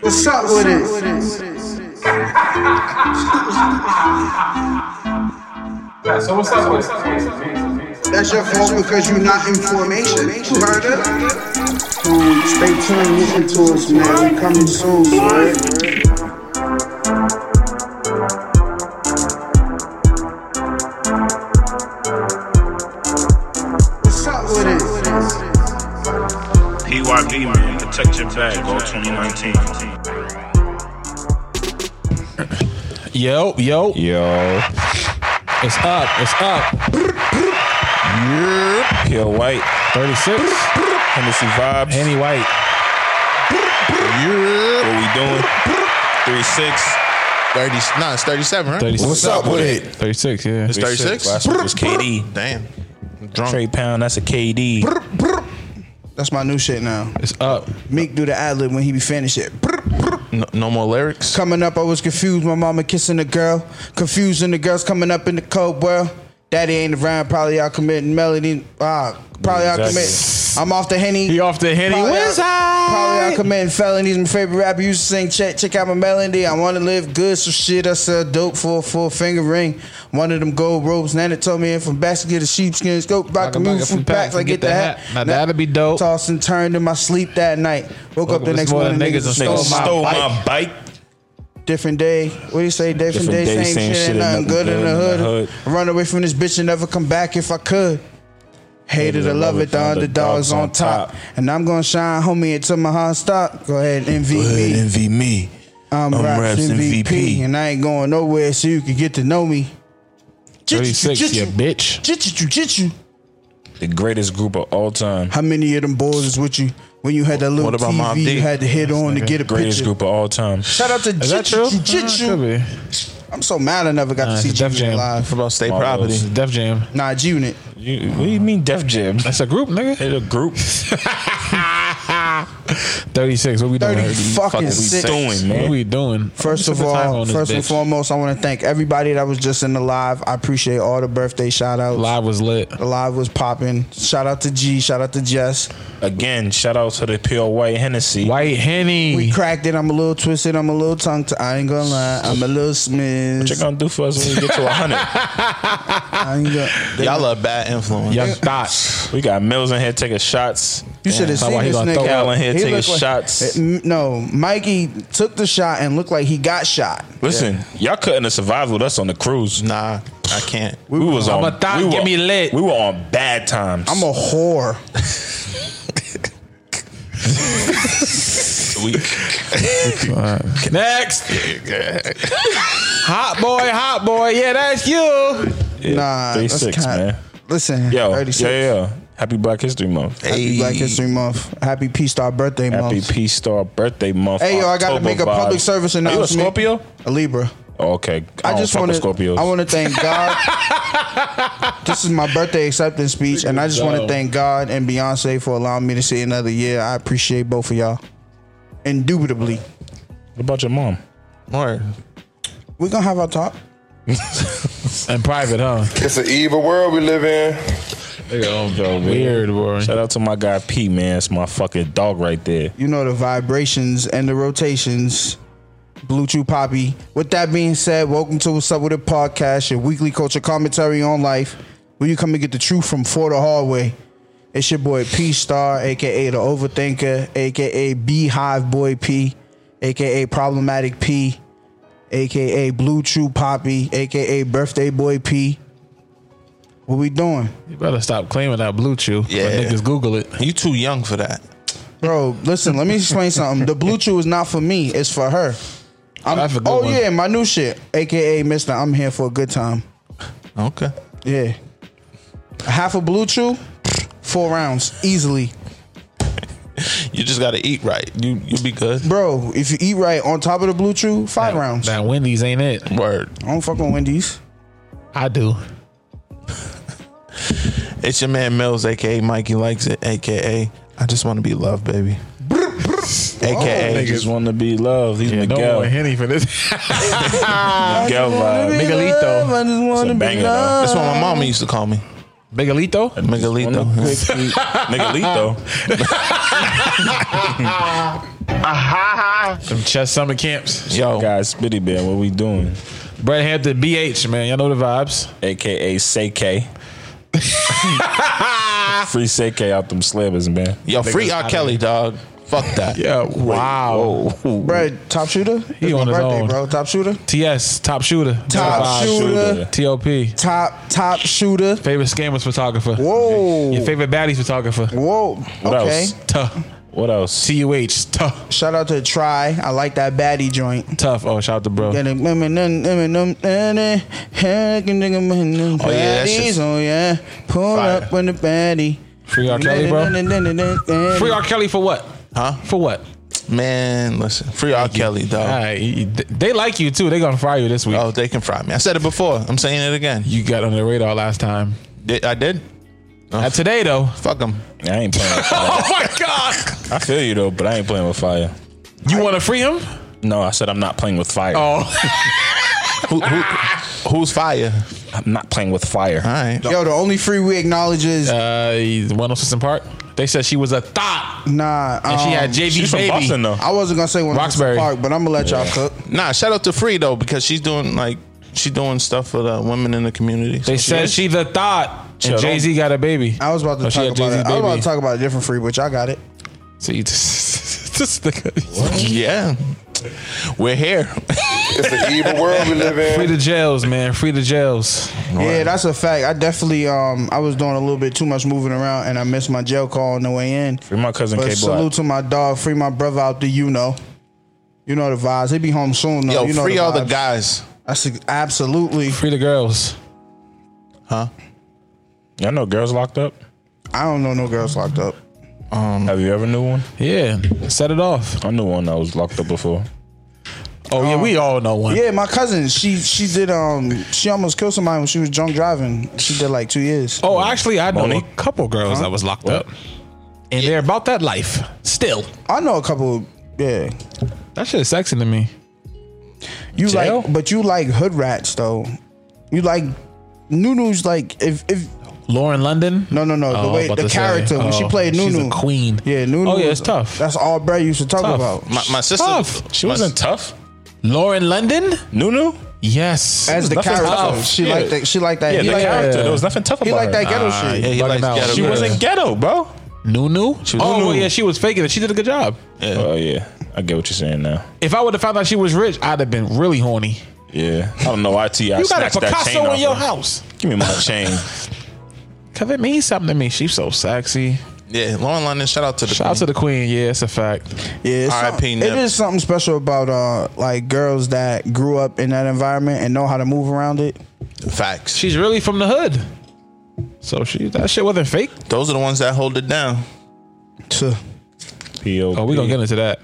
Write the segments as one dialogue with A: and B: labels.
A: What's up with it?
B: Yeah, so what's up with it?
A: That's your fault because you're not in formation. Murder. Dude, stay tuned, listen to us, man. We coming soon, man. What's up with it?
C: PYB, man. Protect your bag, all 2019.
D: Yo, yo,
E: Yo,
D: it's up, it's up.
E: Pure White,
D: 36,
E: Hennessy Vibes.
D: Penny White.
E: What we doing? Three six.
F: 30, nah, it's 37, right?
D: 36.
F: What's up with it?
D: 36, yeah.
F: It's 36?
E: Last one was KD.
F: Damn. I'm drunk.
E: Trey Pound, that's a KD.
A: That's my new shit now.
D: It's up.
A: Meek do the ad lib when he be finished it.
F: No, no more lyrics?
A: Coming up, I was confused. My mama kissing a girl, confusing the girls coming up in the cold world. Daddy ain't around, probably I'll commit melody. Ah, probably I'll
E: Exactly.
A: commit. I'm off the henny.
D: He off the henny.
A: Probably
D: What's
A: I, probably I
D: up?
A: commit felonies. My favorite rapper used to sing, check, check out my melody. I wanna live good, so shit, I sell dope for a four finger ring. One of them gold ropes. Nana told me in from backs to get a sheepskin scope. I can move from packs, I get the hat.
D: Now that'd be dope.
A: Tossed and turned in my sleep that night. Woke
D: Woke up
A: up the
D: this
A: next
D: morning,
A: morning,
D: niggas
A: niggas
D: and
A: stole
E: Nigga
A: my
E: stole
A: bike.
E: my bike.
A: Different day. What do you say? Different,
E: Different
A: day,
E: day,
A: same,
E: same
A: shit, ain't nothing good in the hood. Run away from this bitch and never come back if I could. Hated to love it, the underdog's on top. And I'm gonna shine, homie, until my heart stop. Go ahead, envy me.
F: envy me.
A: I'm,
F: I'm
A: Raps
F: Raps
A: MVP.
F: MVP.
A: And I ain't going nowhere so you can get to know me.
D: 36, you bitch.
A: Chit-chit-chit, chit-chit.
E: The greatest group of all time.
A: How many of them boys is with you? When you had that little
F: What about Mobb
A: TV, you
F: Deep?
A: had to hit on to get a
E: Greatest
A: picture.
E: group of all time.
A: Shout out to
D: Is that true?
A: Jitchu.
D: Could
A: Jitchu.
D: be.
A: I'm so mad I never got
D: Nah,
A: to see
D: it's a Def
A: G-Unit
D: Jam.
A: live.
F: What about state
E: Marlos.
F: property?
D: It's Def Jam.
A: Nah, G-Unit.
E: You, what do you mean Def Jam?
D: That's a group, nigga.
E: They're a group.
D: 36, what we doing?
A: 30 fucking
E: we
A: six.
E: doing,
D: What
E: man?
D: we doing?
A: First
D: Let me set
A: of
D: the timer
A: all,
D: on this
A: first and
D: bitch.
A: foremost, I want to thank everybody that was just in the live. I appreciate all the birthday shout outs.
D: Live was lit.
A: The live was popping. Shout out to G. Shout out to Jess.
E: Again, shout out to the pure white Hennessy.
D: White Henny.
A: We cracked it. I'm a little twisted. I'm a little tongue tied. I ain't gonna lie. I'm a little
E: What you
A: smith.
E: gonna do for us when we get to 100?
A: I ain't gonna. They-
F: Y'all a bad influence.
D: Young Thoughts.
E: we got Mills in here taking shots.
A: you should have
D: Talk
A: seen
D: about he
A: this
D: gonna
A: nigga.
D: throw
E: Allen here
A: He
E: taking
A: looked like- Eh,
E: shots.
A: M- No, Mikey took the shot and looked like he got shot.
E: Listen, y'all couldn't have survived with us on the cruise.
F: Nah, I can't.
E: We was
D: I'm
E: on.
D: a thot,
E: we were,
D: get me lit.
E: We were on bad times.
A: I'm a whore.
E: we,
D: Next. hot boy, hot boy. Yeah, that's you.
A: nah,
E: three
A: that's
E: six,
A: kinda-
E: man.
A: Listen,
E: Yo,
A: 36.
E: yeah, yeah. Happy Black History Month.
A: Happy Black History Month. Happy Peace Star Birthday
E: Happy
A: Month.
E: Peace Star Birthday Month.
A: Hey yo, I gotta
E: October
A: make a
E: vibes.
A: public service
E: Are you a
A: announcement.
E: Scorpio?
A: A Libra.
E: Oh, okay, I,
A: I, just want to.
E: Scorpios.
A: I want to thank God. this is my birthday acceptance speech, and I just want to thank God and Beyonce for allowing me to see another year. I appreciate both of y'all, indubitably.
E: What about your mom?
F: Word.
A: We're gonna have our talk.
D: In private, huh?
G: It's an evil world we live in.
D: Weird, boy.
E: Shout out to my guy P, man. It's my fucking dog right there.
A: You know the vibrations and the rotations. Blue Chew Poppy. With that being said, welcome to What's Up With It podcast, your weekly culture commentary on life, where you come and get the truth from for the hard way. It's your boy P Star, aka the Overthinker, aka Beehive Boy P, aka Problematic P, aka Blue Chew Poppy, aka Birthday Boy P. What we doing?
D: You better stop claiming that blue chew. Yeah.
F: Yeah.
D: niggas Google it.
F: You too young for that.
A: Bro, listen, let me explain something. The blue chew is not for me, it's for her. I'm,
D: That's a good
A: oh
D: one.
A: yeah, my new shit. AKA Mr. I'm here for a good time.
F: Okay.
A: Yeah. Half a blue chew, four rounds. Easily.
F: You just gotta eat right. You you be good.
A: Bro, if you eat right on top of the blue chew, five rounds.
D: That Wendy's ain't it.
F: Word.
A: I don't fuck on Wendy's.
D: I do.
F: It's your man Mills, aka Mikey likes it, aka I just want to be loved, baby.
G: Oh,
E: They
F: aka
E: just want to be loved. He's
D: Yeah, don't
E: Miguel.
D: want Henny for this.
E: Miguel vibe.
D: Miguelito.
A: I just
E: It's a
A: wanna be
E: banger, though.
A: loved.
F: that's what my mama used to call me.
H: Bigalito?
F: Megalito.
E: Megalito.
H: Them chest summer camps.
F: Yo,
E: Guys, Spitty Bear, what we doing?
H: Brett Hampton, BH, man. Y'all know the vibes.
E: AKA Seike. Free Seike out them slammers, man.
F: yo, free R. Kelly, dog. Fuck that.
H: Yeah, wow.
A: Brad, top shooter. He
H: on his own.
A: bro. Top shooter.
H: TS, top shooter.
A: Top
E: Ah,
H: Vibes.
A: shooter.
H: TOP.
A: Top top shooter.
H: Favorite scammers photographer.
A: Whoa.
H: Your favorite baddies photographer.
A: Whoa.
E: What
A: okay.
E: else?
H: Tough.
E: What else?
H: T-U-H. Tough.
A: Shout out to Try. I like that baddie joint.
H: Tough. Oh, shout out to bro.
A: Oh yeah,
F: that shit's-
A: Oh yeah, pull
F: Fire.
A: up on the baddie.
H: Free R. Kelly, bro. Free R. Kelly for what?
F: Huh?
H: For what?
F: Man, listen. Free R. Kelly,
H: All
F: dog.
H: right. you- th- They like you too. They gonna fry you this week.
F: Oh, they can fry me. I said it before. I'm saying it again.
H: You got on the radar last time.
F: Did- I did.
H: Not today though.
F: Fuck them.
E: I ain't playing with fire.
H: Oh my god.
E: I feel you though, but I ain't playing with fire.
H: You want to free him?
E: No, I said I'm not playing with fire.
H: Oh,
F: Who, who, who's fire?
E: I'm not playing with fire.
F: All right.
A: Yo, the only free we acknowledge is
H: uh, he's one on Sisson Park. They said she was a thot,
A: nah.
H: and she had
A: um,
H: JV
E: She's from
H: baby.
E: Boston though.
A: I wasn't gonna say one
H: Roxbury.
A: Park, but I'm gonna let y'all cook.
F: Nah, shout out to Free though because she's doing like she doing stuff for the women in the community.
H: They said she the thought, and
E: don't-
H: Jay Z got a baby.
A: I was about to
H: Oh, she
A: talk about
H: had Jay-Z's
A: it. I was about
H: baby.
A: to talk about a different free, but y'all got it.
H: So you just, just
F: yeah, we're here.
H: Oh,
I: It's the evil world we live
H: free
I: in.
H: the jails, man. Free the jails.
A: Yeah, that's a fact. I definitely um I was doing a little bit too much moving around, and I missed my jail call on the way in.
E: Free my cousin
A: But
E: K Block.
A: salute to my dog, free my brother out there. You know, you know the vibes. He be home soon. Though.
F: Yo,
A: you know
F: free all the
A: vibes.
F: guys.
A: That's a, absolutely.
H: Free the girls.
E: Y'all know girls locked up?
A: I don't know no girls locked up. Um,
E: Have you ever knew one?
H: Yeah, set it off.
E: I knew one that was locked up before.
H: Oh yeah, we all know one.
A: Yeah, my cousin, she she did um she almost killed somebody when she was drunk driving. She did like two years.
H: Oh, actually, I know
E: Monique?
H: a couple girls that was locked up, and they're about that life still.
A: I know a couple. Yeah,
H: That shit is sexy to me.
A: you
H: Jail?
A: like, but you like hood rats though. You like Nunu's like if if
H: Lauren London.
A: no no no
H: Oh,
A: the way
H: about
A: the
H: to say.
A: character when she
H: Oh,
A: played
H: she's
A: Nunu
H: a queen.
A: Yeah, Nunu.
H: Oh, yeah,
A: was-
H: it's tough.
A: That's all Brad used to talk
H: Tough.
A: about
F: My, my sister.
H: Tough.
E: She wasn't tough.
H: Lauren London?
E: Nunu?
H: Yes.
A: as the
E: nothing
A: character.
E: tough.
A: She
E: Yeah.
A: liked that. She liked that.
E: Yeah,
A: he
E: the
A: liked that,
E: character. There was nothing tough
A: he
E: about
A: liked that
E: her.
A: ghetto shit.
F: Yeah, he
H: Bugging
F: likes
H: out.
F: ghetto
E: She
F: girls.
E: wasn't ghetto, bro.
H: Nunu? Oh, well, yeah, she was faking it. She did a good job.
E: Oh yeah, I get what you're saying now.
H: If I would have found out she was rich, I'd have been really horny.
E: Yeah, I don't know why Ti
H: You got
E: snatched
H: a
E: that chain
H: Picasso
E: off
H: in your
E: her.
H: house.
E: Give me my chain.
H: Cause it means something to me. She's so sexy.
F: Yeah, Lauren London. Shout out to the.
H: Shout out to the queen. Yeah, it's a fact.
A: Yeah, it's
F: R.I.P.
A: something-
F: Nip.
A: It is something special about uh like girls that grew up in that environment and know how to move around it.
F: the facts.
H: She's really from the hood. So she that shit wasn't fake.
F: Those are the ones that hold it down.
A: To
E: P.O.
H: Oh, we gonna get into that.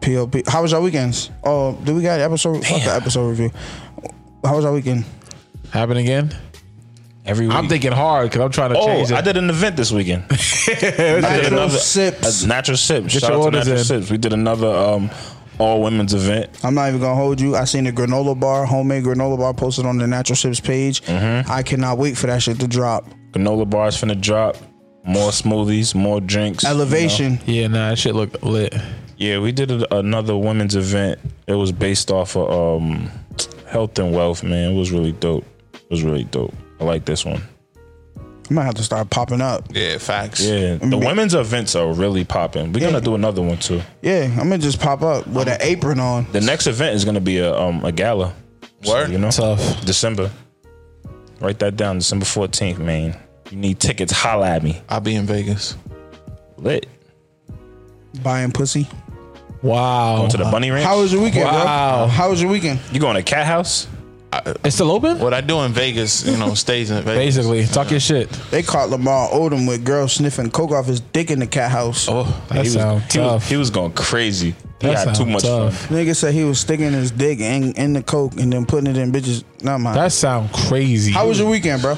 A: POP. How was your weekends? Oh, did we got episode fuck the episode review? How was your weekend?
H: Happen again?
E: every week.
H: I'm thinking hard because I'm trying to change
E: oh,
H: it.
E: I did an event this weekend. I did
A: Natural
E: another
A: sips.
E: a natural sips.
H: Get
E: Shout
H: your
E: out to
H: orders
E: natural
H: in.
E: sips. We did another um, all women's event.
A: I'm not even gonna hold you. I seen a granola bar, homemade granola bar posted on the Natural Sips page.
E: Mm-hmm.
A: I cannot wait for that shit to drop.
E: Granola bars finna drop. More smoothies, more drinks. you know.
A: Elevation.
H: Yeah, nah, that shit looked lit.
E: Yeah, we did a, another women's event. It was based off of um, health and wealth. Man, it was really dope. It was really dope. I like this one.
A: I might have to start popping up.
F: Yeah, facts.
E: Yeah, the women's events are really popping. We're gonna do another one too.
A: Yeah, I'm gonna just pop up with an apron on.
E: The next event is gonna be a um a gala.
F: Word.
E: You know,
H: Tough.
E: December. Write that down. December fourteenth, man. You need tickets. Holla at me.
F: I'll be in Vegas.
E: Lit.
A: Buying pussy.
H: Wow.
E: Going to the bunny ranch.
A: How was your weekend,
H: Wow.
A: bro? How was your weekend?
E: you going to cat house?
H: It's still open?
F: What I do in Vegas, you know, stays in Vegas.
H: Basically, talk your shit.
A: They caught Lamar Odom with girls sniffing coke off his dick in the cat house.
H: Oh, that
E: he
H: sound
E: was, he was-
H: tough.
E: He was going crazy. He
H: That
E: had too
H: sound
E: much
H: tough.
E: fun.
A: Nigga said he was sticking his dick in, in the coke and then putting it in bitches. Not mine.
H: That sound crazy.
A: How was your weekend, bro?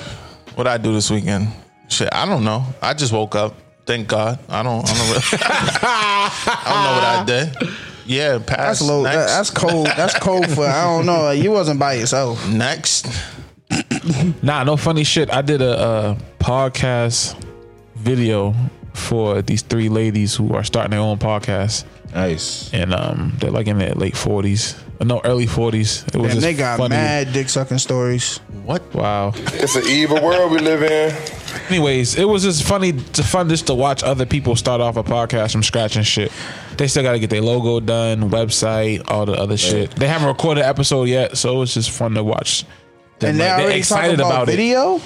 F: What I do this weekend? Shit, I don't know. I just woke up. Thank God. I don't. I don't, really, I don't know what I did. Yeah, pass.
A: That's low.
F: Next.
A: That, that's cold. That's cold for I don't know. Like, you wasn't by yourself.
F: next.
H: Nah, no funny shit. I did a, uh podcast video for these three ladies who are starting their own podcast,
E: Nice.
H: and um, they're like in their late forties, Uh, no, early forties. It was
A: And
H: just
A: they got
H: funny.
A: mad dick sucking stories.
H: What? Wow.
G: It's an evil world we live in.
H: Anyways, it was just funny to fun just to watch other people start off a podcast from scratch and shit. They still got to get their logo done, website, all the other shit. They haven't recorded an episode yet, so it's just fun to watch. Them,
A: And they
H: like,
A: already excited about, video.
H: it.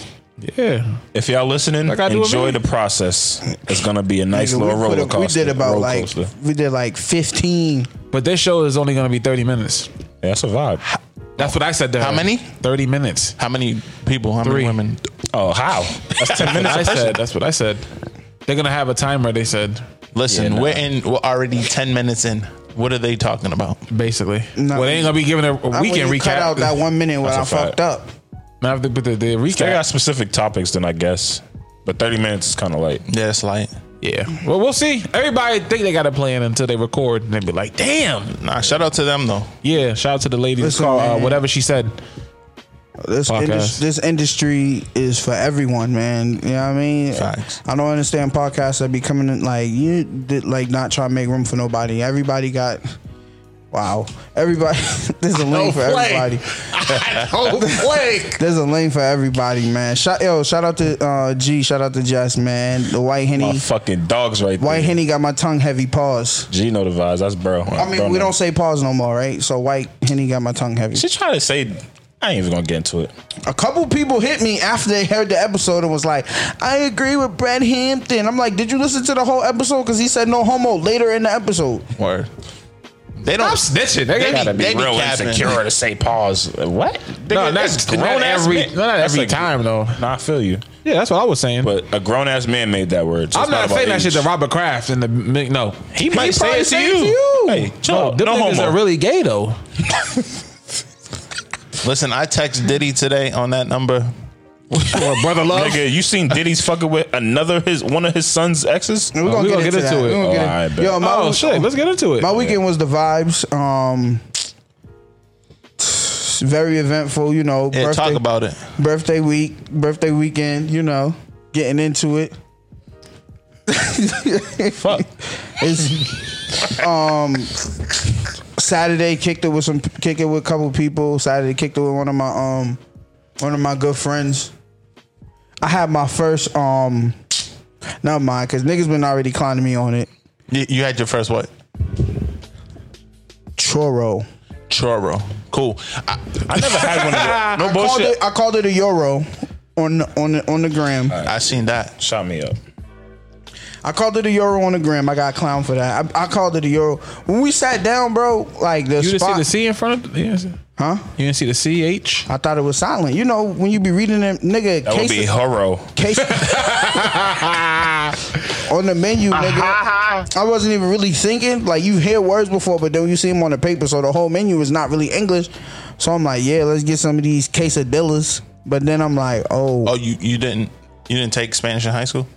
H: Yeah.
E: If y'all listening,
H: Like I do with
E: enjoy
H: me.
E: the process. It's gonna be a nice
A: Nigga,
E: little
A: we, put
E: roller
A: a-
E: coaster.
A: we did about
E: roller
A: like
E: coaster.
A: we did like fifteen.
H: But this show is only going to be 30 minutes.
E: Yeah, that's a vibe.
H: That's what I said to her.
F: How many?
H: 30 minutes.
F: How many people? How
H: Three.
F: many women?
E: Oh, how? That's ten minutes.
H: I
E: a person.
H: said, that's what I said. They're going to have a timer, they said,
F: Listen,
E: Yeah, nah.
F: we're in. We're already ten minutes in. What are they talking about?
H: basically.
A: Nah.
H: well, they ain't going to be giving a, a
A: I
H: weekend
A: wouldn't
H: recap.
A: cut out that one minute when I
E: That's a fact.
A: fucked up.
H: Now, the, the, the
E: They
H: recap.
E: got specific topics, then I guess. But thirty minutes is kind of light.
F: Yeah, it's like
H: Yeah. Well, we'll see. Everybody think they got a plan until they record and they be like, damn.
F: nah. Shout out to them though.
H: Yeah. Shout out to the lady. It's
A: Listen,
H: called uh,
A: man.
H: whatever she said.
A: This
H: Podcast.
A: indus- this industry is for everyone, man. You know what I mean?
F: Facts.
A: I don't understand podcasts that be coming in like you did, like not try to make room for nobody. Everybody got. Wow, everybody! There's a lane for everybody. There's a lane for everybody, man. Shout yo, shout out to uh, G, shout out to Jess, man. The white
E: My
A: henny,
E: fucking dogs right
A: white
E: there.
A: henny got my tongue heavy. Pause.
E: Gino the vibes. That's bro.
A: I mean, we don't say pause no more, right? So white henny got my tongue heavy.
E: She tried to say. I ain't even gonna get into it.
A: A couple people hit me after they heard the episode and was like, I agree with Brad Hampton. I'm like, did you listen to the whole episode? Because he said no homo later in the episode.
F: Word. They don't.
H: snitching. They,
F: They
H: gotta
F: be-
H: be.
F: they be
E: Real
F: capping.
E: insecure to say pause. What?
H: No, not,
E: That's
H: not
E: grown-ass
H: every,
E: men.
H: not
E: That's
H: every
E: a-
H: time, though.
E: Nah, I feel you.
H: Yeah, that's what I was saying.
E: But a grown ass man made that word. so
H: I'm
E: it's
H: not
E: about
H: saying that
E: age.
H: shit to Robert Kraft and the mi- no.
E: He might say
H: probably
E: it to
H: say
E: you. Hey, chill.
H: no, them
E: No
H: niggas
E: homo.
H: are really gay though.
F: Listen, I text Diddy today on that number.
H: brother love.
E: Nigga, you seen Diddy's fucking with another his one of his son's exes?
A: And we're going
H: Oh, we
A: to
H: gonna
A: get,
H: get
A: into
H: into
A: that.
H: it.
A: We gonna
E: Oh, I
A: get
E: bet.
A: Yo, my,
H: Oh shit, let's get into it.
A: my weekend was the vibes. Um, very eventful, you know.
F: Yeah, talk about it.
A: birthday week, birthday weekend, you know, getting into it.
E: Fuck.
A: It's um Saturday kicked it with some kick it with a couple people. Saturday kicked it with one of my um one of my good friends. I had my first um not mine because niggas been already clowning me on it.
F: You, you had your first what?
A: Choro.
F: Churro. Cool. I,
E: I never had one of those. No
A: Called
E: bullshit.
A: it, I called it a euro on the, on the, on the gram.
F: I seen that.
E: Shot me up.
A: I called it a euro on the gram. I got clown for that. I, I called it a euro. When we sat down, bro, like the
H: you didn't see
A: spot,
H: the C in front of yeah.
A: huh?
H: You didn't see the C H.
A: I thought it was silent. You know, when you be reading them, nigga,
E: That would be
A: cases-
E: horror.
A: case on the menu, nigga. I wasn't even really thinking. Like you hear words before, but then you see them on the paper, so the whole menu is not really English. So I'm like, yeah, let's get some of these quesadillas. But then I'm like, oh,
F: Oh, you you didn't you didn't take Spanish in high school?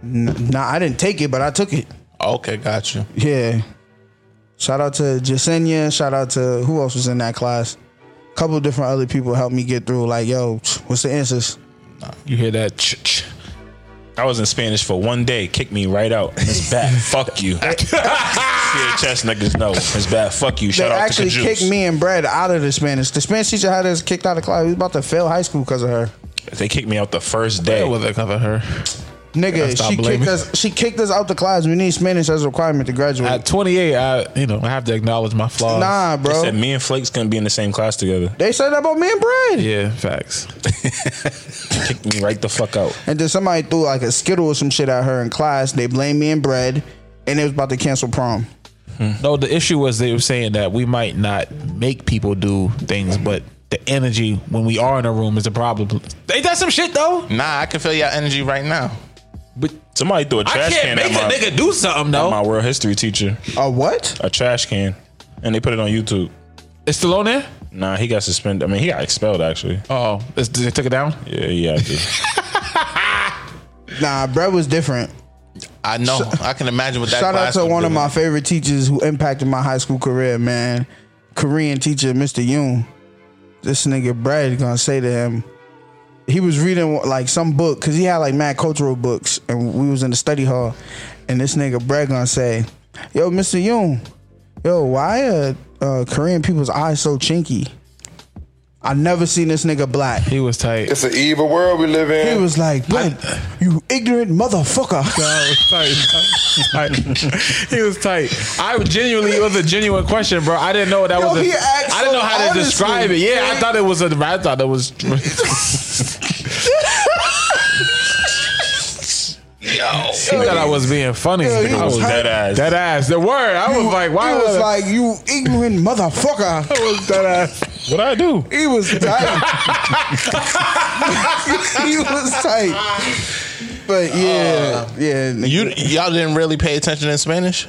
A: nah, I didn't take it, but I took it.
F: Okay, got you.
A: Yeah. Shout out to Jasenia. Shout out to who else was in that class. couple different other people helped me get through. Like, yo, what's the answers?
H: You hear that? Ch- ch-
E: I was in Spanish for one day. Kicked me right out. It's bad. Fuck you. CHS niggas know. It's bad. Fuck you. Shout
A: they
E: out
A: actually
E: to the
A: kicked me and Brad out of the Spanish. The Spanish teacher had us kicked out of class. We was about to fail high school because of her.
E: They kicked me out the first day.
H: Well, they cover her
A: Nigga,
H: stop
A: she
H: blaming.
A: kicked us. She kicked us out the class. We need Spanish as a requirement to graduate.
H: at 28. I you know I have to acknowledge my flaws.
A: nah, bro.
E: Said me and Flakes gonna be in the same class together.
A: they said that about me and Brad.
H: Yeah, facts.
E: Kicked me right the fuck out.
A: And then somebody threw like a skittle or some shit at her in class. They blamed me and Brad, and they was about to cancel prom.
H: No, the issue was they were saying that we might not make people do things, but the energy when we are in a room is a problem. Ain't that some shit though?
F: Nah, I can feel your energy right now.
E: Somebody threw a
H: I
E: trash
H: can't
E: can
H: make
E: at
H: a
E: my,
H: nigga do something though.
E: my world history teacher.
A: A what?
E: A trash can. And they put it on YouTube.
H: It's still on there?
E: Nah, he got suspended. I mean, he got expelled actually.
H: Oh, it's, they took it down?
E: Yeah, yeah. I did.
A: Nah, Brad was different.
F: I know. I can imagine what that.
A: Shout out
F: class
A: to
F: was
A: one of
F: doing.
A: my favorite teachers who impacted my high school career, man. Korean teacher, Mr. Yoon. this nigga Brad gonna say to him. He was reading like some book because he had like mad cultural books, and we was in the study hall, and this nigga Brad gonna say, "Yo, Mr. Yoon, yo, why are uh, Korean people's eyes so chinky? I never seen this nigga black."
H: He was tight.
G: It's an evil world we live in.
A: He was like, "Brad, you ignorant motherfucker."
H: he was tight. I genuinely it was a genuine question, bro. I didn't know that
A: Yo,
H: was.
A: he
H: A,
A: asked
H: I didn't know
A: so
H: how
A: honestly,
H: to describe it. Yeah,
A: man.
H: I thought it was a. I thought it was. He thought I was being funny.
A: Yo, he
H: I
A: was
H: was
A: hurt.
E: Dead ass.
H: that ass. The word. I was
A: You-
H: like, why
A: He
H: was,
A: was like, "You ignorant motherfucker."
H: was that ass?
E: What I do?
A: He was tight. he was tight. But yeah, yeah. nigga.
F: You y'all didn't really pay attention in Spanish?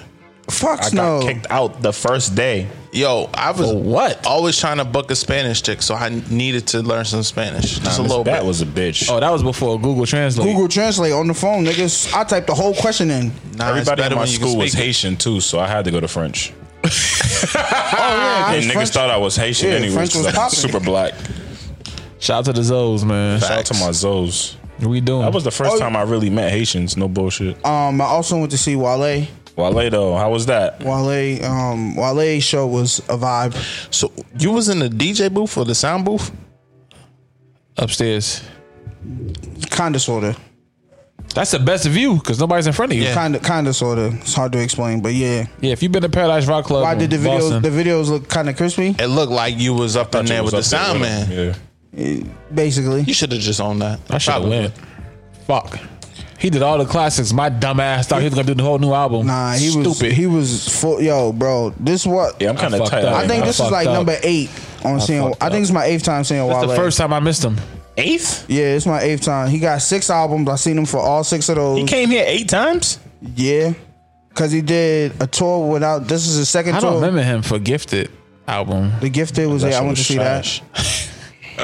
A: Fox
E: I got
A: no.
E: kicked out the first day.
F: Yo, I was
H: what?
F: always trying to book a Spanish chick, so I needed to learn some Spanish. Just a
E: Miss
F: little
E: Bat
F: bit.
E: was a bitch.
H: Oh, that was before Google Translate.
A: Google Translate on the phone, niggas. I typed the whole question in.
F: Nah, it's
E: Everybody
F: better
E: in my
F: when you can
E: school was
F: speak it.
E: Haitian too, so I had to go to French.
A: Ah,
E: and niggas
A: French-
E: thought I was Haitian
A: Yeah,
E: anyway.
A: French was popping.
E: super black.
H: Shout out to the Zoes, man.
E: Shout out to my Zoes.
H: We doing.
E: That was the first
A: Oh.
E: time I really met Haitians. No bullshit.
A: Um, I also went to see Wale.
E: Wale though, how was that?
A: Wale, um, Wale's show was a vibe.
F: So you was in the DJ booth or the sound booth?
H: upstairs.
A: Kinda sorta.
H: That's the best view because nobody's in front of you. Yeah.
A: Kinda kinda sorta. It's hard to explain, but yeah.
H: if you've been to Paradise Rock Club,
A: Why did the
H: in Boston,
A: videos the videos look kinda crispy?
F: It looked like you was up in there
E: It was
F: with the
E: up there
F: sound
E: with him.
F: man.
E: Yeah.
A: Basically.
F: You should have just owned that.
H: I should have
F: Probably.
H: went. Fuck. He did all the classics. My dumb ass thought he was gonna do the whole new album.
A: Nah, he
H: Stupid.
A: was he was full yo, bro. This what
E: Yeah, I'm kind of
H: fucked
E: tight.
H: up.
E: right
A: I think
E: now.
A: this is
H: fucked
A: like
H: up.
A: number eight on seeing.
H: fucked
A: I think it's my eighth time seeing Wale.
H: That's the first time I missed him.
E: eighth.
A: Yeah, it's my eighth time. He got six albums. I seen him for all six of those.
E: He came here eight times.
A: yeah, because he did a tour without. This is his second
H: I
A: tour.
H: don't remember him for Gifted album.
A: The Gifted was
E: That
A: there. I
E: shit
A: went to
E: was
A: see
E: trash.
A: that.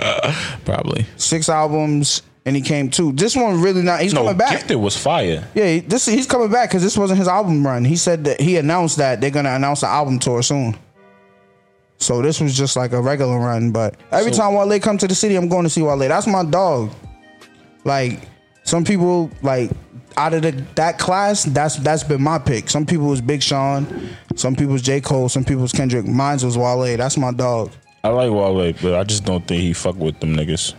H: Probably.
A: Six albums, and he came two. This one really not. He's
E: No,
A: coming back.
E: gifted was fire.
A: Yeah, he- this he's coming back because this wasn't his album run. He said that he announced that they're gonna announce an album tour soon. So this was just like a regular run. But every time Wale come to the city, I'm going to see Wale. That's my dog. Like some people, like out of the, that class, that's that's been my pick. Some people was Big Sean, some people's J Cole, some people's Kendrick. Mine's was Wale. That's my dog.
E: I like Wale, but I just don't think he fuck with them niggas.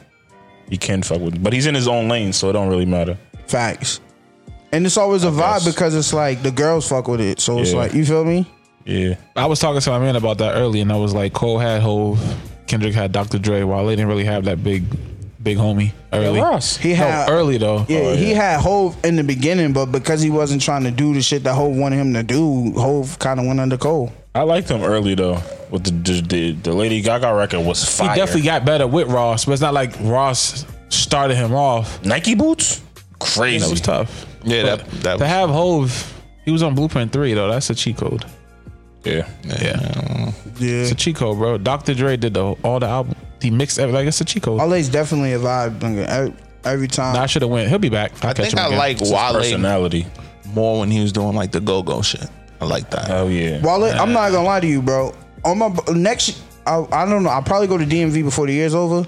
E: He can fuck with, but he's in his own lane, so it don't really matter.
A: Facts. And it's always a vibe
E: guess.
A: because it's like the girls fuck with it. So it's
E: Yeah.
A: like you feel me.
E: Yeah,
H: I was talking to my man about that earlier, and I was like, Cole had Hove, Kendrick had Dr. Dre, while they didn't really have that big, big homie early.
E: Ross.
A: He
H: no,
A: had
H: early though.
A: Yeah, he had Hove in the beginning, but because he wasn't trying to do the shit that Hove wanted him to do, Hove kind of went under Cole.
E: I liked him early though. With the the, the, the Lady Gaga record was
H: He
E: fire.
H: definitely got better with Ross, but it's not like Ross started him off.
E: Nike boots, crazy.
H: That was tough.
F: Yeah,
H: But
F: that that
H: to
F: was,
H: have Hove, he was on Blueprint Three though. That's a cheat code.
E: yeah,
H: Yeah,
A: Yeah.
H: it's a cheat code, bro. Dr. Dre did the, all the album. He mixed everything. Like it's a cheat code.
A: Wale's definitely a vibe nigga. Every, every time.
H: Nah, I should have went. He'll be back. I'll
F: I
H: catch
F: think
H: him
F: I
H: again.
F: like
E: It's his
F: Wale
E: personality.
F: more when he was doing like the go go shit. I like that.
E: Oh yeah.
A: Wale, I'm not gonna lie to you, bro. On my next, I, I don't know. I'll probably go to DMV before the year's over.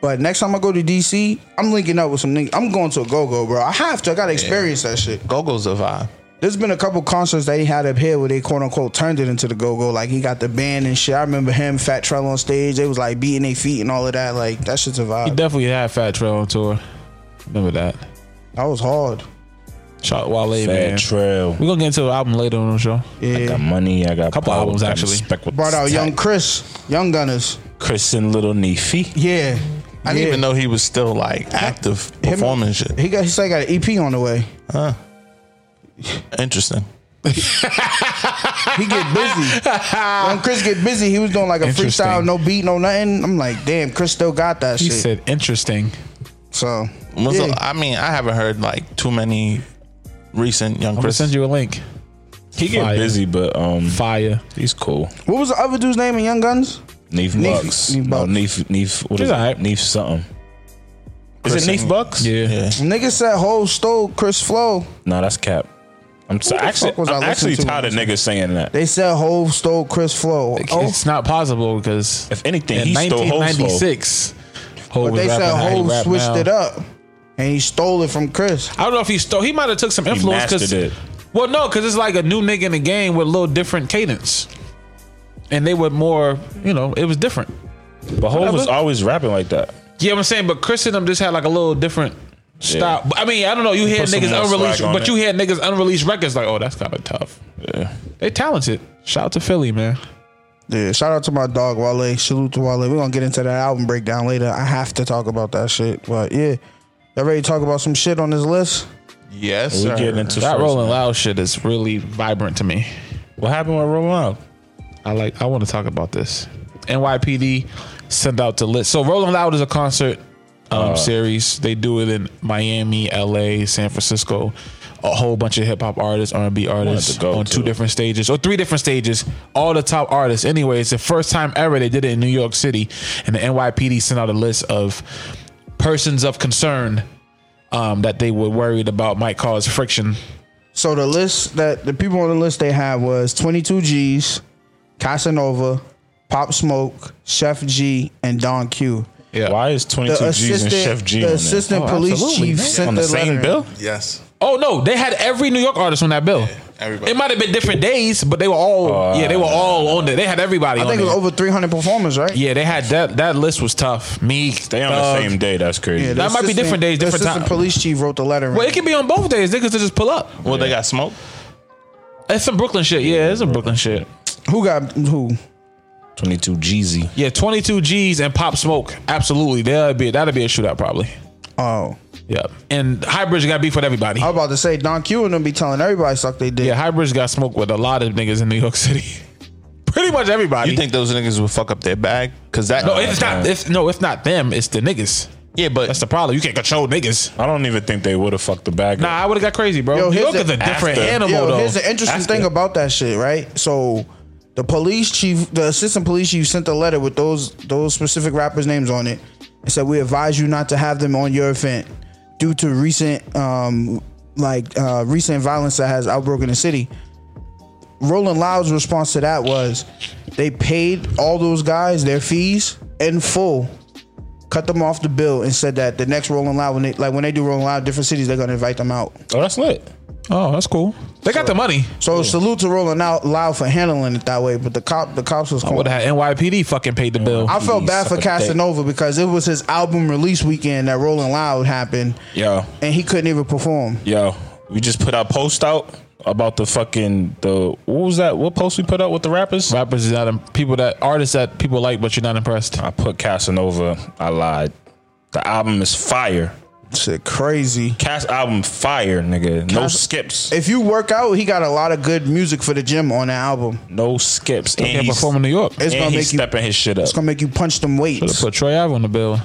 A: But next time I go to DC, I'm linking up with some niggas. I'm going to a go go, bro. I have to. I gotta experience that shit.
F: go go's a vibe.
A: There's been a couple concerts that he had up here where they quote unquote turned it into the go go. Like he got the band and shit. I remember him, Fat Trell on stage. They was like beating their feet and all of that. Like that shit's a vibe.
H: He definitely had Fat Trail on tour. Remember that.
A: That was hard.
H: Shot Wale, man.
E: Bad trail.
H: We're gonna get into the album later on the show.
E: I got
H: um,
A: Yeah.
E: money. I got
H: Couple
E: power,
H: albums,
E: got
H: actually.
E: respect with
A: Brought out
E: the
A: Young
E: tech.
A: Chris, Young Gunners.
E: Chris and Little Neefy.
A: Yeah.
F: I didn't
A: Yeah.
F: even know he was still like active performing shit.
A: He got he said he got an EP on the way.
F: Interesting.
A: He get busy. when Chris get busy, he was doing like a
H: Interesting.
A: freestyle, no beat, no nothing. I'm like, damn, Chris still got that
H: He
A: shit.
H: said interesting.
A: so
F: Was
A: yeah.
F: the- I mean, I haven't heard like too many recent young
H: I'm gonna
F: Chris.
H: send you a link.
E: He get
H: Fire.
E: busy, but um,
H: Fire.
E: he's cool.
A: what was the other dude's name in Young Guns?
E: Neef
A: Neef-
E: Bucks.
A: Neef
E: No,
A: Bucks.
E: Neef. Neef. What
H: He's
E: is
H: alright.
E: it? Neef something. Is
F: Chris
E: it Neef
F: and-
E: Bucks?
H: Yeah.
F: Yeah.
A: Nigga said Hov stole Chris Flow.
E: No, that's Cap. I'm so,
A: Who the
E: actually,
A: fuck was I
E: I'm actually
A: listening to
E: tired of
A: when I
E: niggas saying that.
A: They said Hove stole Chris Flow. Oh,
H: It's not possible because
E: If anything,
H: in
E: he stole Hope's flow.
H: 1996, Hov
A: but
H: was
A: they
H: rapping
A: said
H: how he
A: Hove
H: rap
A: switched
H: now.
A: it up, and he stole it from Chris.
H: I don't know if he stole. He might have took some influence because.
E: mastered it.
H: Well, no, because it's like a new nigga in the game with a little different cadence, and they were more. You know, it was different.
E: But Hov was
H: Whatever.
E: always rapping like that.
H: Yeah, I'm saying, but Chris and them just had like a little different style. But, I mean, I don't know. You hear
E: Put some
H: niggas
E: more swag
H: unreleased,
E: on
H: but
E: it.
H: you hear niggas unreleased records like, oh, that's kind of tough.
E: Yeah.
H: They talented. Shout out to Philly, man.
A: Yeah, shout out to my dog Wale. Salute to Wale. We're gonna get into that album breakdown later. I have to talk about that shit. But yeah. Y'all ready to talk about some shit on this list?
F: Yes,
E: We're
F: sir.
E: getting into
H: That
E: first,
H: Rolling
E: man.
H: Loud shit is really vibrant to me.
E: What happened with Rolling Loud?
H: I like. I want to talk about this. NYPD sent out the list. So Rolling Loud is a concert um,
E: Uh.
H: series. They do it in Miami, LA, San Francisco. A whole bunch of hip hop artists, R and B artists
E: to go
H: on two
E: to.
H: different stages or three different stages. All the top artists. Anyway, it's the first time ever they did it in New York City, and the NYPD sent out a list of persons of concern um, that they were worried about might cause friction.
A: So the list that the people on the list they had was 22 G's, Casanova, Pop Smoke, Chef G, and Don Q.
H: Yeah.
E: Why is 22 G's and Chef G
A: the
E: on there?
A: assistant
H: Oh,
A: police
H: absolutely,
A: chief
H: man.
A: sent
E: on
A: the,
E: the same
A: letter.
E: bill?
F: Yes.
H: Oh no, they had every New York artist on that bill.
F: everybody.
H: It might have been different days, but they were all yeah, they were
E: Uh,
H: all on there. They had everybody.
A: I
H: on
A: think it was
H: there.
A: over 300 performers, right?
H: Yeah, they had that. That list was tough. Meek,
E: They on the
H: Thug.
E: same day. That's crazy.
A: the
H: Uh, That might be
A: assistant-
H: different days,
A: the
H: different
A: assistant
H: time.
A: police chief wrote the letter.
H: Well, it can be on both days. Niggas to just pull up.
F: Well, they got smoke.
H: It's some Brooklyn shit. Yeah, it's some Brooklyn shit.
A: who got who?
E: 22 Jeezy.
H: Yeah, twenty two G's and Pop Smoke. Absolutely, that'd be that'd be a shootout probably.
A: Oh,
H: Yeah, and High Bridge got beef with everybody.
A: I was about to say Don Q and them be telling everybody suck they dick.
H: Yeah, High Bridge got smoked with a lot of niggas in New York City. Pretty much everybody.
F: You think those niggas would fuck up their bag? Cause that.
H: No, it's
E: uh,
H: not. If no, if not them, it's the niggas.
F: yeah,
H: That's
F: but
H: the problem. You can't control niggas.
E: I don't even think they would have fucked the bag
H: Nah, I
E: up.
H: would have got crazy, bro.
A: Yo,
H: New
A: here's
H: York is
A: the-
H: a different
E: After.
H: animal,
A: Yo,
H: though.
A: here's the interesting
H: After.
A: thing about that shit, right? So the police chief, the assistant police chief, sent a letter with those those specific rappers' names on it, and said we advise you not to have them on your event due to recent um like uh recent violence that has outbroken the city. Roland Loud's response to that was they paid all those guys their fees in full. Cut them off the bill and said that the next Rolling Loud, when they like when they do Rolling Loud, different cities they're gonna invite them out.
E: Oh, that's lit.
H: Oh, that's cool. They got the money.
A: So salute to Rolling Out Loud for handling it that way, but the cop the cops was cool.
H: Would have had NYPD fucking paid the bill.
A: I felt bad for
E: suck a dick.
A: Casanova because it was his album release weekend that Rolling Loud happened,
E: Yo,
A: and he couldn't even perform.
E: yo, we just put our post out about the fucking the what was that? What post we put out with the rappers?
H: Rappers is not im- people that artists that people like, but you're not impressed.
E: I put Casanova. I lied. The album is fire.
A: Shit, crazy.
E: Cast album fire, nigga. No
A: Cas-
E: skips.
A: If you work out, he got a lot of good music for the gym on that album.
E: No skips. And
H: Can't
E: he's,
H: perform in New York.
A: It's
E: and
A: gonna
E: he's
A: make you.
E: stepping his shit up.
A: It's gonna make you punch them
H: Should've
A: weights.
H: put Troy Ave on the bill.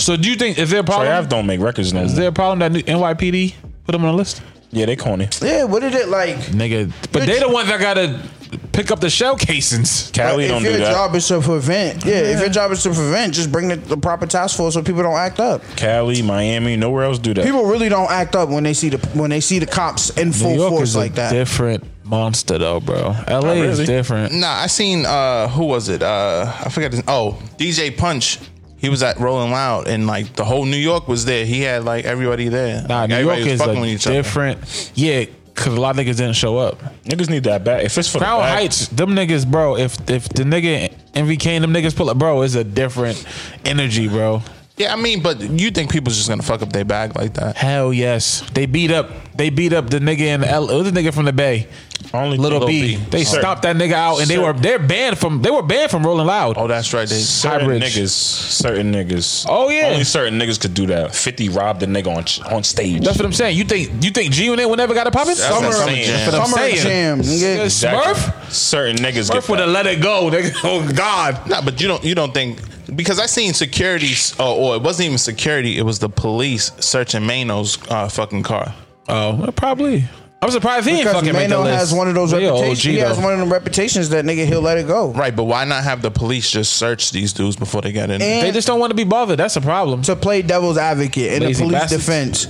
H: So do you think is there a
E: Troy
H: problem?
E: Ave don't make records no
H: is there
E: more.
H: a problem that new NYPD put them on the list?
E: Yeah, they corny.
A: Yeah, what did it like?
H: Nigga, but they the ones that gotta pick up the shell casings.
E: Cali
A: if
E: don't
A: your
E: do that.
A: job is to prevent, yeah, if your job is to prevent, just bring the, the proper task force so people don't act up.
E: Cali, Miami, nowhere else do that.
A: People really don't act up when they see the when they see the cops in
H: New
A: full
H: York
A: force
H: is a
A: like that.
H: different monster though, bro. LA
E: really.
H: is different.
F: nah. I seen uh, who was it? Uh, I forget. His, oh, DJ Punch. He was at Rolling Loud, and like the whole New York was there. He had like everybody there.
H: Nah,
F: Like,
H: New York
F: everybody was
H: is
F: fucking with
H: a
F: each other.
H: different. Yeah, because a lot of niggas didn't show up.
E: Niggas need that back. If it's for
H: Crown
E: the bag,
H: Heights, them niggas, bro. If if the nigga MVK and them niggas pull up, bro, it's a different energy, bro.
F: Yeah, I mean, but you think people's just gonna fuck up their bag like that?
H: Hell yes, they beat up. They beat up the nigga in L. It was the nigga from the Bay,
E: only
H: Little B. They
E: Certain-
H: stopped that nigga out, and they
E: Sir.
H: were they're banned from they were banned from Rolling Loud.
F: Oh, that's right. They,
E: Certain
H: Hybrid.
E: niggas, certain niggas.
H: Oh, yeah.
E: only certain niggas could do that. Fifty robbed the nigga on on stage.
H: That's what I'm saying. You think you think G Unit would never got a poppin'?
F: That's what I'm
H: Summer-
F: saying.
H: That's what I'm
A: Summer
H: saying.
A: jam, nigga.
H: Smurf?
E: Certain niggas
H: Smurf would
E: get that.
H: have let it go. Nigga. Oh God.
F: Nah, but you don't you don't think because I seen security uh, or it wasn't even security, it was the police searching Mano's uh, fucking car.
H: Oh, well, probably. I'm surprised he ain't
A: Because
H: fucking made the
A: Mano
H: list.
A: has one of those
H: He a
A: reputations.
H: OG
A: He has
H: though.
A: one of them reputations that nigga he'll let it go.
F: Right, but why not have the police just search these dudes before they get in?
A: And-
H: They just don't want to be bothered. That's a problem.
A: To play devil's advocate in the
H: Lazy
A: police
H: bastards.
A: defense,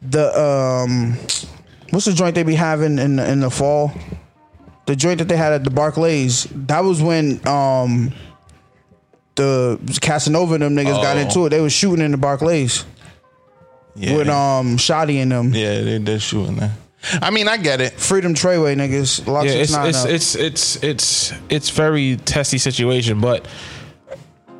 A: the um, what's the joint they be having in the, in the fall? The joint that they had at the Barclays. That was when um the Casanova and them niggas got
F: Oh.
A: into it. They was shooting in the Barclays
F: Yeah.
A: with um Shoddy and them.
F: yeah, they, they're shooting that. I mean, I get it.
A: Freedom Treyway niggas. Lock
H: Yeah, it's
A: 69
H: it's,
A: up.
H: it's it's it's it's very testy situation, but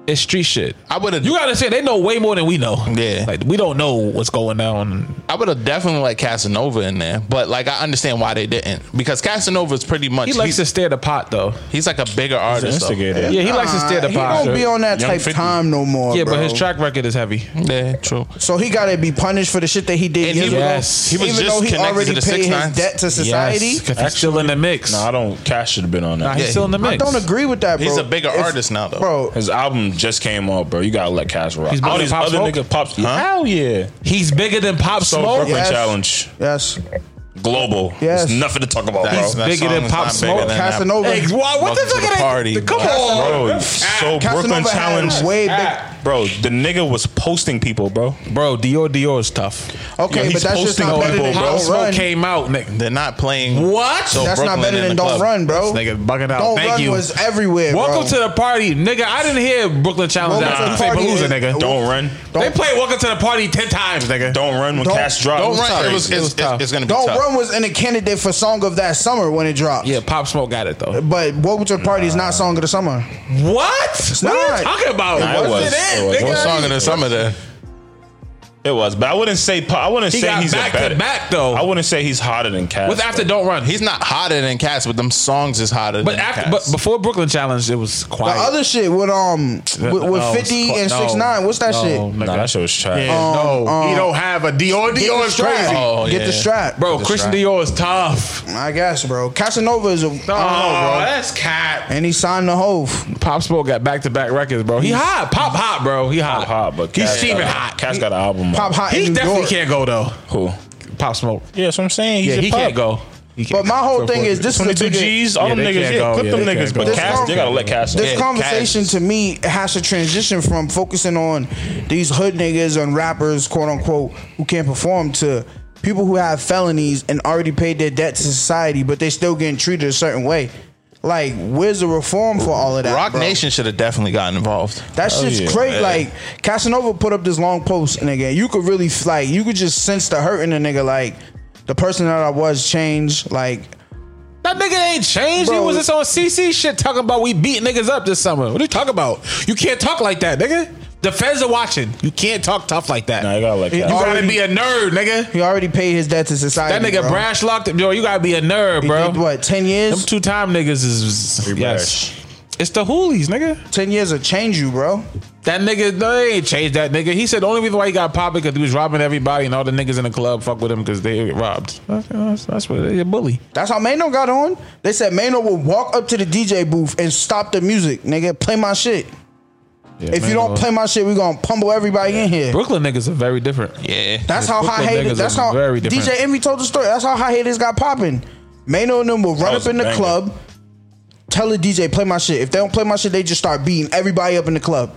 H: it's street shit.
F: I would have.
H: You gotta say they know way more than we know.
F: Yeah.
H: like we don't know what's going down.
F: I would have definitely liked Casanova in there, but like I understand why they didn't because Casanova's pretty much
H: He likes to
F: he's,
H: stir the pot though.
F: he's like a bigger artist. though.
E: Instigator.
H: Yeah, he likes to stir the
A: he
H: pot.
A: don't be on that
F: Young
A: type
F: 50.
A: time no more.
H: yeah, but
A: bro.
H: his track record is heavy.
F: Yeah, true.
A: So he gotta be punished for the shit that he
F: And
A: did.
F: he was-
A: years ago,
H: yes.
F: He was
A: even
F: just
A: though he
F: connected
A: already
F: to
A: paid
F: the six
A: his
F: nines.
A: debt to society.
H: Yes, 'cause he's still in the mix.
E: Nah, I don't. Cash should have been on
H: Nah,
E: that.
H: he's
F: Yeah,
H: still in the
A: I
H: mix.
A: don't agree with that, bro.
F: He's a bigger
A: If-
F: artist now, though.
A: bro.
E: His album just came out, bro. You gotta let Cash rock.
H: He's better
E: All
H: than
E: these
H: Pop
E: other
H: Smoke?
E: nigga pops. Hell yeah.
H: He's bigger than Pop
E: So
H: Smoke.
E: Brooklyn
A: Yes.
E: Challenge,
A: Yes,
E: global.
A: Yes.
E: There's nothing to talk about,
F: That's-
E: bro.
F: that
H: bigger
F: song
H: than
F: is
H: Pop
F: not
H: Smoke.
F: bigger than that.
A: Casanova.
H: Hey, why- what
F: Welcome
H: the fuck
F: to the
H: are they-
F: party,
H: Come
F: bro.
H: on.
E: Bro, so
A: Casanova
E: Brooklyn
A: had
E: Challenge,
A: way big.
E: bro. The nigga was posting people, bro.
H: Bro, Dior Dior is tough.
A: Okay,
E: he's
A: but that's just
E: posting
A: not
E: on
A: better
E: people,
A: than
E: bro.
H: Pop
A: Don't
H: Smoke
A: Oh, Run.
H: came out, nigga.
F: They're not playing.
H: What?
F: So
A: That's not
F: Brooklyn
A: better
F: in
A: than
F: the
A: Don't
F: club.
A: Run, bro.
H: This nigga bugging out.
A: Don't
H: Thank
A: Run
H: you.
A: was everywhere.
H: Welcome
A: bro.
H: to the party, nigga. I didn't hear Brooklyn Challenge
A: Welcome
H: out.
A: to
H: You
A: the
H: say
A: party
H: Palooza,
A: is-
H: nigga.
E: Don't run,
H: They played Welcome to the Party ten times, nigga.
E: don't run when
A: Don't-
E: Cash dropped.
F: Don't run.
E: Sorry.
F: It was,
H: It
F: it's,
H: was tough.
F: it's, it's gonna be
A: Don't
F: tough.
A: Run was in a candidate for song of that summer when it dropped.
H: Yeah, Pop Smoke got it though.
A: But Welcome to the Party is not song of the summer.
H: What?
A: not.
H: What are you talking about?
E: Nah, it was. It was.
F: What
E: What
F: song of the summer then?
E: It was, but I wouldn't say. po- I wouldn't
H: He
E: say
H: got
E: he's
H: back
E: a better.
H: to back though.
E: I wouldn't say he's hotter than Cash.
H: With after Don't Run,
F: He's not hotter than Cass, but them songs is hotter.
H: but
F: than
H: after
F: Cass.
H: but before Brooklyn Challenge, it was
A: The
H: quiet.
A: other shit with um with, with
H: No,
A: Fifty
H: it's
A: and
H: quiet.
A: Six Nine. What's that
H: No,
A: shit?
E: Nah, that shit was trash.
A: Um,
J: no, he
A: um,
J: don't have a Dior.
A: Get
J: Dior
A: the
J: is crazy.
A: strap.
F: Oh,
A: Get the
F: yeah.
A: strap,
H: bro, Christian
F: right.
H: Dior is tough.
A: I guess, bro. Casanova is a. I don't know,
H: Oh,
A: bro.
H: that's cat.
A: And he signed the Hove.
H: Pop Smoke got back to back records, bro. He hot. Pop hot, bro. He hot.
E: Pop hot, but
H: he's
E: Cass
H: steaming
E: got,
H: hot.
E: Cass got an album.
A: Pop
E: out.
A: hot
H: he
A: in New
H: definitely
A: York.
H: can't go though.
E: Who?
H: Pop Smoke.
E: Yeah, that's what I'm saying. He's
H: yeah,
E: a
H: he
E: pop.
H: can't go. He can't
A: But my whole thing is this is a
E: 22
A: bigger,
E: G's, all
H: Yeah,
E: them
H: they
E: niggas,
H: can't
E: yeah,
H: go.
E: clip
H: Yeah,
E: them
H: they
E: niggas,
H: can't
E: but
H: go.
E: Cash, they gotta let Cash.
A: This
E: know.
A: conversation to me has to transition from focusing on these hood niggas and rappers, quote unquote, who can't perform to people who have felonies and already paid their debt to society, but they still getting treated a certain way. Like, where's the reform for all of that?
F: Rock
A: bro?
F: Nation should have definitely gotten involved.
A: That shit's
E: yeah.
A: crazy. Like Casanova put up this long post, nigga. and You could really like you could just sense the hurt in the nigga. Like the person that I was changed. Like
H: That nigga ain't changed.
A: Bro.
H: He was just on CC shit talking about we beat niggas up this summer. What are you talking about? You can't talk like that, nigga. The feds are watching. You can't talk tough like that.
E: Nah, you gotta let
H: you
E: Cash.
H: gotta
A: already-
H: be a nerd, nigga.
A: he already paid his debt to society.
H: That nigga
A: bro.
H: brash locked up. Yo, you gotta be a nerd,
A: He
H: bro.
A: did, what ten years?
H: Them two time niggas is
E: Free
H: yes. It's the hoolies, nigga.
A: ten years will change you, bro.
H: That nigga, they ain't changed that nigga. He said the only reason why he got popped because he was robbing everybody and all the niggas in the club fuck with him because they get robbed. That's, that's, that's what they a bully.
A: That's how Mano got on. They said Mano would walk up to the DJ booth and stop the music, nigga. Play my shit. if you don't play my shit, we gonna pummel everybody in here.
H: Brooklyn niggas are very different.
F: Yeah.
A: That's
H: The
A: how high
H: Brooklyn
A: haters.
H: niggas
A: That's
H: are
A: how
H: very different.
A: DJ Envy told the story. That's how high haters got popping. Mano and them will run
E: That was
A: up in the
E: a banger.
A: club, tell the DJ play my shit. If they don't play my shit, they just start beating everybody up in the club.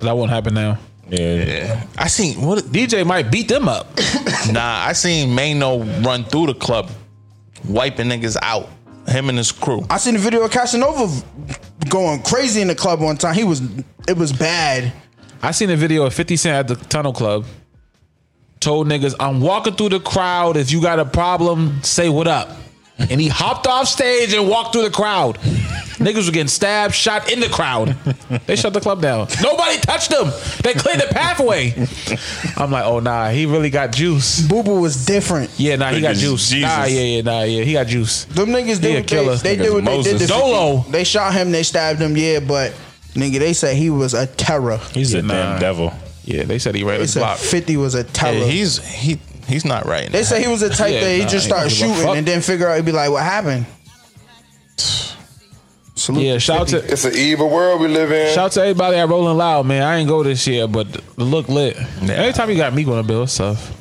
H: That won't happen now.
E: Yeah,
F: I seen what
H: DJ might beat them up.
F: Nah, I seen Mano run through the club, wiping niggas out. Him and his crew.
A: I seen the video of Casanova going crazy in the club one time. He was it was bad.
H: I seen a video of 50 Cent at the Tunnel Club. Told niggas, I'm walking through the crowd. If you got a problem, say what up. And he hopped off stage and walked through the crowd. niggas were getting stabbed, shot in the crowd. They shut the club down. Nobody touched them. They cleared the pathway. I'm like, oh nah, he really got juice.
A: Boo Boo was different.
H: Yeah, nah, he got
E: Niggas,
H: juice.
E: Jesus.
H: Nah, yeah, yeah, nah, yeah, he got juice.
A: Them niggas
H: He a
A: did
H: killer.
A: what they, they did what they did.
E: Moses.
A: To 50.
H: Dolo.
A: They shot him. They stabbed him. Yeah, but nigga, they said he was a terror.
E: he's a
H: Nah.
E: damn devil.
H: Yeah, they said he ran
A: They
H: his
A: said
H: block.
A: Fifty was a terror.
F: Yeah, he's he he's not right.
A: They say he was the type
H: Yeah,
A: that he
H: nah,
A: just
H: he don't
A: started
H: give a
A: shooting
H: fuck.
A: and then figure out he'd be like, what happened? Salute
H: Yeah, shout out to
G: It's an evil world we live in.
H: Shout out to everybody at Rolling Loud, man. I ain't go this year, but the look lit. Every time you got me going to bill, it's tough.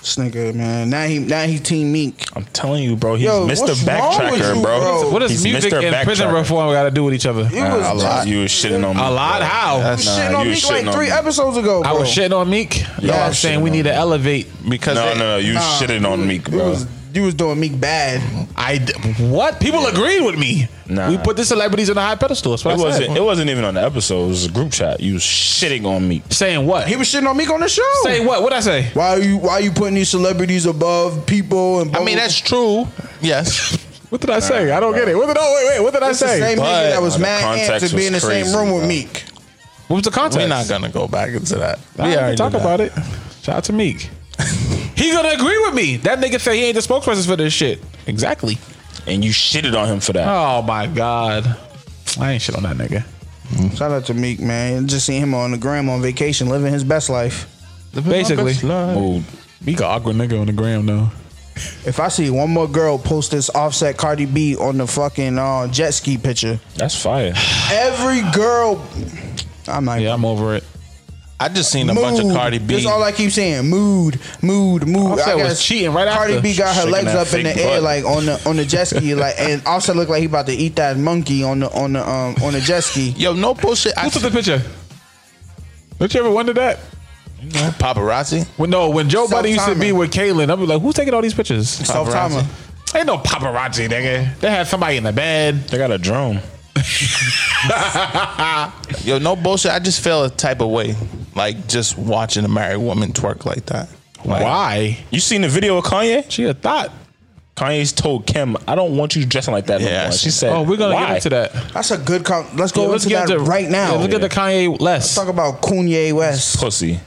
A: This nigga, man. Now he now he team Meek.
E: I'm telling you, bro. He's
A: Yo,
E: Mr.
A: what's wrong with
E: Backtracker,
A: you,
E: bro.
A: bro?
H: What does
E: He's
H: music
E: Mr.
H: and prison
E: Backtracker.
H: reform got to do with each other?
A: It
E: Nah,
A: was
E: I lied. You was shitting on me.
H: A lot. How?
A: You
F: That's-
A: shitting
E: Nah,
A: on
E: you
A: Meek
E: shitting
A: like
E: on
A: three
E: me.
A: episodes ago. Bro.
H: I was shitting on Meek. Y'all
A: Yeah, I
H: I'm
A: was
H: saying we
E: shitting
H: need to elevate.
F: because
E: No,
F: they-
E: no, no. You
A: Nah,
E: shitting on Meek,
A: You
E: bro.
A: was, you was doing Meek bad.
H: I d- what? People agreed with me.
E: Nah.
H: We put the celebrities on a high pedestal. That's what
E: It
H: I said.
E: wasn't. It wasn't even on the episode. It was a group chat. You was shitting on Meek.
H: saying what?
A: He was shitting on Meek on the show.
H: saying what? What I say?
A: Why are you why are you putting these celebrities above people and blah,
F: I mean,
A: blah,
F: that's true. Yes.
H: What did I say? I don't get it. What did? Oh wait, wait. What did I
A: It's the
H: say?
A: same
F: but-
A: nigga that was
E: The
A: mad amped
E: context
A: to be in the
E: was
A: same
E: crazy,
A: room with
E: bro.
A: Meek.
H: What was the context?
F: We're not gonna go back into that. We
H: We
F: already
H: talk
F: did that.
H: about it. Shout out to Meek. he gonna agree with me. That nigga said he ain't the spokesperson for this shit. Exactly.
E: and you shitted on him for that.
H: Oh my god. I ain't shit on that nigga.
A: Shout out to Meek, man. Just seeing him on the gram on vacation, living his best life.
H: Basically,
E: Mood.
H: Meek an awkward nigga on the gram though.
A: If I see one more girl post this offset Cardi B on the fucking uh, jet ski picture,
E: That's fire.
A: every girl, I'm like,
H: Yeah, I'm over it.
F: I just seen a bunch of Cardi B.
A: That's all I keep saying. Mood, mood, mood.
H: Offset
A: I
H: was cheating right
A: Cardi
H: after.
A: B got her
E: Shaking
A: legs
E: that
A: up in the
E: fake
A: air
E: butt.
A: like on the on the jet ski, like and Offset looked like he about to eat that monkey on the on the um on the jet ski.
F: Yo, no bullshit. I,
H: Who took the picture? Don't you ever wonder that?
F: paparazzi.
H: When no, when Joe Buddy used to be
A: Self-timer.
H: with Kaylin, I'd be like, who's taking all these pictures?
A: Self timer.
H: Ain't no paparazzi, nigga. They had somebody in the bed.
E: They got a drone.
F: Yo, no bullshit. I just feel a type of way, like just watching a married woman twerk like that. Like,
H: Why?
E: You seen the video of Kanye?
H: She a thought.
E: Kanye's told Kim, "I don't want you dressing like that." no
F: Yeah,
E: more."
F: she
E: She said,
H: Oh, we're gonna
E: Why?
H: get into that.
A: That's a good. Com- let's go
H: Yeah,
A: into that
H: to-
A: right now.
H: yeah, let's get to Kanye less.
A: Talk about Kanye West.
E: Pussy.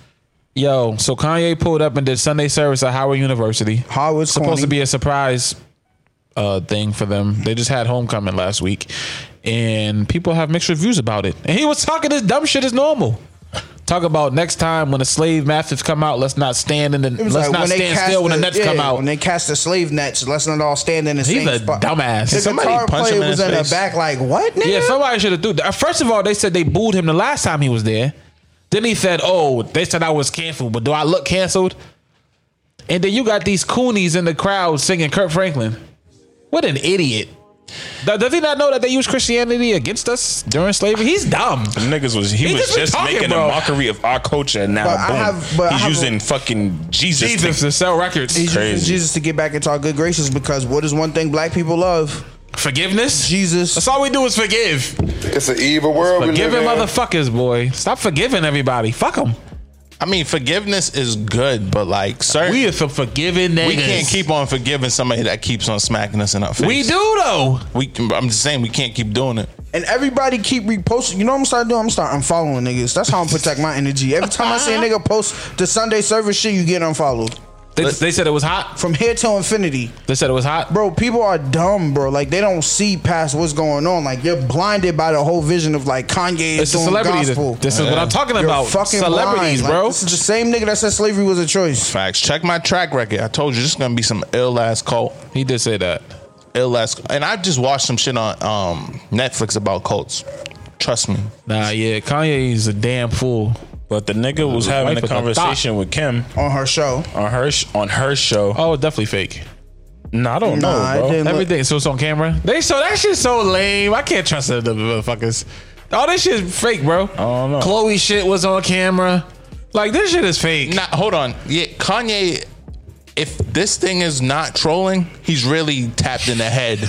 H: Yo, so Kanye pulled up and did Sunday service at Howard University.
A: Howard's
H: supposed
A: corny.
H: to be a surprise uh, thing for them. They just had homecoming last week, and people have mixed reviews about it. And he was talking this dumb shit is normal. Talk about next time when the slave masters come out, let's not stand in the
A: It was
H: let's
A: like
H: not
A: when they
H: stand
A: cast
H: still when the nets
A: yeah,
H: come out.
A: When they cast the slave nets, let's not all stand in the
H: He's
A: same
H: a
A: spot.
H: dumbass.
A: The
H: Somebody
A: guitar
F: punch
A: player
F: him in
A: was
F: his
A: in the
F: face.
A: back like, what, nigga?
H: Yeah, somebody should have do that. First of all, they said they booed him the last time he was there. Then he said, "Oh, they said I was canceled, but do I look canceled?" And then you got these coonies in the crowd singing Kurt Franklin. What an idiot! Th- Does he not know that they used Christianity against us during slavery? He's dumb.
E: Niggas was he,
H: He
E: was
H: just
E: just,
H: been talking,
E: making
H: bro.
E: a mockery of our culture and now
A: But I
E: boom.
A: have- but I
E: He's
A: have a-
E: using fucking Jesus. to-
H: Jesus to sell records.
A: He's using
E: crazy.
A: Jesus to get back into our good graces because what is one thing black people love?
H: Forgiveness.
A: Jesus.
H: That's all we do is forgive.
G: It's an evil world we live
H: Forgiving
G: in.
H: motherfuckers, boy. Stop forgiving everybody. Fuck them.
F: I mean, forgiveness is good, but like, sir,
H: We
F: we,
H: are for forgiving niggas.
F: can't keep on forgiving somebody that keeps on smacking us in our face.
H: We do though.
F: We, I'm just saying, we can't keep doing it.
A: And everybody keep reposting. You know what I'm starting to do? I'm starting unfollowing niggas. That's how I'm protect my energy. Every time I see a nigga post the Sunday service shit, you get unfollowed.
H: They, they said it was hot.
A: From here till infinity.
H: They said it was hot.
A: Bro, people are dumb, bro. Like they don't see past what's going on. Like you're blinded by the whole vision of like Kanye is
H: It's a
A: doing
H: celebrity.
A: gospel.
H: This is what I'm talking
A: You're
H: about.
A: fucking blind.
H: Celebrities,
A: Like,
H: bro.
A: this is the same nigga that said slavery was a choice.
F: Facts. Check my track record. I told you, this is gonna be some ill ass cult,
H: he did say that.
F: ill ass. And I just watched some shit on um, Netflix about cults. Trust me.
H: Nah, yeah, Kanye's a damn fool.
E: But the nigga was having
H: wife
E: a
H: was a
E: conversation with Kim
A: On her show.
E: on her sh- on her show.
H: Oh, definitely fake.
E: No, I don't
A: Nah,
E: know,
A: it
E: bro.
A: didn't look-
H: Everything so it's on camera. They so that shit's so lame. I can't trust the the motherfuckers. All this shit is fake, bro. I
E: don't know.
H: Chloe shit was on camera. Like this shit is fake.
F: Nah, hold on. Yeah, Kanye. If this thing is not trolling, he's really tapped in the head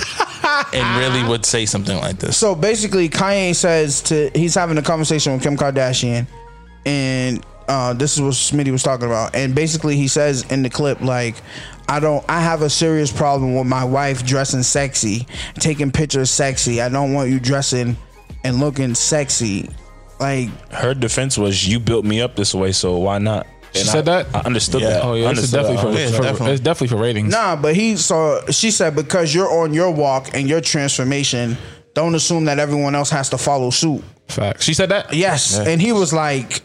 F: and really would say something like this.
A: So basically, Kanye says to he's having a conversation with Kim Kardashian, and uh, this is what Smitty was talking about. And basically, he says in the clip like, "I don't. I have a serious problem with my wife dressing sexy, taking pictures sexy. I don't want you dressing and looking sexy." Like
E: Her defense was, "You built me up this way, so why not?"
H: She
E: And
H: said
E: I,
H: that?
E: I understood
F: Yeah.
E: that.
H: oh yeah, this is
E: Understood
H: definitely for,
E: that.
F: Yeah,
H: for-
F: definitely.
H: it's definitely for ratings.
A: nah, but he so she said because you're on your walk and your transformation, don't assume that everyone else has to follow suit.
H: Facts. She said that.
A: Yes, and he was like,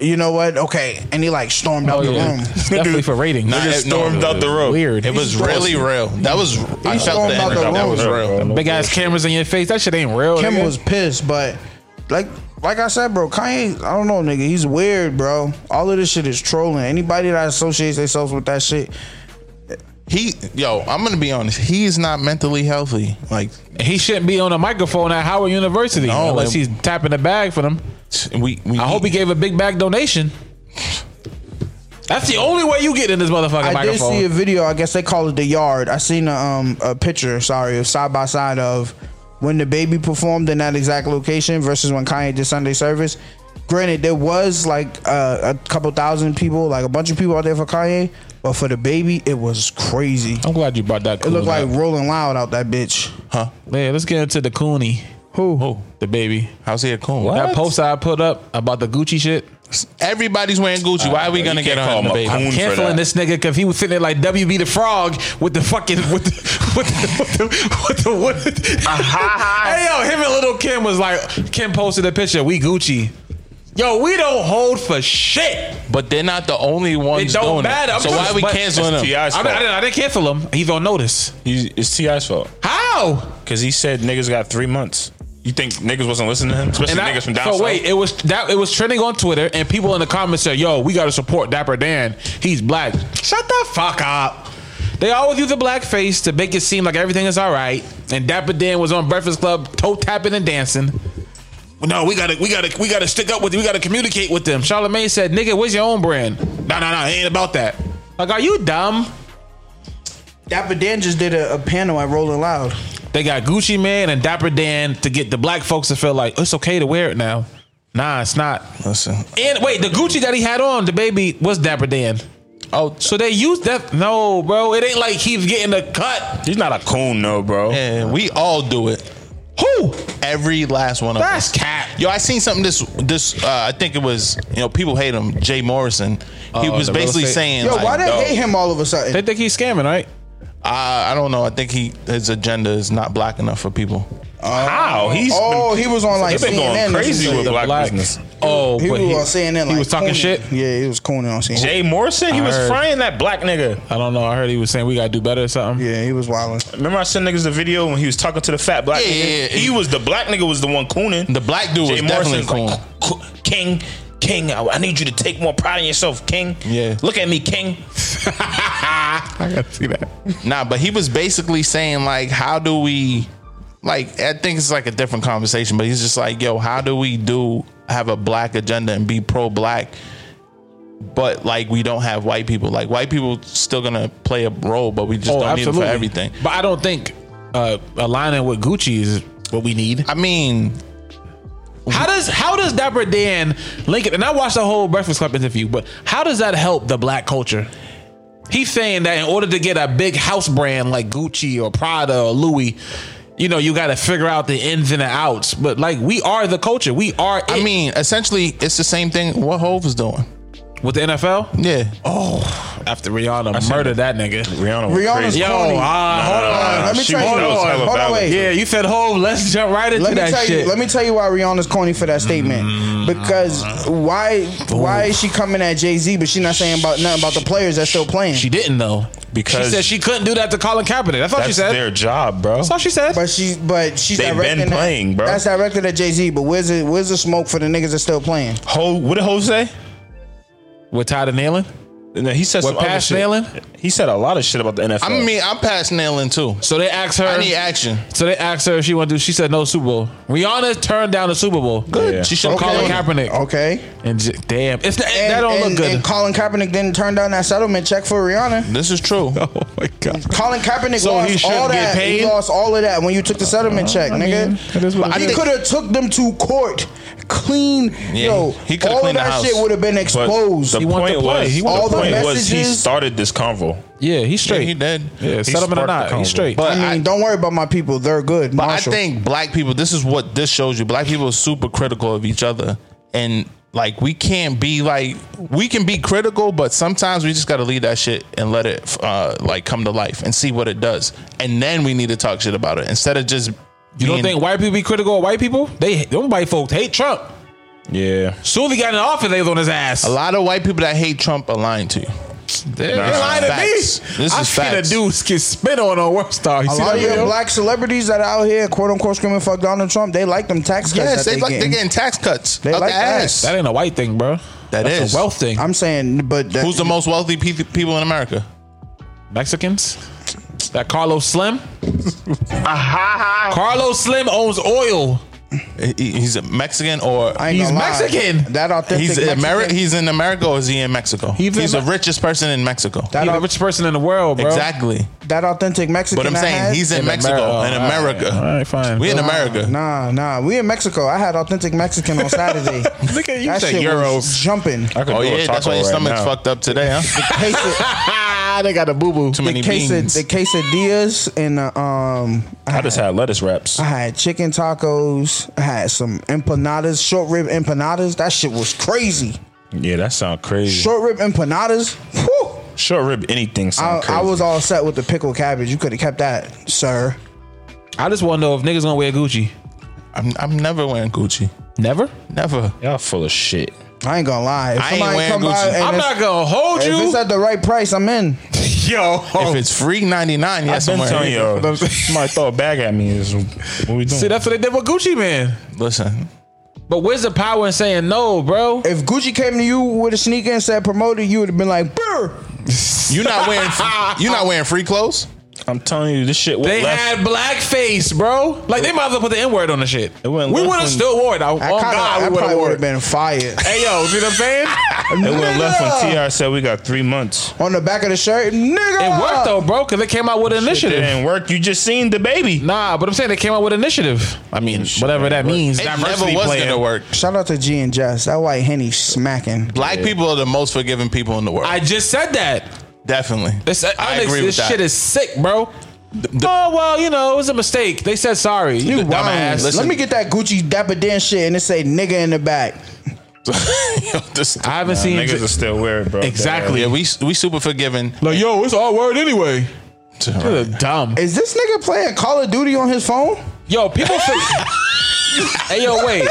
A: "You know what? Okay," and he like stormed out
H: Oh
A: the
H: yeah,
A: room.
H: it's definitely for ratings.
F: Nah, it- no,
H: Weird.
F: It was really real. That was I
A: He's
F: felt
A: going
F: the
A: about
F: energy.
A: the
F: That was
A: rules.
F: real.
H: big ass cameras in your face. That shit ain't real.
A: Kim
H: nigga.
A: was pissed, but like like I said, bro, Kanye, I don't know, nigga, he's weird, bro. All of this shit is trolling. Anybody that associates themselves with that shit,
F: He, yo, I'm gonna be honest. He is not mentally healthy. Like
H: He shouldn't be on a microphone at Howard University
F: No,
H: unless
F: and-
H: he's tapping the bag for them.
F: we, we
H: I hope he gave a big bag donation. That's the only way you get in this motherfucking
A: I did
H: microphone.
A: see a video. I guess they call it the yard. I seen a, um a picture. Sorry, of side by side of when the baby performed in that exact location versus when Kanye did Sunday service. Granted, there was like uh, a couple thousand people, like a bunch of people out there for Kanye, but for the baby, it was crazy.
H: I'm glad you brought that.
A: It looked like
H: up.
A: Rolling Loud out that bitch.
H: yeah. Let's get into the Cooney,
A: Who?
H: the baby.
F: How's he a coon?
H: That post I put up about the Gucci shit.
F: Everybody's wearing Gucci. Why are we
H: Uh,
E: you
F: gonna
E: can't
F: get
E: call
F: on
E: him
F: the
E: a
F: baby?
E: coon. for
H: Canceling
E: that.
H: this nigga because he was sitting there like WB the Frog with the fucking with the with the with the, with the, with the Hey yo, him and little Kim was like Kim posted a picture. We Gucci. Yo, we don't hold for shit.
F: But they're not the only ones
H: It don't
F: doing
H: matter. I'm
F: it. So why
H: just-
F: are we
H: but-
F: canceling
E: It's
F: them?
E: T.I.'s
H: I, mean, I,
E: fault.
H: didn't, I didn't cancel him. He's on notice.
E: He's- It's T.I.'s fault.
H: How?
E: Because he said niggas got three months. You think niggas wasn't listening to him? Especially
H: I-
E: niggas from down
H: so
E: south.
H: wait, it was that it was trending on Twitter, and people in the comments said, "Yo, we gotta support Dapper Dan. He's black." Shut the fuck up. They always use a black face to make it seem like everything is all right. And Dapper Dan was on Breakfast Club, toe tapping and dancing. No, we gotta, we gotta, we gotta stick up with. We gotta communicate with them. Charlemagne said, "Nigga, where's your own brand?" Nah, nah, nah. It ain't about that. Like, are you dumb?
A: Dapper Dan just did a, a panel at Rolling Loud.
H: They got Gucci Man and Dapper Dan to get the black folks to feel like it's okay to wear it now. Nah, it's not.
F: Listen.
H: And wait, the Gucci that he had on, the baby was Dapper Dan.
F: Oh,
H: So they used that. No, bro, it ain't like he's getting a cut.
E: He's not a coon, though, bro.
F: yeah, we all do it.
H: Who?
F: Every last one of
H: That's
F: us.
H: cat.
F: Yo, I seen something this this uh, I think it was you know people hate him Jay Morrison. He was
H: the real
F: basically
H: estate-
F: saying
A: Yo,
F: like,
A: why they
F: dog,
A: hate him all of a sudden?
H: They think he's scamming, right?
F: I, I don't know. I think he his agenda is not black enough for people.
E: How? He's
A: oh, he was on like
E: been,
A: CNN.
E: going
A: or some
E: crazy
A: shit.
E: with black,
H: Black.
E: business.
H: Oh,
A: He
H: but
A: was on CNN.
H: He
A: like,
H: was talking
A: cooning.
H: shit.
A: Yeah, he was cooning on CNN.
E: Jay Morrison? He was
H: heard.
E: frying that black nigga.
H: I don't know. I heard he was saying we gotta do better or something.
A: yeah, he was wilding.
E: Remember I sent niggas the video when he was talking to the fat black
F: Yeah,
E: nigga?
F: yeah, yeah.
E: He was the black nigga was the one cooning.
F: The black dude was definitely coon.
E: like, "Coo- coo- King, King, I, I need you to take more pride in yourself, King.
F: Yeah.
E: Look at me, King.
H: I gotta see that.
F: Nah, but he was basically saying like, how do we, like, I think it's like a different conversation, but he's just like, yo, how do we do have a black agenda and be pro black, but like we don't have white people. Like white people still gonna play a role, but we just don't need them for everything.
H: Oh, But I don't think uh, aligning with Gucci is what we need.
F: I mean,
H: How does how does Dapper Dan link it? And I watched the whole Breakfast Club interview, but how does that help the black culture? He's saying that in order to get a big house brand like Gucci or Prada or Louis, you know, you got to figure out the ins and the outs. But like, we are the culture. We are. It.
F: I mean, essentially, it's the same thing what Hove is doing.
H: with the NFL,
F: Yeah,
H: oh, after Rihanna murdered that nigga.
E: Rihanna was
A: Rihanna's
E: crazy.
H: Yo,
A: corny.
H: ah, hold on.
A: Let me
E: she
A: tell you.
E: was- that was
A: Hold on.
E: hella
A: Hold on.
E: valid.
A: Wait.
H: Yeah, you said home. Let's jump right into
A: Let me
H: that
A: tell
H: shit.
A: you. Let me tell you why Rihanna's corny for that statement.
E: Mm.
A: Because
E: Uh-huh.
A: why? Why is she coming at Jay Z, but she not saying about nothing about the players that's still playing?
H: she didn't though
E: Because
H: she said she couldn't do that to Colin Kaepernick. That's all she
E: That's
H: said.
E: their job, bro.
H: That's all she said.
A: But she, but she's
E: They've been
A: directing that-
E: playing, bro.
A: That's directed at Jay Z. But where's the where's the smoke for the niggas that's still playing?
E: Ho, what did Ho say?
H: With Tyler nailing.
E: No, he said
H: What,
E: some other
H: pass
E: shit.
H: nailing?
E: He said a lot of shit about the NFL.
F: I mean, I'm past nailing too.
H: So they asked her.
F: I need action.
H: So they asked her if she want to do. She said no Super Bowl. Rihanna turned down the Super Bowl. Good.
E: Yeah.
F: She should
H: So
F: have
H: Colin
F: called
H: Kaepernick.
A: Okay.
H: And j- damn, it's not,
A: Oh. And,
H: that don't
A: and,
H: look good.
A: And Colin Kaepernick didn't turn down that settlement check for Rihanna.
F: This is true.
H: oh my god.
A: Colin Kaepernick
H: So he
A: lost
H: shouldn't
A: all
H: get
A: that.
H: paid?
A: He lost all of that when you took the settlement check, nigga.
H: that is what
F: it
A: he
F: is.
A: could have took them to court, clean. yo,
F: he coulda
A: all of
F: cleaned the
A: that
F: house.
A: shit would have been
E: But
A: exposed.
E: The
H: He wanted
E: point
H: to play.
E: was,
H: He
E: the
H: wanted
A: to
E: point
A: play.
E: was he
A: Messages-
E: started this convo.
H: Yeah, he's
F: Yeah,
H: straight.
F: he did.
H: Yeah, settlement or
E: sparked
H: not,
E: the
H: he's
E: convo.
H: straight.
F: But
A: I mean,
F: I-
A: don't worry about my people; they're good.
F: But
A: Marshall.
F: I think black people, this is what this shows you. Black people are super critical of each other. And like we can't be like we can be critical, but sometimes we just gotta leave that shit and let it uh like come to life and see what it does. And then we need to talk shit about it. Instead of just
H: you don't think white people be critical of white people? They them white folks hate Trump.
E: Yeah.
H: Soon he got in office, they was on his ass.
F: a lot of white people that hate Trump are lying to you. They
E: Nah.
H: Lie to me.
F: This is
H: I seen a
F: facts.
H: dude get spit on on World Star. You
A: A
H: see
A: lot
H: that
A: of your
H: video?
A: black celebrities that are out here, quote unquote, screaming "fuck Donald Trump," they like them tax cuts.
F: Yes,
A: that
F: they
A: they
F: like they're
A: getting.
F: getting tax cuts.
A: They
F: up
A: like
F: the
A: that.
F: ass.
H: That ain't a white thing, bro. That's
F: is.
H: a wealth thing.
A: I'm saying, but that,
F: Who's the most wealthy pe- people in America?
H: Mexicans. That Carlos Slim. Carlos Slim owns oil.
F: He- He's a Mexican or
A: I ain't
H: he's
A: gonna lie.
H: Mexican.
A: That authentic.
F: he's
A: Mexican,
F: Ameri- He's in America or is he in Mexico?
H: He's
F: He's,
H: in
F: the
H: Me-
F: richest person in Mexico.
A: That
H: He's the
A: au-
H: richest person in the world, bro.
F: exactly.
A: that authentic Mexican.
F: But I'm
A: I
F: saying
A: had-
F: he's in,
H: In
F: Mexico
H: Ameri-
F: in
H: oh, all right,
F: America.
H: all right, fine.
F: We in
H: Nah,
F: America.
A: Nah, nah, we in Mexico. I had authentic Mexican on Saturday.
H: Look at you
A: that
H: say
A: shit was
H: euros.
A: jumping.
E: I could
F: Oh
E: do a
F: yeah, that's
E: taco
F: why your
E: right
F: stomach's
E: now.
F: fucked up today, huh?
A: Quesad-
H: they got a boo boo.
F: Too
A: the,
F: many
A: quesad-
F: beans.
A: the quesadillas and the, um, I
E: I
A: had,
E: just had lettuce wraps.
A: I had chicken tacos. I had some empanadas, short rib empanadas. That shit was crazy.
E: Yeah, that sound crazy. Short,
A: Short rib empanadas. Whew.
E: rib anything
A: I,
E: sound crazy.
A: I was all set with the pickled cabbage. You could have kept that, sir.
H: I just want to know if niggas gonna wear Gucci.
F: I'm, I'm never wearing Gucci.
H: Never.
F: Never.
E: Y'all full of shit.
A: I ain't gonna lie. If
F: I ain't
A: somebody
F: wearing
A: come by
F: Gucci.
A: and
H: I'm
A: it's-
H: not gonna hold
A: if
H: you,
A: it's at the right price, I'm in.
H: yo.
A: Oh.
F: If it's free 99, yes, I'm
E: I'm telling
F: wearing it.
E: you, somebody throw a bag at me. Is what we doing?
H: See, that's what they did with Gucci man.
F: Listen,
H: But where's the power in saying no, bro?
A: If Gucci came to you with a sneaker and said promoted, you would have been like, brr.
F: you not wearing you not wearing free clothes.
E: I'm telling you, this shit went
H: They
E: left.
H: had blackface, bro. Like they might as well put the N word on the shit.
E: It
H: we
E: went
H: would
E: left
H: have
E: when-
H: still wore it. I, oh
A: I, kinda, I
H: God, we would
A: probably
H: have
A: would
H: wore
A: have
H: it.
A: been fired.
H: Hey yo, see what I'm saying?
E: it went left
A: Nigga.
E: when Tr said we got three months.
A: On the back of the shirt, nigga.
H: It worked though, bro, because they came out with an
E: Shit
H: initiative.
E: didn't work. You just seen the baby.
H: Nah, but I'm saying they came out with initiative. I mean, whatever that means.
F: It
H: Diversity
F: never was
H: plan.
F: gonna work.
A: Shout out to G and Jess. That white henny smacking.
F: Black people are the most forgiving people in the world.
H: I just said that.
F: Definitely.
H: This, uh,
F: I agree
H: this
F: with that.
H: shit is sick, bro. oh well, you know it was a mistake. They said sorry. You
A: Wow.
H: dumbass.
A: Let
F: Listen.
A: me get that Gucci Dapper Dan shit and it say nigga in the back.
F: Yo, this-
H: I haven't seen
E: Niggas are still weird, bro.
H: Exactly.
F: yeah, we we super forgiving.
H: like yo, it's our word anyway. You're dumb.
A: Is this nigga playing Call of Duty on his phone?
H: Yo, people. Think- hey, yo, wait.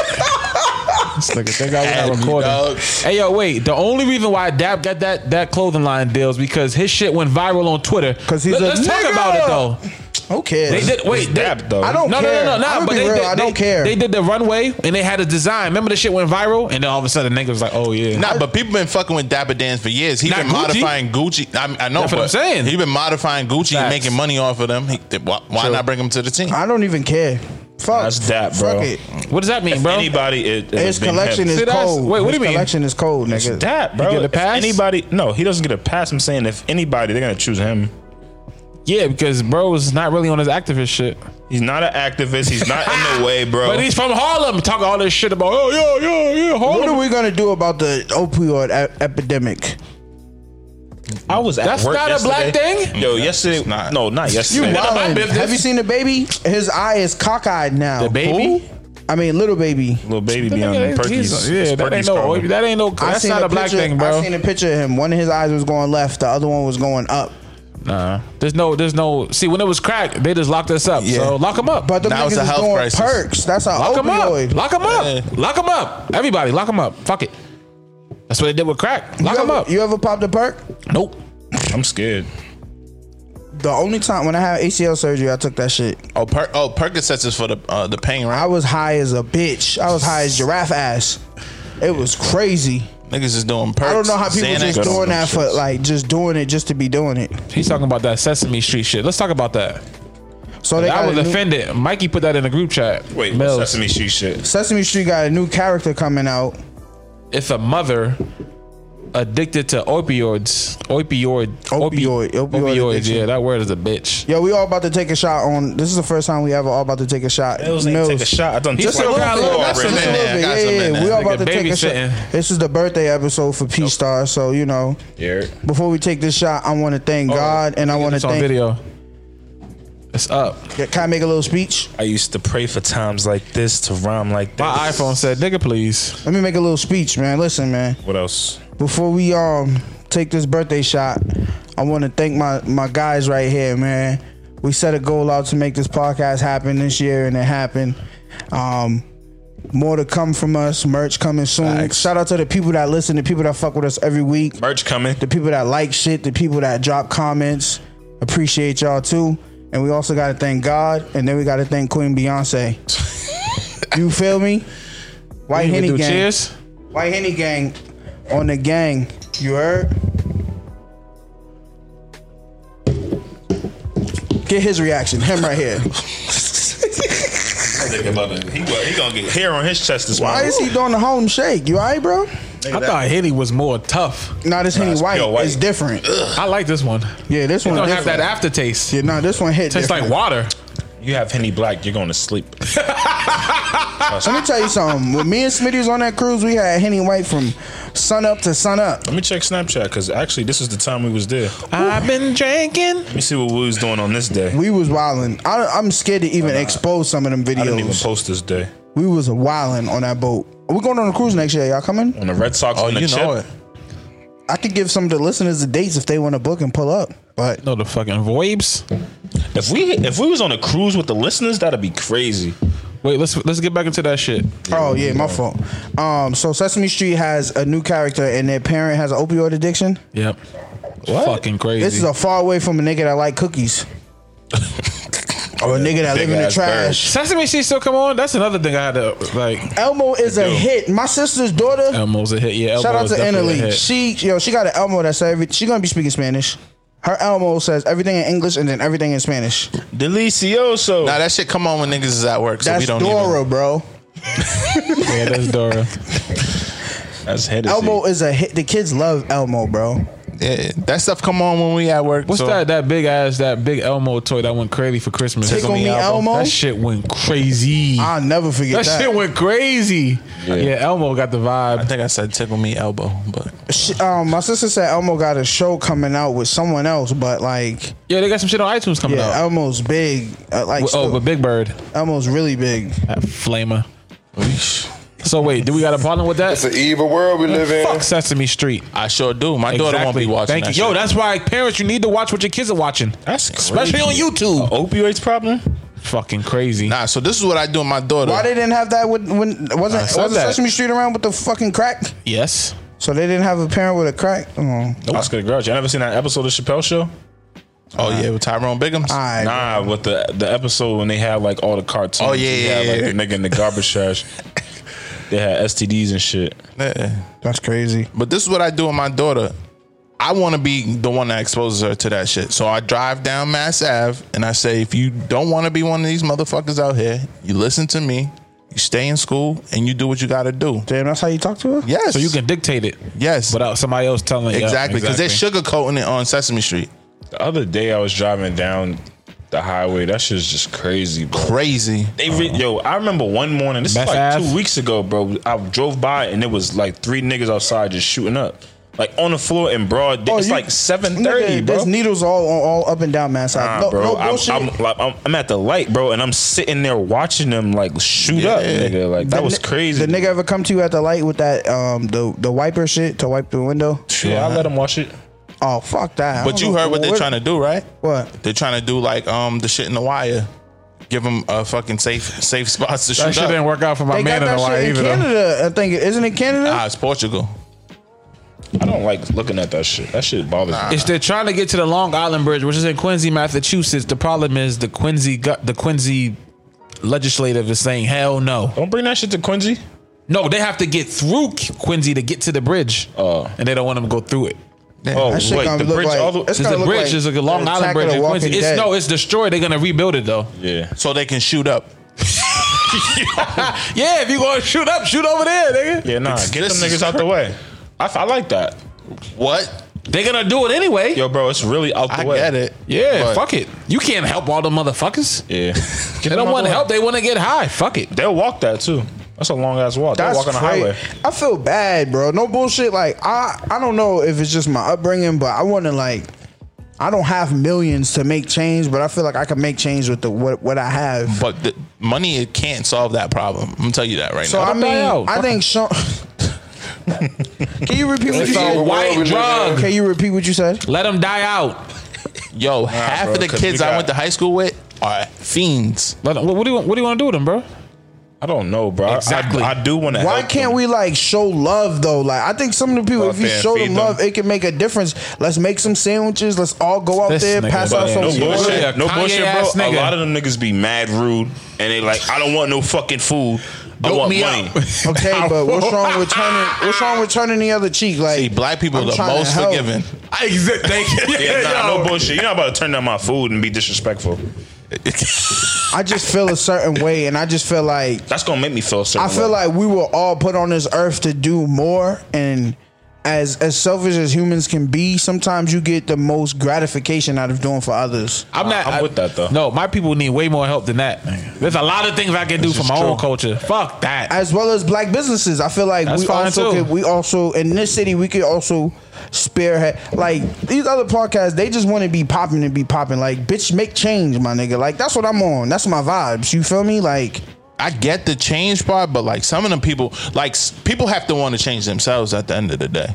H: thank God we're not recording.
F: dog.
H: Hey, yo, wait. The only reason why Dap got that that clothing line deal is because his shit went viral on Twitter.
A: 'Cause he's
H: Let-
A: a
H: let's
A: nigga.
H: talk about it though.
A: Who cares?
H: They did. Wait, they,
E: Dap, though.
A: I don't
H: No,
A: care.
H: no, no, no,
A: I'ma
H: no. But
A: be
H: they,
A: real.
H: they-
A: I
H: they-
A: don't care.
H: They did the runway and they had a design. Remember, the shit went viral, and then all of a sudden, the nigga was like, "Oh yeah."
F: Nah, but people been fucking with Dapper Dan for years. He
H: Not
F: been
H: Gucci.
F: modifying Gucci. I, I know,
H: That's
F: but
H: what I'm saying.
F: he been modifying Gucci and
H: Facts.
F: making money off of them. He, th- why why
H: True.
F: not bring him to the team?
A: I don't even care. Fuck.
E: That's dap,
A: Fuck
E: bro.
A: it.
H: What does that mean, bro?
E: Anybody, it, it
A: His
E: has been
A: collection
E: him.
A: is
H: See, that's-
A: cold.
H: wait, what do
A: His
H: you mean?
A: collection is cold,
E: It's
A: nigga.
E: Dap, bro.
H: get a
E: If
H: pass?
E: anybody? No, he doesn't get a pass. I'm saying if anybody, they're gonna choose him.
H: Yeah, because bro was not really on his activist shit.
E: He's not an activist. He's not in the way, bro.
H: But he's from Harlem, talking all this shit about oh yo yo yeah
A: What
H: Harlem.
A: are we gonna do about the opioid e- epidemic?
E: I was at
H: That's
E: work
H: not a
E: yesterday.
H: black thing?
E: Yo, yesterday.
F: It's not.
E: No, not yesterday.
A: Wildin'.
H: business.
A: Have you seen the baby? His eye is cockeyed now.
H: The baby?
A: Who? I mean, little baby.
E: Little baby beyond
H: Nigga,
E: Perky's.
H: he's- Yeah, that ain't
E: Perky's
H: no.
E: problem.
H: That ain't no. That's
A: seen
H: not a black
A: picture,
H: thing, bro.
A: I seen a picture of him. One of his eyes was going left. The other one was going up.
H: Nah, there's no. There's no. See, when it was crack, they just locked us up.
F: Yeah.
H: So lock them up.
A: But the
F: That
A: niggas
F: was a
A: is
F: health
A: doing
F: crisis.
A: perks. That's an
H: lock them
A: opioid.
H: up. Lock them
F: Yeah.
H: up. Lock them up. Everybody, lock them up. Fuck it. That's what they did with crack. Lock
A: you
H: them
A: ever,
H: up.
A: You ever popped a perk?
H: Nope.
E: I'm scared.
A: The only time when I had ACL surgery, I took that shit.
F: oh, per, oh, Percocets is for the uh, the pain,
A: I
F: right?
A: was high as a bitch. I was high as giraffe ass. It was crazy.
F: Niggas is doing perks.
A: I don't know how people
F: Xanax.
A: just doing that for
E: shits.
A: like just doing it just to be doing it.
H: He's talking about that Sesame Street shit. Let's talk about that.
A: So they
H: I
A: got
H: was
A: a new,
H: offended. Mikey put that in the group chat.
E: Wait,
H: Mills.
E: Sesame Street shit.
A: Sesame Street got a new character coming out.
H: if a mother addicted to opioids, opioid,
A: Opioid, opioid
H: opioids,
A: addiction.
H: yeah, that word is a bitch.
A: Yo, we all about to take a shot on. This is the first time we ever all about to take a shot.
E: Mills ain't take a shot. I done
H: Just
E: took
H: a
E: my
H: little
E: ball
H: bit.
E: already.
F: Right
A: Just a little
F: there.
A: bit,
F: Got
A: yeah,
F: some in
A: yeah.
F: there.
A: We all
H: Like
A: about
H: a
A: to take a shot.
H: babysitting.
A: This is the birthday episode for P Star, so you know.
E: Yeah.
A: Before we take this shot, I want to thank God, and I want to
H: Oh, It's on
A: thank.
H: video. It's up.
A: Can I make a little speech?
E: I used to pray for times like this to rhyme like this.
H: My iPhone said, "Nigga, please."
A: Let me make a little speech, man. Listen, man.
E: What else?
A: before we um take this birthday shot, I want to thank my my guys right here, man. We set a goal out to make this podcast happen this year, and it happened. Um, More to come from us. Merch coming soon.
D: Facts.
A: Shout out to the people that listen, the people that fuck with us every week,
E: Merch coming.
A: the people that like shit, the people that drop comments. Appreciate y'all too. And we also got to thank God, and then we got to thank Queen Beyonce. you feel me? White Henny
H: do
A: Gang.
H: cheers.
A: White Henny Gang on the gang. You heard? Get his reaction. Him right here.
E: He, he gonna get hair on his chest this
A: Why
E: morning.
A: is he doing the home shake? You alright, bro?
H: I thought Henny was more tough.
A: Nah, this Henny
E: it's
A: white.
E: pure white.
A: It's different.
H: I like this one.
A: Yeah, this
H: You
A: one
H: don't have
A: different.
H: that aftertaste.
A: yeah, nah, this one hit.
H: Tastes
A: different.
H: like water.
E: You have Henny Black, you're going to sleep.
A: Let me tell you something. When me and Smitty was on that cruise, we had Henny White from sun up to sun up.
E: Let me check Snapchat because actually this is the time we was there.
H: I've been drinking.
E: Let me see what we was doing on this day.
A: We was wilding. I, I'm scared to even expose some of them
E: I didn't even
A: videos.
E: post this day
A: We was wilding on that boat. We're going on a cruise next year. Y'all coming?
E: on the Red Sox.
F: Oh,
E: and the
F: you know
E: chip.
F: it.
A: I could give some of the listeners the dates if they want to book and pull up. But
H: No, the fucking voibes.
E: If we if we was on a cruise with the listeners, that'd be crazy.
H: Wait, let's let's get back into that shit.
A: Oh yeah, my fault. Um, so Sesame Street has a new character, and their parent has an opioid addiction.
H: Yep. Fucking crazy.
A: This is a far away from a nigga that like cookies, or a nigga that live in the
E: Big-ass
A: trash.
H: Sesame Street still come on. That's another thing I had to like.
A: Elmo is a
E: Yo.
A: hit. My sister's daughter.
H: Elmo's a hit. Yeah, Elmo
A: shout out
H: is
A: to
H: definitely a
A: Annalie.
H: hit.
A: She yo, she got an Elmo that says every. She gonna be speaking Spanish. Her Elmo says everything in English and then everything in Spanish.
E: Delicioso.
F: Now that shit come on when niggas is at work, so
A: That's
F: we don't
A: Dora, bro.
H: yeah, that's Dora.
E: That's head
A: Elmo is a hit. The kids love Elmo, bro.
F: even. Yeah, that stuff come on when we at work.
H: What's
F: so-
H: that? That big ass, that big Elmo toy that went crazy for Christmas.
A: Tickle Me Elmo?
H: That shit went crazy.
A: I'll never forget
H: that,
A: that.
H: shit went crazy. Yeah. Elmo got the
F: I
H: vibe.
F: think I said tickle me elbow, but
A: She, um, my sister said Elmo got a show coming out with someone else, but like,
H: Yeah, they got some shit on iTunes coming
A: yeah,
H: out.
A: Elmo's big. Uh, like,
H: oh,
A: still-
H: but Big Bird,
A: Elmo's really big.
H: that flamer. so wait, do we got a problem with that?
G: It's an evil world we live in.
H: Fuck Sesame Street.
F: I sure do. My daughter won't be watching.
H: Thank
F: that
H: you. Yo,
F: shit.
H: that's why parents, you need to watch what your kids are watching,
E: That's crazy.
H: especially on YouTube.
E: opioids problem.
H: Oh, Fucking crazy.
F: nah. So this is what I do with my daughter.
A: Why they didn't have that with, when wasn't
H: I said
A: wasn't
H: that.
A: Sesame Street around with the fucking crack?
H: Yes.
A: So they didn't have a parent with a crack. Oh,
E: Oscar the Grouch. I never seen that episode of Chappelle Show.
F: oh yeah, with Tyrone Biggums.
A: all right.
E: Nah, with the the episode when they had like all the cartoons.
F: Oh, yeah,
E: They
F: yeah,
E: had, like,
F: yeah.
E: the nigga in the garbage trash. They had STDs and shit.
F: Yeah.
A: That's crazy.
F: But this is what I do with my daughter. I want to be the one that exposes her to that shit. So I drive down Mass Ave and I say, if you don't want to be one of these motherfuckers out here, you listen to me, you stay in school, and you do what you got to do.
A: Damn, that's how you talk to her.
F: Yes.
H: So you can dictate it
F: Yes.
H: without somebody else telling you.
F: exactly. Because they're sugarcoating it on Sesame Street.
E: The other day I was driving down the highway. That shit's just crazy, bro.
F: Crazy.
E: They re- yo, I remember one morning. This is
H: Meth
E: like
H: Ave?
E: two weeks ago, bro. I drove by and it was like three niggas outside just shooting up, like on the floor in broad. day.
A: Oh,
E: it's
A: you-
E: like seven thirty,
A: Nigga,
E: bro.
A: There's needles all all up and down Mass Ave.
E: Nah,
A: No,
E: bro,
A: no
E: I'm,
A: bullshit.
E: I'm, like, I'm, I'm at the light, bro, and I'm sitting there watching them like shoot up,
F: Yeah.
E: nigga. Like that
A: The
E: was
A: ni-
E: crazy.
A: The nigga ever come to you at the light with that um the the wiper shit to wipe the window?
E: Shoot, I let him watch it.
A: Oh fuck that.
F: But you heard what they're trying to do, right?
A: What?
F: They're trying to do like um the shit in the wire. Give them a fucking safe safe spots to
H: That
F: shoot
H: shit
F: up.
H: didn't work out for my
A: They got
H: man in
A: that
H: a while
A: shit in
H: either. though.
A: Canada. I think isn't it Canada?
F: Ah, it's Portugal.
E: I don't like looking at that shit. That shit bothers me.
H: It's they're trying to get to the Long Island Bridge, which is in Quincy, Massachusetts. The problem is the Quincy gu- the Quincy legislative is saying hell no.
E: Don't bring that shit to Quincy.
H: No, they have to get through Qu- Quincy to get to the bridge,
E: Oh.
H: and they don't want them to go through it.
E: Oh
A: That shit
E: wait,
A: gonna
E: the
A: look
E: bridge.
A: like-
E: all the,
A: it's
H: It's
A: gotta
H: the
A: look
H: bridge.
A: like
H: It's like a Long
A: the
H: Island
A: attack
H: Bridge
A: of The
H: in Quincy.
A: Walking
H: It's
A: Dead.
H: no, it's destroyed. They're gonna rebuild it though.
E: yeah.
F: So they can shoot up.
H: Yeah, if you gonna shoot up, shoot over there, nigga.
E: Yeah, nah,
F: It's-
E: get them
F: this is
E: niggas out the way. I, f- I like that.
F: What?
H: They're gonna do it anyway.
E: Yo, bro, it's really out the
F: I
E: way.
F: get it.
H: yeah,
F: But-
H: fuck it. You can't help all the motherfuckers.
E: Yeah.
H: They don't want help. They want to get high. Fuck it.
E: They'll walk that too. That's a long ass walk. They'll
A: That's
E: walk on the
A: cra-
E: highway.
A: I feel bad, bro. No bullshit. Like I, I don't know if it's just my upbringing, but I want to like, I don't have millions to make change, but I feel like I can make change with the what what I have.
F: But the money it can't solve that problem. I'm gonna tell you that right
A: So
F: now.
A: I
H: them die
A: mean,
H: out.
A: I
H: Fuck
A: think Sean. can you repeat what you
H: It's a
A: said?
G: world we
H: white
G: live
H: drug.
A: Can you repeat what you said?
H: Let them die out.
F: Yo, half
E: bro,
F: of the
E: 'cause
F: kids
E: we
F: I
E: got-
F: went to high school with are fiends.
H: Let 'em- what, what do you want? What do you want to do with them, bro?
E: I don't know, bro. I- I-
H: Exactly.
E: I, do want to.
A: Why can't we like show love though? Like I think some of the people,
E: Go out
A: if you
E: there and
A: show
E: feed
A: them
E: them.
A: love, it can make a difference. Let's make some sandwiches. Let's all go out
H: This
A: there,
H: nigga,
A: pass
H: bro.
A: out some.
E: No
H: Yeah,
E: bullshit,
H: yeah,
E: no
H: Kanye
E: bullshit, bro.
H: ass
E: A
H: nigga.
E: lot of them niggas be mad rude, and they like, I don't want no fucking food. I
F: Dope
E: want
F: me
E: money.
F: up.
A: Okay, but what's wrong with turning? What's wrong with turning the other cheek? Like
F: See, black people
A: I'm
F: are the
A: trying to
F: most
A: help.
F: forgiving.
H: I exist. Thank you.
E: Yeah, nah,
H: yo.
E: no bullshit. You're not about to turn down my food and be disrespectful.
A: I just feel a certain way, and I just feel like
E: That's gonna make me feel. a certain
A: I feel
E: way.
A: like we were all put on this earth to do more and as as selfish as humans can be, sometimes you get the most gratification out of doing for others.
H: I'm not.
E: I'm
H: I-
E: with that, though.
H: No, my people need way more help than that. There's a lot of things I can do for
E: is
H: my
E: true.
H: own culture. Fuck that.
A: As well as black businesses. I feel like
H: That's
A: we
H: fine,
A: also
H: too.
A: could we also in this city we could also spearhead like these other podcasts, they just want to be popping and be popping. Like, bitch, make change, my nigga. Like that's what I'm on. That's my vibes. You feel me? Like
F: I get the change part, but like some of them people, like s- people have to want to change themselves at the end of the day.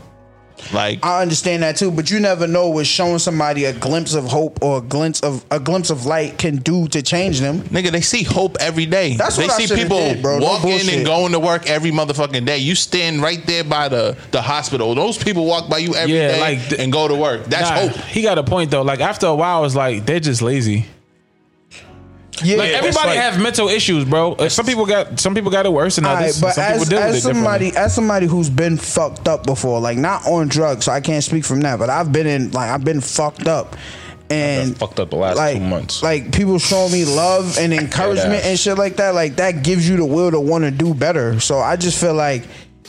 F: Like
A: I understand that too, but you never know what showing somebody a glimpse of hope or a glimpse of a glimpse of light can do to change them.
F: Nigga, they see hope every day.
A: That's
F: they
A: what I
F: see
A: shoulda
F: people
A: did, bro. No
F: walking
A: bullshit.
F: and going to work every motherfucking day. You stand right there by the, the hospital. Those people walk by you every day
H: Yeah, like th-
F: and go to work. That's
H: Nah,
F: hope.
H: He got a point though. Like after a while, it's like they're just lazy.
A: Yeah,
H: Like everybody
E: like-
H: have mental issues, bro. If some people got some people got it worse than
A: All right,
H: others.
A: but
H: some people
A: as,
H: deal with
A: as
H: it differently.
A: somebody as somebody who's been fucked up before, like not on drugs, so I can't speak from that. But I've been in like I've been fucked up, and
E: fucked up the last
A: like,
E: two months.
A: Like people show me love and encouragement
E: Deadass.
A: and shit like that. Like that gives you the will to want to do better. So I just feel like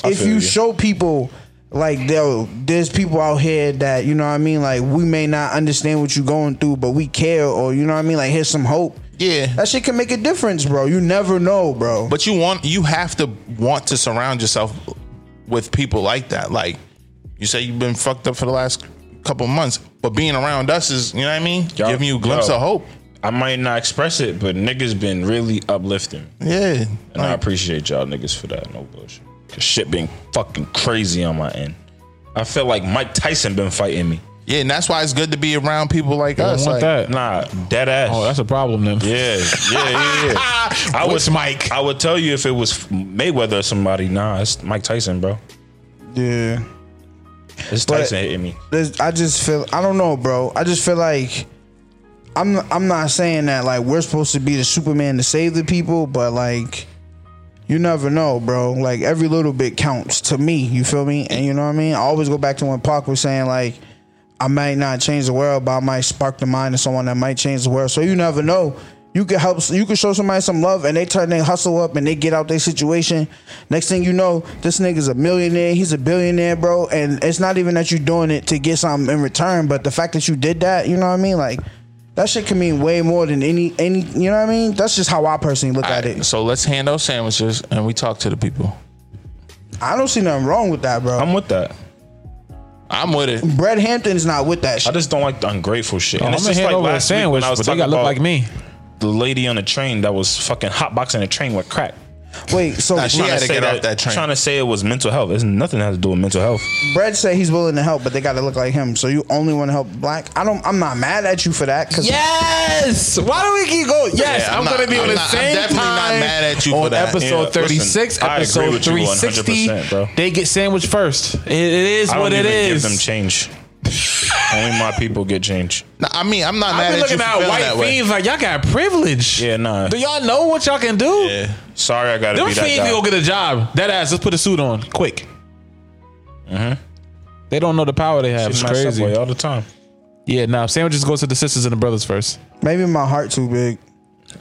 A: if
E: feel
A: you,
E: you.
A: show people. Like there, there's people out here that you know what I mean. Like we may not understand what you're going through, but we care, or you know what I mean. Like here's some hope.
F: Yeah.
A: that shit can make a difference, bro. You never know, bro.
F: But you want you have to want to surround yourself with people like that. Like you say you've been fucked up for the last couple months, but being around us is, you know what I mean?
E: Yo,
F: Giving you a glimpse
E: yo.
F: of hope.
E: I might not express it, but niggas been really uplifting,
F: Yeah.
E: and I appreciate y'all niggas for that. No bullshit. Cause shit been fucking crazy on my end. I feel like Mike Tyson been fighting me.
F: Yeah, and that's why it's good to be around people like
H: I
F: us.
H: want
F: like-
H: that.
E: Nah, dead ass.
H: Oh, that's a problem then.
E: yeah, yeah, yeah. yeah. I
H: What's
E: was
H: Mike?
E: I would tell you if it was Mayweather or somebody. Nah, it's Mike Tyson, bro.
A: yeah.
E: It's
A: But-
E: Tyson hitting me.
A: there's, I just feel I don't know, bro. I just feel like I'm I'm not saying that like we're supposed to be the Superman to save the people, but like you never know, bro. Like every little bit counts to me. You feel me? And you know what I mean. I always go back to when Pac was saying like I might not change the world, but I might spark the mind of someone that might change the world. So you never know. You can help. You can show somebody some love, and they turn their hustle up, and they get out their situation. Next thing you know, this nigga's a millionaire. He's a billionaire, bro. And it's not even that you're doing it to get something in return, but the fact that you did that, you know what I mean? Like that shit can mean way more than any any. You know what I mean? That's just how I personally look at it.
F: So let's hand out sandwiches and we talk to the people.
A: I don't see nothing wrong with that, bro.
E: I'm with that.
F: I'm with it.
A: Brad Hampton's not with that
E: I
A: shit.
E: just don't like the ungrateful shit.
H: Oh,
E: and
H: I'm
E: it's
H: gonna
E: just
H: hand
E: like
H: over a
E: last week
H: sandwich,
E: when I was
H: but they
E: talking
H: gotta look
E: about
H: like me.
E: The lady on the train that was fucking hotboxing the train with crack.
A: Wait, so
F: Nah, she
E: Trying
F: had
E: to
F: to
E: say
F: get
E: that,
F: off that train.
E: Trying to say it was mental health. It's nothing that has to do with mental health.
A: Brad said he's willing to help, but they got to look like him. So you only want to help black. I don't. I'm not mad at you for that. Cause
H: Yes. Why do we keep going? Yes,
F: Yeah,
H: I'm,
F: I'm not-
H: gonna be
F: I'm
H: on the
F: not- I'm
H: same
F: definitely not
H: time
F: mad at you for
H: on
F: that.
E: Yeah,
H: episode
E: listen,
H: 36,
E: I agree
H: episode
E: with you
H: 360.
E: 100%, bro.
H: They get sandwich first. It- it is
E: I don't
H: what it
E: even give
H: is.
E: them change. Only my people get change.
F: Nah, I mean, I'm not
H: I've
F: mad
H: been
F: at you
H: looking
F: for
H: at
F: feeling
H: white
F: that way.
H: fiends like y'all got privilege.
E: Yeah, nah.
H: Do y'all know what y'all can do?
F: Yeah.
E: Sorry, I gotta
H: Them
E: be that
H: fiends
E: guy.
H: gonna get a job. That ass, let's put a suit on quick. They don't know the power they
E: Mm-hmm. Shit
H: have. It's
E: in my
H: crazy.
E: subway all the time.
H: Yeah, now nah, sandwiches go to the sisters and the brothers first.
A: maybe my heart too big.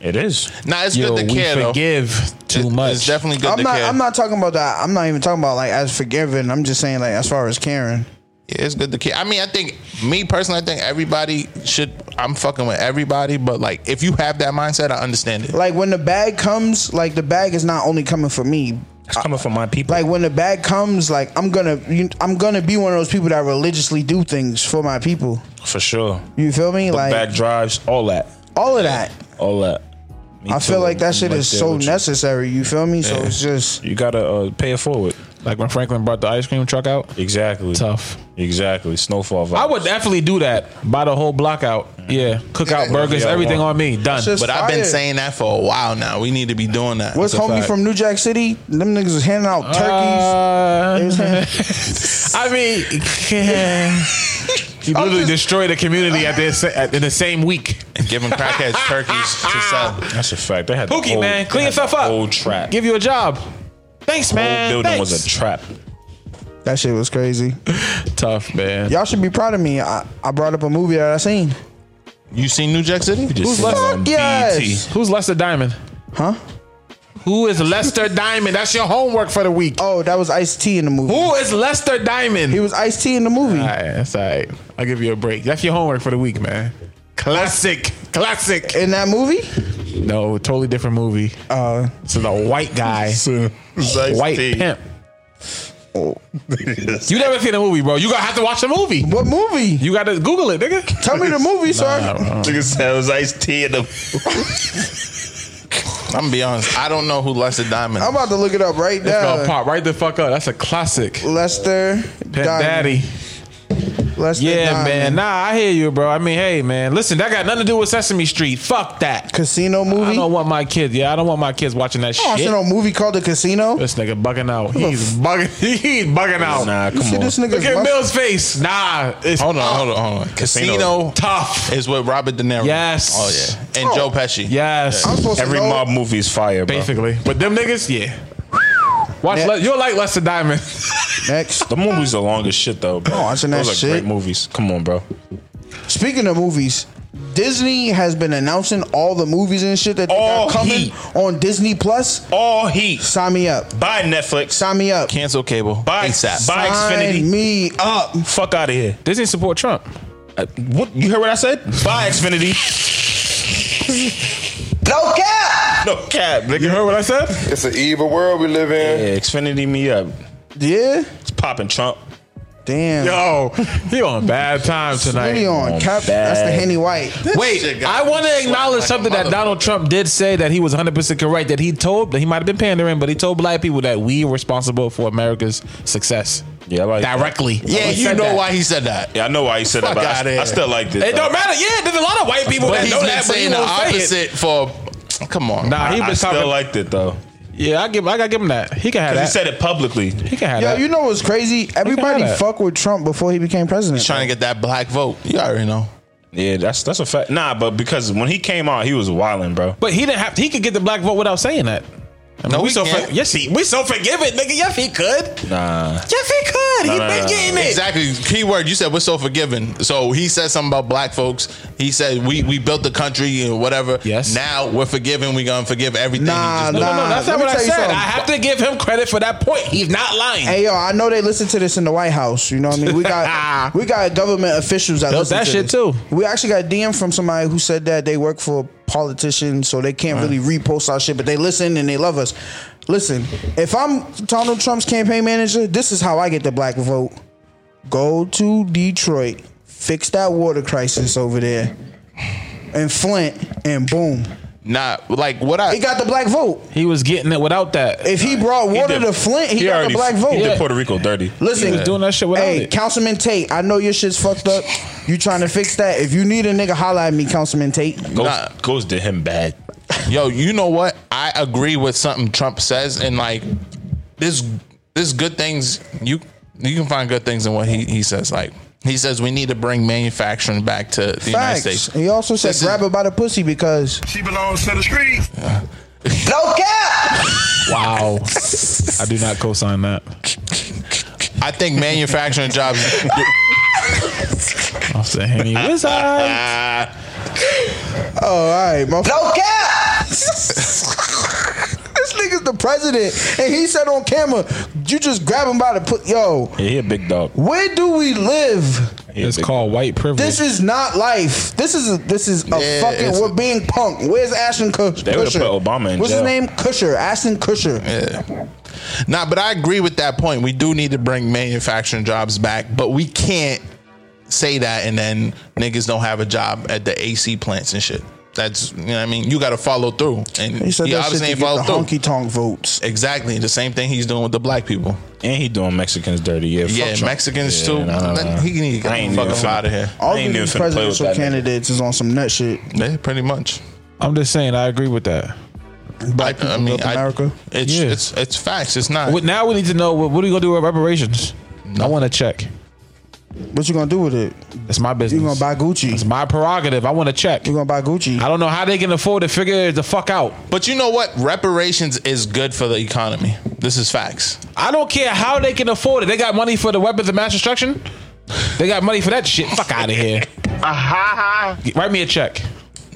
E: It is.
F: Nah, it's
H: Yo,
F: good to
H: we
F: care though.
H: forgive too
F: It-
H: much.
F: It's definitely good
A: I'm
F: to
A: not.
F: care.
A: I'm not talking about that. I'm not even talking about like as forgiving. I'm just saying like as far as caring.
F: Yeah, it's good to care. I mean, I think me personally, I think everybody should. I'm fucking with everybody, but like, if you have that mindset, I understand it.
A: Like when the bag comes, like the bag is not only coming for me.
E: It's coming from my people.
A: Like when the bag comes, like I'm gonna, you, I'm gonna be one of those people that religiously do things for my people.
E: for sure.
A: You feel me? like
E: Back drives, all that.
A: all of that.
E: All that. Me
A: I feel
E: too.
A: like that
E: I'm
A: shit
E: right
A: is
E: there
A: so
E: with you.
A: necessary. You feel me? So it's just
E: You gotta uh, pay it forward.
H: like when Franklin brought the ice cream truck out.
E: Exactly.
H: Tough.
E: Exactly. Snowfall. Vibes.
H: I would definitely do that. Buy the whole block out Yeah, cookout burgers, everything on me. Done.
A: just-
F: But I've been
A: Fire.
F: saying that for a while now. We need to be doing that.
A: What's
H: That's a
A: homie
H: fact.
A: from New Jack City? Them niggas was handing out
H: Uh,
A: turkeys. They was handing-
H: I mean, you literally destroyed a community at the, sa- at, in the same week.
F: Giving crackheads turkeys to sell.
E: That's a fact. They had the
H: Pookie,
E: whole-
H: man,
E: they
H: clean
E: had the
H: yourself up.
E: Whole trap.
H: Give you a job. Thanks,
E: the
H: man.
E: whole building
H: Thanks.
E: was a trap.
A: that shit was crazy.
H: tough man.
A: Y'all should be proud of me. I, I brought up a movie that I seen.
F: You seen New Jack City?
E: Just
H: left?
E: sitting on E
A: Fuck yes.
E: BET.
H: Who's Lester Diamond?
A: Huh?
H: Who is Lester Diamond? That's your homework for the week.
A: Oh, that was Ice T in the movie.
H: Who is Lester Diamond?
A: He was Ice T in the movie.
H: All right, that's all right. I'll give you a break. That's your homework for the week, man. Classic, classic.
A: In that movie?
H: No, totally different movie.
A: Uh,
H: It's a white guy, white pimp.
A: Oh.
H: You never seen a movie, bro. You gonna have to watch the movie.
A: what movie?
H: You gotta Google it, nigga.
A: Tell me the movie, sir.
F: Nigga said it was iced tea in the. I'm gonna be honest. I don't know who Lester Diamond.
A: I'm
F: Is.
A: about to look it up right
H: Gonna
A: now.
H: pop right the fuck up. That's a classic.
A: Lester
H: Pimp
A: Diamond.
H: Daddy.
A: Lester
H: Yeah,
A: Diamond.
H: man. Nah, I hear you, bro. I mean, hey, man. Listen, that got nothing to do with Sesame Street. Fuck that.
A: Casino
H: I
A: movie.
H: don't want my kids. Yeah, I don't want my kids watching that
A: watching
H: shit.
A: a movie called The Casino.
H: This nigga bugging out. He's bugging. He's bugging out.
E: Nah,
A: you see
E: come on.
A: this nigga's
H: Look at
A: must-
H: Mill's face. Nah, it's
F: Hold on, hold on, hold on. Casino
H: Casino tough.
F: is with Robert De Niro.
H: Yes.
F: Oh yeah, and Joe Pesci.
H: Yes.
A: I'm supposed
E: Every
A: to know.
E: mob movie is fire, bro.
H: Basically, but them niggas, yeah. Watch,
A: Yeah.
H: Le- you'll like Lester Diamond.
A: Next.
E: The movies are long as shit though. Bro.
A: I'm watching that
E: Those are
A: shit.
E: great movies. Come on, bro.
A: Speaking of movies, Disney has been announcing all the movies and shit that they
E: All
A: got coming
E: heat.
A: on Disney Plus.
E: All heat.
A: Sign me up.
E: Buy Netflix.
A: Sign me up.
F: Cancel cable.
E: Buy
F: ASAP.
E: Buy
A: Sign
E: Xfinity.
A: me up.
E: Fuck out of here.
H: Disney support Trump.
E: Uh, What you heard? What I said? Buy Xfinity.
A: No cap.
E: No cap, nigga.
H: You heard what I said?
G: It's an evil world we live in.
E: Yeah, Xfinity me up.
A: Yeah.
E: It's popping Trump.
A: Damn.
H: Yo, Oh, he on bad time tonight.
A: Really on
E: on
A: cap.
E: bad.
A: That's the Henny White.
H: Wait,
F: Shit,
H: I
F: guys.
H: want to acknowledge
F: Like a
H: something that
F: motherfucker.
H: Donald Trump did say that he was 100% correct. That he told, that he might have been pandering, but he told black people that we are responsible for America's success
E: Yeah, I like. that.
H: directly.
F: Yeah,
H: He
F: you know
H: said that.
F: why he said that.
E: Yeah, I know why he said that,
F: Fuck
E: but
F: outta
E: I,
F: here.
E: I still like this.
H: It
E: though.
H: don't matter. Yeah, there's a lot of white people
F: But
H: that
F: he's
H: know
F: been
H: that, but he
F: saying the
H: won't say it.
F: opposite for. Come on.
H: Nah,
E: I,
H: he been
E: I still
H: talking.
E: liked it though.
H: yeah, I give, I gotta give him that. He can have
E: 'Cause
H: that.
E: He said it publicly.
H: he can have
A: Yo,
H: that.
A: you know what's crazy? Everybody
H: that.
A: fuck with Trump before he became president.
F: Trying to get that black vote. You already know.
E: Yeah, that's that's a fact. Nah, but because when he came out, he was wilding, bro.
H: but he didn't have. He could get the black vote without saying that. I mean,
F: No,
H: we
F: he
H: so for-
F: can't.
H: yes, he we so forgiving, nigga. Yes, he could.
E: Nah,
H: Yes, he could. he
E: no,
H: been
E: no,
H: getting it.
F: Exactly. Key word. You said we're so forgiving. So he said something about black folks. He said we we built the country and whatever.
H: Yes.
F: Now we're forgiving. We gonna forgive everything. He
A: Nah,
F: just-
H: No, no, no, that's
A: Nah,
H: not
A: let
H: what
A: me
H: I
A: tell you
H: said.
A: something.
H: I have to give him credit for that point. He's not lying.
A: Hey yo, I know they listen to this in the White House. You know what I mean? We got we got government officials that
H: Built
A: listen
H: that
A: to
H: shit,
A: this.
H: too.
A: We actually got a DM from somebody who said that they work for politicians, so they can't really repost our shit, but they listen and they love us. Listen, if I'm Donald Trump's campaign manager, this is how I get the black vote. Go to Detroit, fix that water crisis over there, and Flint, and boom,
F: Nah, like what I
A: he got the black vote.
H: He was getting it without that.
A: If he brought water
E: did-
A: to Flint, he, got the black vote.
E: He did Puerto Rico dirty.
A: Listen,
H: He was doing that shit without
A: hey,
H: it.
A: Councilman Tate, I know your shit's fucked up. You trying to fix that? If you need a nigga, holla at me, Councilman Tate.
E: Goes,
F: Nah.
E: goes to him bad.
F: Yo, you know what? I agree with something Trump says, and like this, this good things you you can find good things in what he he says. Like he says, we need to bring manufacturing back to the United
A: Facts.
F: States.
A: And he also said,
F: This is-
A: grab her by the pussy because
C: She belongs to the streets.
A: no cap.
H: Wow. I do not co sign that.
F: I think manufacturing jobs.
H: I'll say Henny Wizard.
A: Oh, all right, my no cap. This nigga's the president, and he said on camera, "You just grab him by the put." Yo,
E: Yeah, he a big dog.
A: where do we live?
E: He a
H: It's
E: big-
H: called white privilege.
A: This is not life. This is a, this is a
F: Yeah,
A: fucking.
F: it's-
A: We're being punk. Where's Ashton Kutcher?
E: They would've put Obama in
A: What's
E: jail.
A: his name? Kutcher. Ashton Kutcher.
F: nah, but I agree with that point. We do need to bring manufacturing jobs back, but we can't say that and then niggas don't have a job at the AC plants and shit. That's you know what I mean. You got to follow through, and
A: He said
F: he
A: that shit
F: obviously
A: to
F: ain't
A: get the
F: followed through.
A: honky tonk votes.
F: Exactly the same thing he's doing with the black people.
E: And he doing Mexicans dirty. Yeah, fuck
F: yeah,
E: Trump.
F: Mexicans
E: Yeah,
F: too.
E: nah, nah, nah.
F: He can need to
E: I
F: get
E: ain't
F: the fuck
E: even
F: up
E: finna-
F: out of here.
A: All
E: ain't even
A: these
E: finna play with
A: presidential
E: that nigga.
A: candidates is on some nut shit.
F: Yeah, pretty much.
H: I'm just saying, I agree with that.
A: Black people built America.
F: It's,
H: Yeah.
F: it's it's facts. It's not.
H: What, now we need to know what, what are we gonna do with reparations? I want to check.
A: What you gonna do with it?
H: That's my business.
A: You gonna buy
H: It's
A: Gucci?
H: my prerogative. I want to check.
A: You gonna buy Gucci?
H: I don't know how they can afford to figure the fuck out.
F: But you know what? Reparations is good for the economy. This is facts.
H: I don't care how they can afford it. They got money for the weapons of mass destruction. They got money for that shit. Fuck out of here. Write me a check.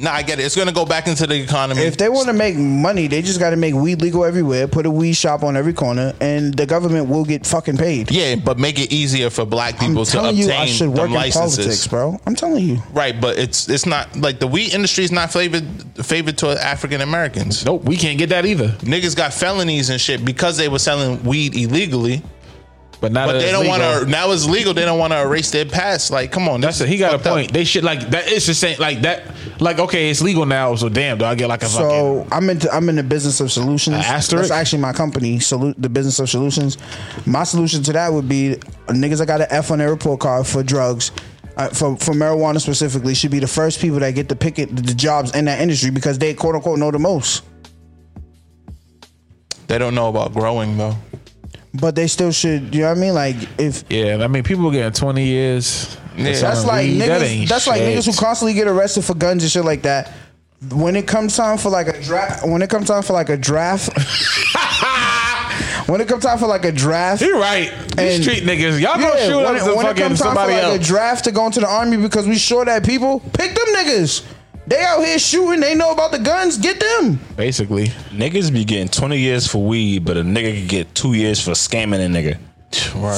F: Nah, I get it. It's gonna go back into the economy.
A: If they want to make money, they just got to make weed legal everywhere. Put a weed shop on every corner, and the government will get fucking paid.
F: yeah, but make it easier for black people
A: I'm
F: to
A: telling
F: obtain
A: you, I should work
F: them
A: in
F: licenses.
A: politics, bro. I'm telling you.
F: Right, but it's it's not like the weed industry is not favored favored to African Americans.
H: Nope, we can't get that either.
F: Niggas got felonies and shit because they were selling weed illegally.
H: But now
F: But
H: that
F: they
H: it's
F: don't want
H: legal-
F: to. Now it's legal. They don't want to erase their past. Like, come on,
H: That's
F: this is
H: it. He got a
F: fucked up.
H: point. They shit like that. It's the same. Like that. Like okay, it's legal now. So damn, do I get like a fucking?
A: So I'm into I'm in the business of solutions.
H: An asterisk?
A: That's actually my company, salute the business of solutions. My solution to that would be niggas that got an F on their report card for drugs. Uh, for, for marijuana specifically, should be the first people that get to pick it, the jobs in that industry because they quote unquote know the most.
F: They don't know about growing though.
A: But they still should, you know what I mean? Like if
H: Yeah, I mean people getting twenty years.
F: Yeah.
H: for
A: That's
H: selling
A: like
H: weed. That
A: niggas.
H: ain't
A: that's like
H: shit.
A: niggas who constantly get arrested for guns and shit like that. When it comes time for like a draft, when it comes time for like a draft, when it comes time for like a draft,
H: You're right. These
A: And-
H: street niggas, y'all gonna
A: Yeah,
H: shoot up to
A: when it
H: fucking
A: comes time for
H: somebody
A: like a
H: else.
A: draft to go into the army because we sure that people pick them niggas. They out here shooting. They know about the guns. Get them.
H: Basically,
E: Niggas be getting 20 years for weed, but a nigga could get two years for scamming a nigga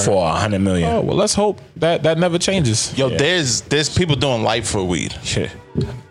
E: for a hundred million.
H: oh well, let's hope that that never changes.
F: Yo, there's there's people doing life for weed.
E: Shit.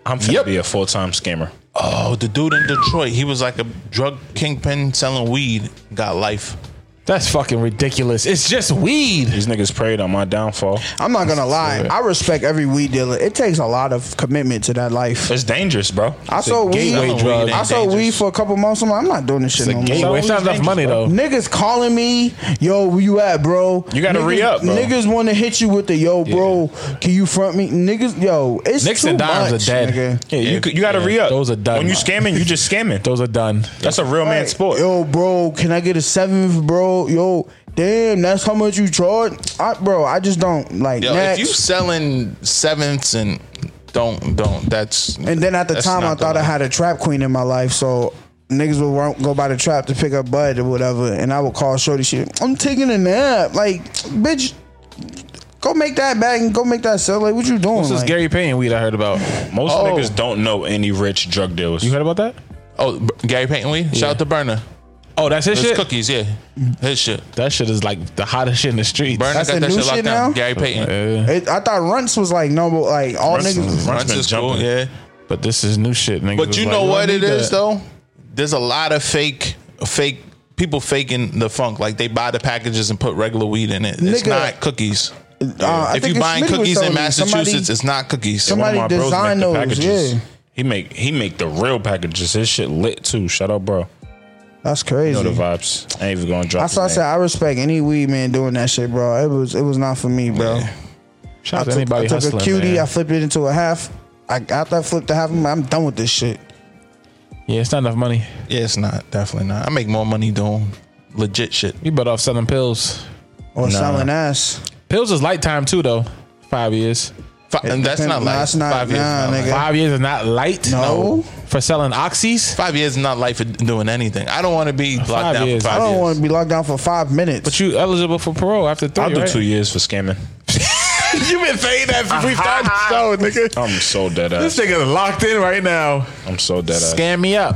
E: I'm finna
F: Yep.
E: be a full time scammer.
F: Oh, the dude in Detroit, he was like a drug kingpin selling weed, got life.
H: That's fucking ridiculous. It's just weed.
E: These niggas preyed on my downfall.
A: I'm not gonna lie. I respect every weed dealer. It takes a lot of commitment to that life.
E: It's dangerous, bro.
A: I sold weed.
H: gateway drug.
A: I sold weed for a couple months. I'm like, I'm not doing this shit no more.
H: Gateway. It's not enough money though.
A: Niggas calling me, yo, where you at, bro?
E: You gotta
A: niggas,
E: re-up, bro.
A: Niggas want to hit you with the yo, bro. Can you front me, niggas? Yo, it's
H: Nicks
A: too
H: and dimes
A: much,
H: are dead.
A: nigga.
E: Yeah, you, could- you gotta re up.
H: Those are done.
E: When you scamming, you just scamming.
H: Those are done.
E: That's a real man sport.
A: Yo, bro, can I get a seventh, bro? Yo, damn, that's how much you charge, I, bro. I just don't like.
F: Yo,
A: next.
F: if you selling sevenths and don't don't that's
A: and then at the
F: that's
A: time,
F: not
A: I
F: the
A: thought I
F: way.
A: had a trap queen in my life, so. Niggas would run, go by the trap to pick up bud or whatever, and I would call Shorty shit. I'm taking a nap, like bitch. Go make that back and go make that sell. Like, what you doing?
H: This is
A: like?
H: Gary Payne weed I heard about.
E: Most
F: Oh.
E: niggas don't know any rich drug dealers.
H: You heard about that?
F: Oh, B- Gary Payton weed. Shout out to Burner.
H: Oh, that's his
F: His
H: shit.
F: cookies, yeah, his shit.
H: That shit is like the hottest shit in the streets.
F: Burner
A: That's
F: got
A: the
F: that
A: new
F: shit locked
A: shit
F: down.
A: now?
F: Gary Payton.
H: Yeah,
A: It, I thought Runts was like no, but like all niggas.
F: Runs
E: been
F: is cool,
E: jumping.
F: yeah.
H: but this is new shit, nigga.
F: But you know what it is though? There's a lot of fake fake people faking the funk. Like they buy the packages and put regular weed in it. It's
A: Nigga.
F: not cookies.
A: Uh, I
F: if
A: think
F: you
A: it's
F: buying
A: Smitty was
F: cookies in
A: telling me,
F: Massachusetts,
A: somebody-
F: it's not cookies.
A: somebody-
E: One of my bros
A: design
E: make the
A: those,
E: packages.
A: yeah.
E: He make he make the real packages. His shit lit too. Shout out, bro.
A: That's
E: You know
A: crazy.
E: the vibes. I ain't even gonna drop.
A: That's why I
E: his
A: said
E: name.
A: I respect any weed man doing that shit, bro. It was it was not for me, bro.
H: Shout
A: I
H: out to
A: took,
H: anybody
A: I took
H: hustling.
A: a cutie,
H: man.
A: I flipped it into a half. I after I flipped the half, I'm, like, I'm done with this shit.
H: Yeah, it's not enough money.
F: yeah, it's not. Definitely not. I make more money doing legit shit.
H: You better off selling pills.
A: Or selling ass.
H: Pills is light time too, though. Five years.
F: Fi- and that's
A: depends-
F: not
A: nah,
F: life.
A: that's not-
F: five years.
A: nah,
F: is not
A: nigga.
F: life.
H: Five years is not light.
A: No.
H: For selling oxys.
F: Five years is not life for doing anything. I don't want to be locked down
H: years.
F: for
A: I
F: five
A: don't
F: years.
A: want to be locked down for five minutes.
H: But you eligible for parole after three.
E: I'll do
H: right?
E: two years for scamming.
H: You've been saying that since we started the show, nigga.
E: I'm so dead ass.
H: nigga's locked in right now.
E: I'm so dead ass.
H: Scam me up.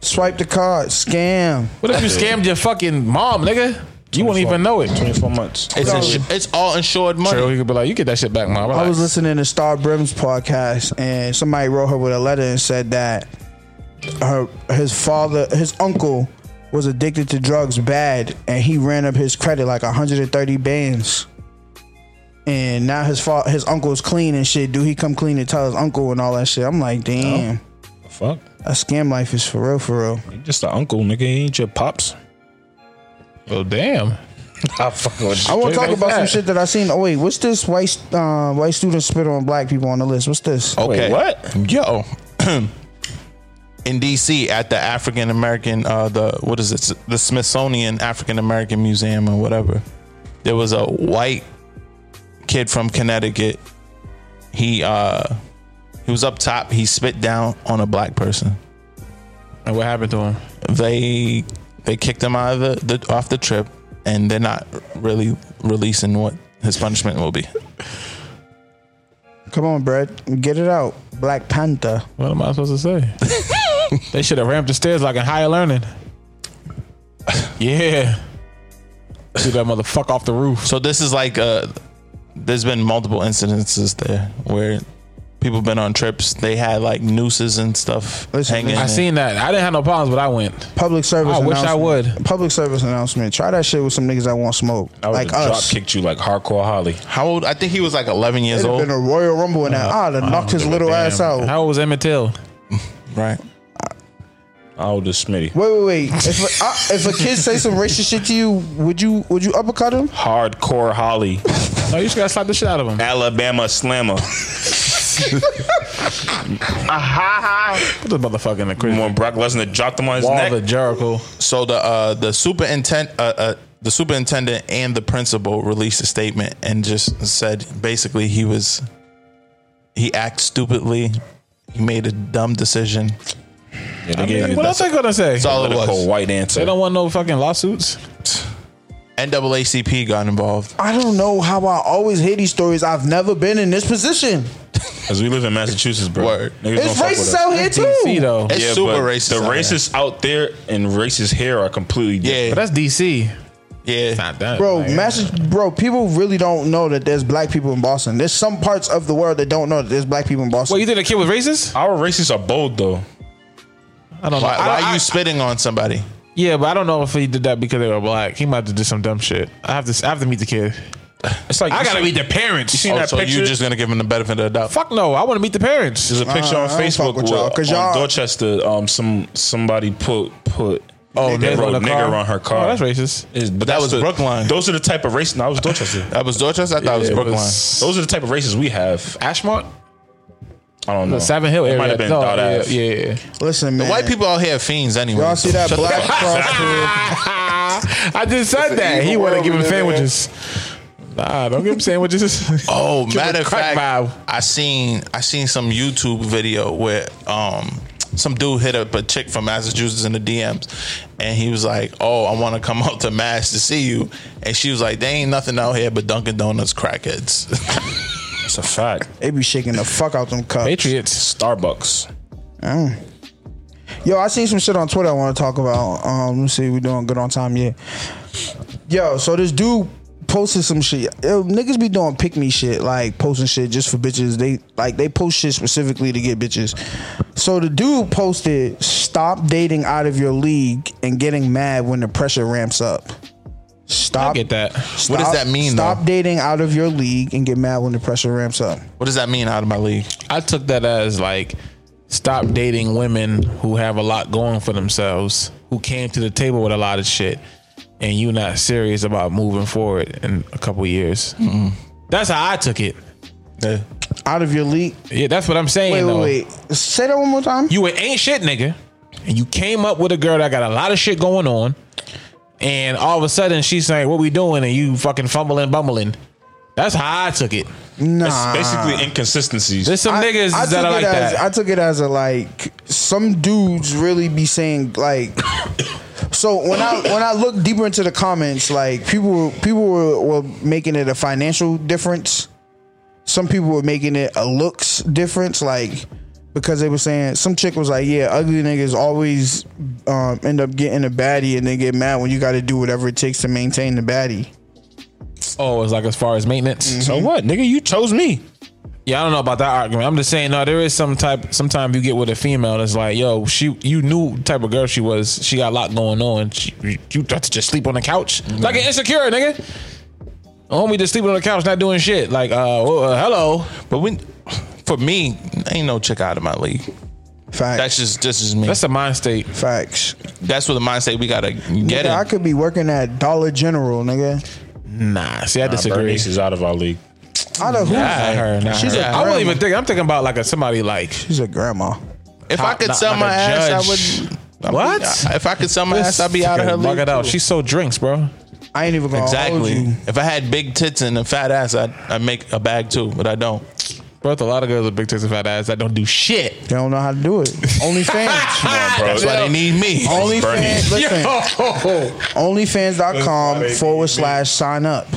A: Swipe the card, scam.
H: What if you scammed your fucking mom, nigga? You won't
E: 24.
H: even know it.
E: 24 months.
F: It's, insu- it's all insured money.
H: True, you could be like, you get that shit back, mom.
A: I
H: Relax.
A: was listening to Star Brim's podcast, and somebody wrote her with a letter and said that her his father, his uncle, was addicted to drugs bad, and he ran up his credit like 130 bands. and now his fa- his uncle's clean and shit. Do he come clean and tell his uncle and all that shit? I'm like, damn,
E: Fuck.
A: that scam life is for real, for real.
E: You just an uncle, nigga. He ain't your pops.
H: Oh damn.
E: I fucking with
A: I
E: straight
A: want to talk
E: like
A: about some
E: that.
A: shit that I seen. Oh wait, what's this white uh, white student spit on black people on the list? What's this?
E: Wait,
F: Okay.
E: what?
F: Yo. In DC at the African American uh the what is it? The Smithsonian African American Museum or whatever. There was a white kid from Connecticut. He uh he was up top, he spit down on a black person.
H: And what happened to him?
F: They they kicked him out of the, the off the trip and they're not really releasing what his punishment will be.
A: Come on, Brad, get it out. Black Panther.
H: What am I supposed to say? they should have ramped the stairs like in higher learning. Yeah. Do that motherfucker off the roof.
F: So this is like uh there's been multiple incidences there where people been on trips. They had like nooses and stuff
A: Listen,
F: hanging.
A: listen.
H: I seen that. I didn't have no problems, but I went.
A: Public service.
H: I wish I
A: announcement.
H: would.
A: Public service announcement. Try that shit with some niggas that want smoke,
E: I would
A: like
E: have drop
A: us.
E: kicked you like hardcore Holly.
F: How old? I think he was like 11 years
A: It'd have
F: old,
A: been a Royal Rumble in that. I'd have knocked his little ass out.
H: How old was Emmett Till?
F: right?
E: I would have Smitty.
A: Wait, wait, wait. If a, uh, if a kid say some racist shit to you, would you would you uppercut him?
E: Hardcore Holly.
H: No, Oh, you just gotta slap the shit out of him.
E: Alabama slammer.
H: Put this motherfucker in the crib.
E: when Brock Lesnar dropped him on his
H: Wall
E: neck.
H: to Jericho.
F: So the uh the superintendent uh, uh the superintendent and the principal released a statement and just said basically he was he acted stupidly. He made a dumb decision.
E: Yeah, they gave you
H: What
E: that
H: else they gonna say?
F: That's all it
E: political
F: was.
E: white answer.
H: They don't want no fucking lawsuits.
F: NAACP got involved.
A: I don't know how I always hear these stories. I've never been in this position.
E: Because we live in Massachusetts, bro.
F: Word.
E: Niggas don't
A: It's
E: fuck with
A: racist
E: us.
A: out here too.
H: DC though.
F: It's
E: Yeah,
F: super
E: but
F: racist.
E: The
F: out here.
E: racists out there and racists here are completely different.
H: But that's DC.
F: yeah, yeah.
H: Not that.
A: Bro,
H: like-
A: Massa- bro, people really don't know that there's black people in Boston. There's some parts of the world that don't know that there's black people in Boston.
H: Wait, you think the kid was racist?
E: Our racists are bold though.
H: I don't know.
F: Why,
H: I-
F: why
H: I-
F: are you spitting on somebody?
H: Yeah, but I don't know if he did that because they were black. He might have to do some dumb shit. I have to. I have to meet the kid.
E: It's like
H: I
E: you
H: gotta
E: see-
H: meet the parents.
E: You seen
F: Oh,
E: that
F: so
E: picture?
F: you just gonna give him the benefit of the doubt?
H: Fuck no. I want to meet the parents.
E: There's a picture
A: Uh,
E: on
A: I don't fuck
E: Facebook
A: with
E: with
A: y'all, 'cause y'all-
E: on Dorchester. Um, some somebody put put. Oh, they
H: nigger
E: wrote
H: on the
E: nigger
H: car?
E: on her car.
H: Oh, that's racist.
E: Is- but
F: That
E: that's
F: was
E: the-
F: Brookline.
E: Those are the type of racists. No, I was Dorchester.
F: That was Dorchester. I thought it was
H: Yeah, it
F: Brookline.
H: was-
E: Those are the type of racists we have.
H: Ashmont, Oh.
E: I don't know.
H: the Savin Hill
E: It
H: area.
E: might have been
H: No,
E: Dot
H: yeah,
E: Ave.
H: yeah, yeah.
A: Listen, man.
F: White people out here are fiends anyway.
A: Y'all see that
F: Shut the
A: black
F: fuck up.
A: cross crib?
H: I just said
G: an
H: that.
G: evil
H: He want to
G: world
H: give
G: we
H: him
G: live in.
H: sandwiches. Nah, don't give him sandwiches.
F: Oh,
H: Give
F: matter
H: him
F: of
H: crack
F: fact,
H: vibe.
F: I seen I seen some YouTube video where um some dude hit up a chick from Massachusetts in the DMs, and he was like, "Oh, I want to come out to Mass to see you," and she was like, "They ain't nothing out here but Dunkin' Donuts crackheads."
E: It's a fact.
A: They be shaking the fuck out them cups.
H: Patriots.
E: Starbucks.
A: Yo, I seen some shit on Twitter I want to talk about. Um, let's see, we doing good on time, yeah. Yo, so this dude posted some shit. Yo, niggas be doing pick me shit, like posting shit just for bitches. They like they post shit specifically to get bitches. So the dude posted, "Stop dating out of your league and getting mad when the pressure ramps up." Stop.
H: I get that.
A: Stop,
F: does that mean,
A: Stop
F: though?
A: dating out of your league and get mad when the pressure ramps up.
F: what does that mean out of my league?
H: I took that as like stop dating women who have a lot going for themselves, who came to the table with a lot of shit, and you not serious about moving forward in a couple years. That's how I took it.
A: Out of your league.
H: Yeah, that's what I'm saying.
A: Wait,
H: though.
A: wait, wait. Say that one more time.
H: You an ain't shit nigga, and you came up with a girl that got a lot of shit going on, and all of a sudden she's like, "What we doing?" and you fucking fumbling, bumbling. That's how I took it.
A: nah.
E: Basically inconsistencies.
H: There's some niggas that
A: took
H: are
A: it
H: like
A: as,
H: that.
A: I took it as a like some dudes really be saying like. so when I when I look deeper into the comments, like people people were, were making it a financial difference. Some people were making it a looks difference, like because they were saying some chick was like, "Yeah, ugly niggas always um, end up getting a baddie, and they get mad when you got to do whatever it takes to maintain the baddie."
H: oh, it's like as far as maintenance.
E: so what, nigga? You chose me.
H: Yeah, I don't know about that argument. I'm just saying, no, there is some type. Sometimes you get with a female, and it's like, yo, she, you knew type of girl she was. She Mm-hmm. got a lot going on. She, you got to just sleep on the couch like an insecure nigga. homie just sleeping on the couch, not doing shit. Like, uh, well, uh, hello.
F: But when, for me, ain't no chick out of my league.
A: Facts.
F: That's just this is me.
H: That's
F: That's,
H: a mind state.
A: Facts.
F: what the mindset we gotta get.
A: Nigga, I
F: in.
A: could be working at Dollar General, nigga.
H: Nah, see, I disagree.
E: Bernice is out of our league.
A: I know who.
H: Not her, not
A: She's
H: her.
A: a
H: I
A: grandma.
H: wasn't even thinking. I'm thinking about like a somebody like
A: She's a grandma.
F: if I
H: Not-
F: could
H: not
F: sell
H: like
F: my
H: a
F: ass, I
H: judge.
F: would. I'm-
H: What?
F: If I could sell my ass, I'd be out of her
H: Fucking
F: league.
H: Bug it out. She sold drinks, bro.
A: I ain't even gonna hold
F: Exactly.
A: you.
F: If I had big tits and a fat ass, I'd, I'd make a bag too, but I don't.
H: Bro, it's a lot of girls with big tits and fat ass that don't do shit.
A: They don't know how to do it. OnlyFans.
F: That's why they need me.
A: OnlyFans. Listen. OnlyFans.com
E: That's
A: forward slash sign up.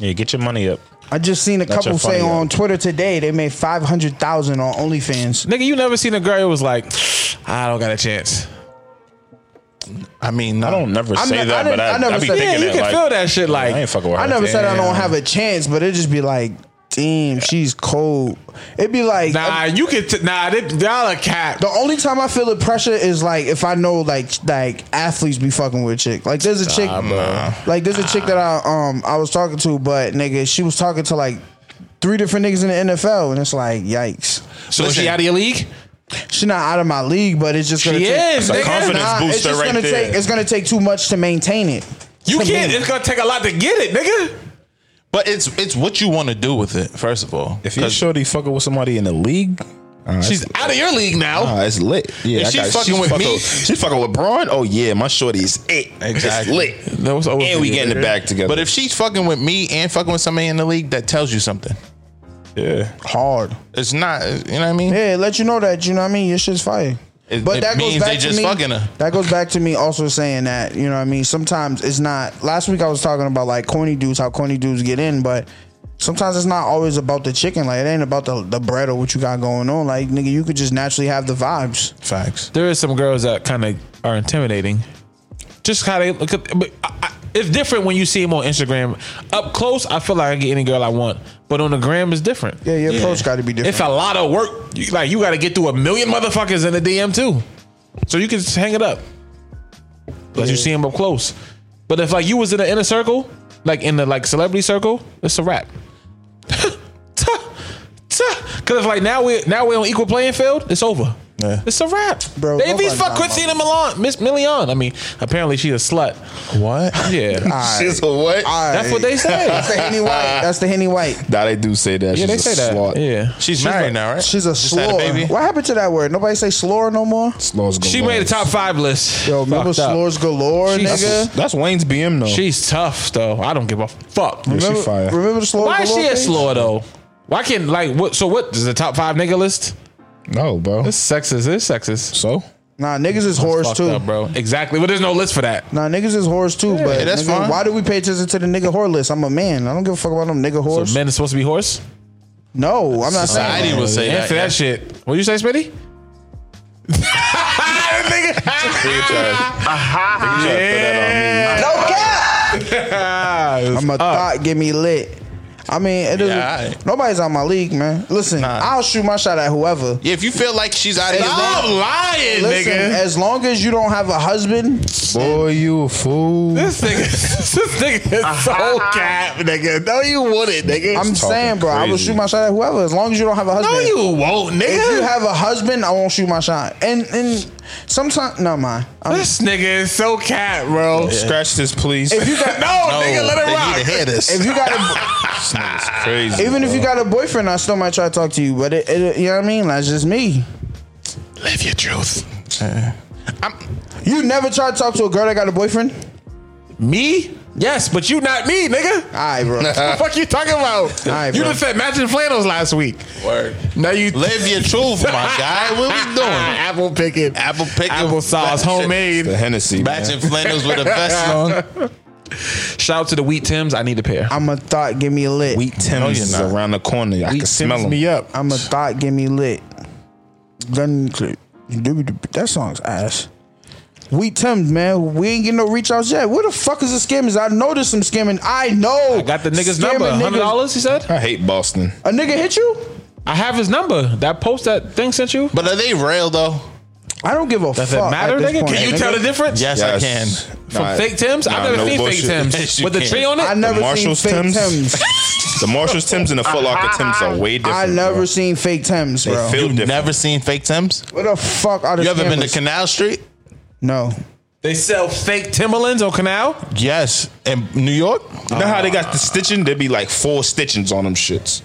E: Yeah, get your money up.
A: I just seen a
E: That's
A: couple
E: your funny
A: say
E: one.
A: on Twitter today they made five hundred thousand on OnlyFans.
H: Nigga, you never seen a girl who was like, I don't got a chance.
F: I mean, no.
E: I don't never
A: I'm
E: say
A: not- I
E: that,
A: didn't-
E: but I,
A: I
E: I,
A: never
E: be
A: said-
E: thinking
H: Yeah, you
E: that,
H: can
E: like,
H: feel that shit. Like,
E: I ain't fucking with her.
A: I never said I don't
H: Damn.
A: have a chance, but it just be like, damn, she's cold. It'd be like
H: nah, you can. T- nah, they, y'all a cat.
A: The only time I feel the pressure is like if I know like like athletes be fucking with a chick. Like there's a chick like there's a chick that I um I was talking to, but nigga, she was talking to like three different niggas in the NFL and it's like yikes.
H: So
F: Listen.
H: she out of your league?
A: She's not out of my league, but it's just gonna
H: She
A: take
H: is,
A: Nah,
H: nigga. Confidence
A: it's
E: booster
A: just
E: right
A: gonna
E: there.
A: take it's gonna take too much to maintain it.
H: You
A: To
H: can't.
A: me.
H: It's gonna take a lot to get it, nigga.
F: But it's it's what you want to do with it, first of all.
E: If you're
F: 'Cause
E: shorty fucking with somebody in the league, uh,
H: She's out of your league now.
E: uh, it's lit. Yeah,
F: If
E: I
F: she
E: got-
F: fucking with me-
E: she fucking with Braun. Oh yeah, my shorty is it.
F: Exactly.
E: It's lit.
H: That was over
E: And
H: for
E: we
H: you.
E: getting it back together.
F: but if she's fucking with me and fucking with somebody in the league, that tells you something.
E: yeah,
A: Hard.
F: It's not, you know what I mean?
A: Yeah, let you know that, you know what I mean? Your shit's fire.
F: It- it means they just
A: to me.
F: fucking her.
A: That goes back to me also saying that, you know what I mean? Sometimes it's not last week I was talking about like corny dudes, how corny dudes get in, but sometimes it's not always about the chicken. Like it ain't about the, the bread or what you got going on. Like nigga, you could just naturally have the vibes.
F: Facts.
H: there is some girls that kind of are intimidating. Just how they look, at- but I, I, it's different when you see them on Instagram. Up close, I feel like I can get any girl I want, but on the gram it's different.
A: Yeah, your approach gotta be different.
H: It's a lot of work. You- Like you got to get through a million motherfuckers in the DM too, so you can just hang it up. Unless you see them up close, but if like you was in the inner circle, like in the like celebrity circle, it's a wrap. Because if like now we now we're on equal playing field, it's over.
F: Yeah.
H: It's a wrap,
A: Bro,
H: bro. They
A: nobody's
H: these fuck
A: talking
H: Christina Milan, Miss Milian. I mean, apparently she's a slut.
F: What?
H: Yeah,
A: She's
E: a what?
H: that's what they
A: That's the
H: say.
A: Henny White. That's the Henny White.
E: Nah, they do say that.
H: yeah,
E: She's
H: they
E: a
H: say that.
E: slut.
H: Yeah,
F: She's, married now, right?
A: She's a
F: Just had a
A: slur.
F: baby.
A: What happened to that word? Nobody say slur no more.
E: Slurs
H: she
E: galore.
H: made a top five list.
A: Yo, remember
H: Fucked up.
A: slurs galore,
H: She's-
A: nigga.
E: That's Wayne's BM though.
H: She's tough though. I don't give a fuck.
E: Yeah, she
A: Remember,
E: fire.
A: remember the slurs
H: Why is
A: galore
H: she a
A: thing?
H: slower though? Why can't like what? So what is the top five nigga list?
E: no, bro.
H: It's sexist. It's sexist.
E: So
A: Nah, niggas is whores
H: Fucked
A: too.
H: up, bro. Exactly. But there's no list for that.
A: Nah, niggas is whores too, but
F: that's
A: nigga,
F: fine.
A: why do we pay attention to the nigga whore list? I'm a man. I don't give a fuck about them nigga
H: So
A: whores.
H: men is supposed to be horse.
A: no, I'm not
F: Society
A: saying.
F: will say that.
H: Answer
F: yeah.
H: that shit. What you say, Smitty?
A: I'm a thought, get me lit. Oh. I mean, it doesn't.
F: Yeah, aight.
A: nobody's on my league, man. Listen, I'll shoot my shot at whoever.
F: Yeah, if you feel like she's out of your
A: Stop
F: league, lying,
A: Listen, as long as you don't have a husband,
E: boy, you a fool.
H: This nigga, this nigga is so cap, nigga. No, you wouldn't, nigga.
A: I'm saying, bro, I will
E: crazy.
A: shoot my shot at whoever. As long as you don't have a husband.
H: no, you won't, nigga.
A: If you have a husband, I won't shoot my shot. And and sometimes, no, mind. I'm,
H: this nigga is so cap, bro.
E: Scratch this, please.
A: if you got
H: No, nigga, let it rock.
A: if you got a
E: It's crazy.
A: Even if you got a boyfriend, I still might try to talk to you. But it, it, you know what I mean? That's just me.
F: Live your truth.
A: You never try to talk to a girl that got a boyfriend?
H: Me? Yes, but you not me, nigga.
A: All right, bro.
H: The fuck you talking about?
A: Alright,
H: you
A: bro.
H: just said matching flannels last week.
F: Word.
H: Now you
F: Live your truth, my guy. What we doing?
H: apple picking,
F: Apple picking,
H: applesauce,
F: Matching-
H: homemade.
E: the Hennessy,
F: Matching flannels with a vest on.
H: Shout out to the Wheat Tims. I need a pair.
A: I'm a thought, give me lit.
E: Wheat Tim's is
F: not.
E: around the corner. I can smell them.
H: me up.
A: I'm a thought, give me lit. Gun clip. That song's ass. We Tim's, man. We ain't getting no reach outs yet. Where the fuck is the scammers? I know there's some scamming. I know.
H: I got the nigga's
A: Scamming
H: number. Hundred
A: niggas.
H: dollars, he said.
E: I hate Boston.
A: A nigga hit you?
H: I have his number. That post that thing sent you.
F: But are they real though?
A: I don't give a
H: Does it
A: fuck.
H: matter,
A: at this
H: nigga?
A: point,
H: Can you
A: nigga.
H: tell the difference?
F: Yes, I can.
D: From
E: Nah,
D: fake Tim's?
E: nah,
D: I've never
E: no
D: seen
E: bullshit.
D: fake Tim's.
F: Yes, you
D: With the
F: can.
D: tree on it?
A: I never
E: Marshall's
A: seen fake
E: Timbs?
A: Tim's.
E: The Marshalls Tims and the Foot Locker Tims are way different.
A: I never
E: bro.
A: seen fake Tim's, bro.
E: feel-
F: You've
E: different.
F: never seen fake Tim's?
A: What the fuck are the
F: You ever been to
A: scammers?
F: Canal Street?
A: No.
D: They sell fake Timberlands on Canal?
F: Yes. In New York?
E: You know how they got the stitching? There'd be like four stitchings on them shits.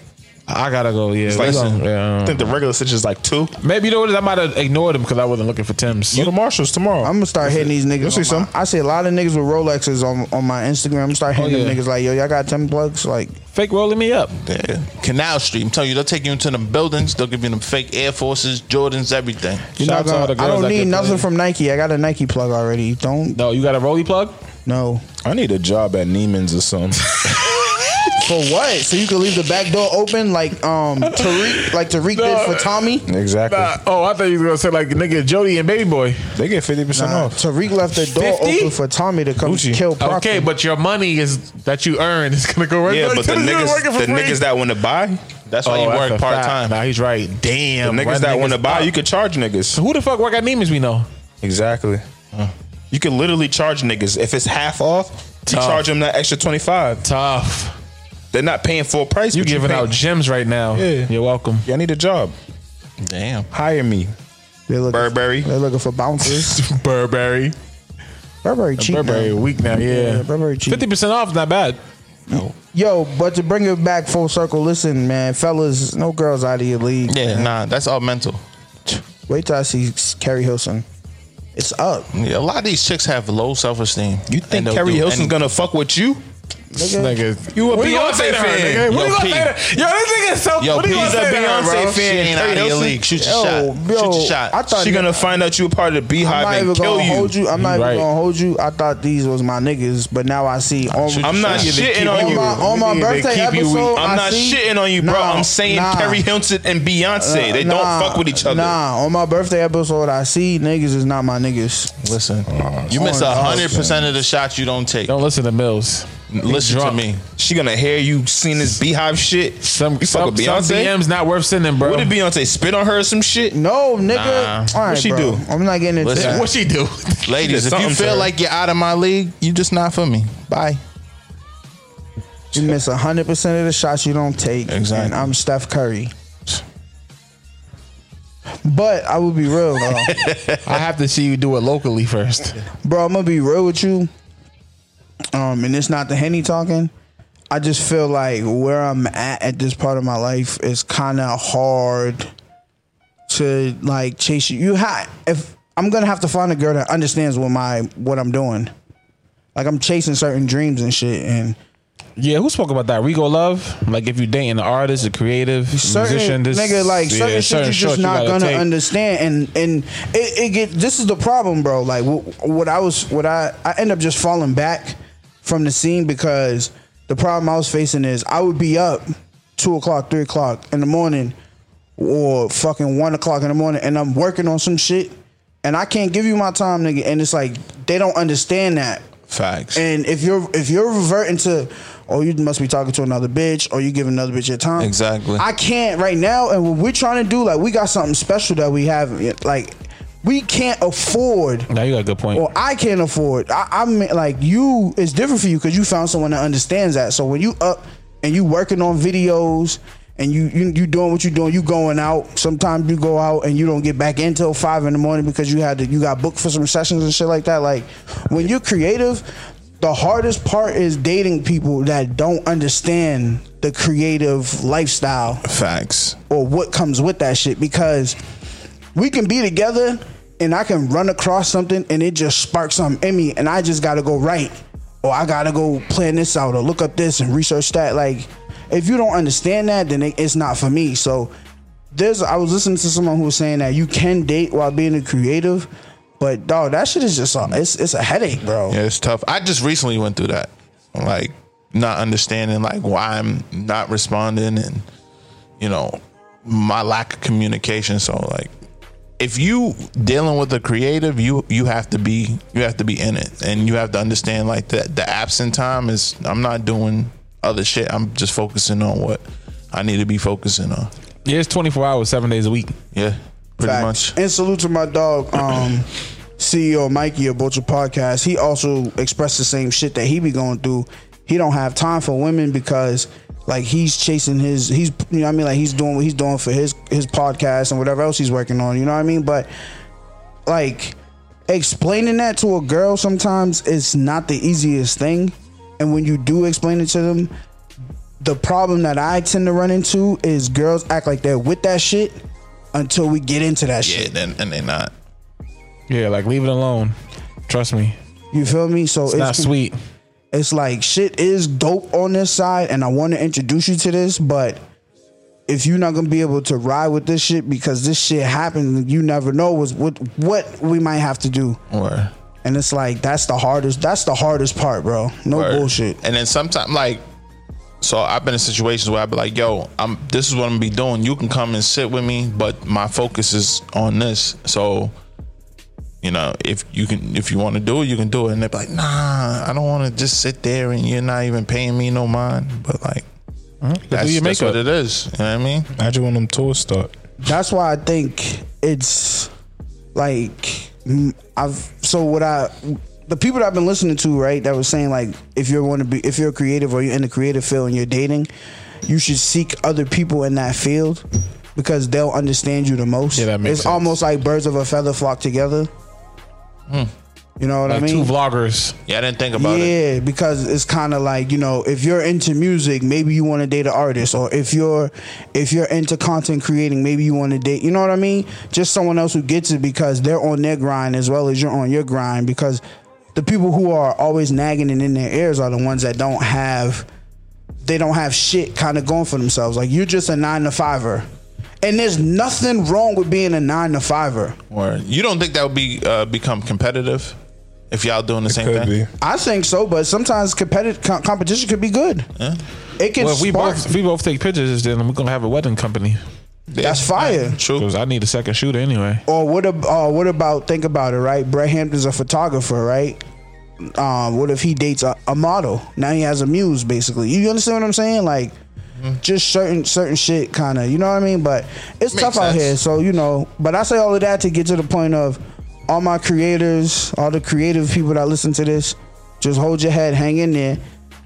H: I gotta go. Yeah,
E: Like,
H: let's go.
E: I
H: yeah.
E: think the regular stitch is like two.
H: Maybe you know what? it is? I might have ignored him because I wasn't looking for Tim's.
E: Go to Marshalls tomorrow.
A: I'm gonna start hitting these niggas.
E: You'll see
A: on my-
E: some.
A: I see a lot of niggas with Rolexes on, on my Instagram. I'm gonna start hitting
H: Oh,
A: them
H: yeah.
A: niggas like, yo, y'all got ten plugs? Like,
H: fake rolling me up.
F: Yeah. Canal Street. I'm telling you, they'll take you into them buildings. They'll give you them fake Air Forces, Jordans, everything.
A: you're not
H: Shout out to all
A: gonna.
H: the
A: I
H: girls
A: don't
H: that
A: need
H: get
A: nothing
H: played.
A: from Nike. I got a Nike plug already. Don't
H: No, you got a rolly plug?
A: no.
E: I need a job at Neiman's or something.
A: For what? So you can leave the back door open like um Tariq, like Tariq did for Tommy.
E: exactly.
H: Oh, I thought you were gonna say like nigga Jody and Baby Boy.
E: They get fifty percent
A: Nah,
E: off.
A: Uh, Tariq left the door
H: 50?
A: open for Tommy to come
E: Gucci.
A: kill Proctor.
H: Okay, but your money is that you earn is gonna go right.
E: Yeah,
H: back
E: but
H: to
E: the niggas,
H: working for
E: the
H: free.
E: niggas that want to buy,
F: That's why
H: Oh,
F: you
H: that's a
F: work
H: fact.
F: part time.
H: Nah, he's right.
E: the
H: Damn,
E: niggas
H: run
E: that want to buy,
H: up.
E: you could charge niggas.
H: Who the fuck work at Neiman's? We know.
E: Exactly. You can literally charge niggas if it's half off. You
H: Tough.
E: charge them that extra twenty five.
H: Tough.
E: They're not paying full price.
H: You
E: but
H: giving
E: paying-
H: out gems right now.
E: Yeah.
H: You're welcome.
E: Yeah, I need a job.
F: Damn.
E: Hire me.
A: they're looking,
E: Burberry.
A: They're looking for bouncers.
H: Burberry.
A: Burberry cheap.
H: Burberry
A: now.
H: weak now. Yeah.
A: Yeah, Burberry cheap.
H: Fifty percent off. Not bad.
A: Yo, but to bring it back full circle, listen, man, fellas, no girls out of your league.
F: Yeah, nah, that's all mental.
A: Wait till I see Carrie Hilson. It's up.
F: Yeah, a lot of these chicks have low self esteem.
E: You think Kerry Hilson's gonna fuck with you?
H: Nigga,
E: You a
H: What do you gonna say to her, nigga? What
F: Yo,
H: you gonna
F: P.
H: say to Yo, this nigga is so.
F: Yo,
H: what do you gonna
F: P's
H: say
F: a
H: to her, bro?
F: Beyonce fan. She ain't out of your league. Shoot your
A: Yo,
F: shot.
A: yo,
F: Shoot your shot.
A: I thought
E: She gonna find out you a part of the
A: I'm not
E: beehive
A: even
E: and kill
A: gonna
E: you.
A: hold you. I'm not
H: You right.
A: even gonna hold you. I thought these was my niggas, but now I see. On,
F: shoot
E: I'm not
F: They keep
E: shitting
F: you
E: on
A: on
E: you.
A: my, on my
H: They
A: birthday
H: keep you weak.
A: episode.
E: I'm
A: I
E: not
A: see-
E: shitting on you, bro.
A: Nah,
E: I'm saying
A: nah.
E: Kerry Hilton and Beyonce. they
A: Nah,
E: don't fuck with each other.
A: Nah, on my birthday episode, I see niggas is not my niggas.
F: Listen, you miss
A: on
F: hundred percent of the shots you don't take.
H: Don't listen to Mills.
F: Listen
H: drunk.
F: to me.
E: She gonna hear you seen this beehive shit.
H: Some,
E: you fuck
H: some,
E: with
H: some
E: Beyonce.
H: DMs not worth sending, bro.
E: what did Beyonce spit on her or some shit?
A: No, nigga. All right,
E: she
A: bro.
E: do?
A: I'm not getting into
F: Listen,
A: that.
H: What she do?
F: Ladies, if
E: something
F: you
E: to her.
F: feel like you're out of my league, you just not for me. Bye.
A: You miss 100% of the shots you don't take.
F: Exactly.
A: And I'm Steph Curry. But I will be real, though.
H: I have to see you do it locally first.
A: bro, I'm going to be real with you. Um, and it's not the Henny talking. I just feel like where I'm at at this part of my life is kind of hard to like chase you. You ha- if I'm gonna have to find a girl that understands what my what I'm doing. Like I'm chasing certain dreams and shit, and
H: Yeah, who spoke about that? Rigo Love? Like if you dating an artist, a creative,
A: certain
H: musician, this
A: nigga like certain
H: yeah,
A: shit you're
H: shorts
A: just
H: you
A: not
H: gotta
A: gonna
H: take.
A: understand and and it, it get this is the problem bro like wh- what i was what i i end up just falling back from the scene because the problem i was facing is i would be up two o'clock three o'clock in the morning or fucking one o'clock in the morning and i'm working on some shit and i can't give you my time nigga and it's like they don't understand that
F: Facts.
A: and if you're if you're reverting to, oh, you must be talking to another bitch, or you give another bitch your time.
F: Exactly.
A: I can't right now. And what we're trying to do, like, we got something special that we have. yet. Like, we can't afford,
H: Now you got a good point.
A: or I can't afford. I, I mean, like, you it's different for you because you found someone that understands that. So when you up and you working on videos. And you, you you doing what you doing. You going out. Sometimes you go out and you don't get back in till five in the morning because you had to you got booked for some sessions and shit like that. Like when you're creative, the hardest part is dating people that don't understand the creative lifestyle
F: Facts.
A: or what comes with that shit because we can be together and I can run across something and it just sparks something in me and I just gotta go right or I gotta go plan this out or look up this and research that. Like, if you don't understand that, then it- it's not for me. So, there's I was listening to someone who was saying that you can date while being a creative, but dog, that shit is just a, it's it's a headache, bro.
F: Yeah, it's tough. I just recently went through that. Like not understanding like why I'm not responding and you know, my lack of communication. So like if you dealing with a creative, you you have to be you have to be in it, and you have to understand like that the absent time is. I'm not doing other shit. I'm just focusing on what I need to be focusing on.
H: Yeah, it's 24 hours, seven days a week.
F: Yeah, pretty
A: Facts.
F: much.
A: And salute to my dog, um, CEO Mikey of Butcher Podcast, he also expressed the same shit that he be going through. He don't have time for women because like he's chasing his he's you know what I mean like he's doing what he's doing for his his podcast and whatever else he's working on, you know what I mean? But like explaining that to a girl sometimes is not the easiest thing. And when you do explain it to them, the problem that I tend to run into is girls act like they're with that shit until we get into that
F: Yeah,
A: shit.
F: and, and they not.
H: Yeah, like leave it alone. Trust me,
A: You feel me? So it's,
H: it's not sweet.
A: it's like shit is dope on this side, and I want to introduce you to this, but if you're not gonna be able to ride with this shit because this shit happened, you never know was what what we might have to do.
F: Or
A: And it's like that's the hardest that's the hardest part, bro. No
F: Word.
A: bullshit.
F: And then sometimes, like, so I've been in situations where I'd be like, "Yo, I'm. This is what I'm gonna be doing. You can come and sit with me, but my focus is on this. So, you know, if you can, if you want to do it, you can do it." And they're like, "Nah, I don't want to just sit there and you're not even paying me no mind." But like, that's,
H: your
F: that's
H: makeup.
F: what it is. You know what I mean?
E: Imagine when them tours start.
A: that's why I think it's like mm, I've so what I the people that I've been listening to right that was saying like if you're want to be if you're creative or you're in the creative field and you're dating, you should seek other people in that field because they'll understand you the most.
H: Yeah, that makes
A: It's
H: sense.
A: almost like birds of a feather flock together. You know what
H: Hmm. Like
A: I mean?
H: two vloggers.
F: Yeah, I didn't think about
A: yeah,
F: it.
A: because it's kind of like you know, if you're into music, maybe you want to date an artist, or if you're if you're into content creating, maybe you want to date. You know what I mean? Just someone else who gets it because they're on their grind as well as you're on your grind. Because the people who are always nagging and in their ears are the ones that don't have they don't have shit kind of going for themselves. Like you're just a nine to fiver, and there's nothing wrong with being a nine to fiver.
F: Or you don't think that would be uh, become competitive if y'all doing the same
E: Could
F: thing?
E: be.
A: I think so, but sometimes competitive com- competition could be good. It can
H: Well, if we
A: spark.
H: both if we both take pictures, then we're gonna have a wedding company.
A: That's fire.
F: True.
H: Cause I need a second shooter anyway.
A: Or what? ab- Uh, what about? Think about it, right? Brett Hampton's a photographer, right? Um, what if he dates a, a model? Now he has a muse, basically. You understand what I'm saying? Like, just certain certain shit, kind of. You know what I mean? But it's tough out
F: sense.
A: here, so you know. But I say all of that to get to the point of all my creators, all the creative people that listen to this, just hold your head, hang in there.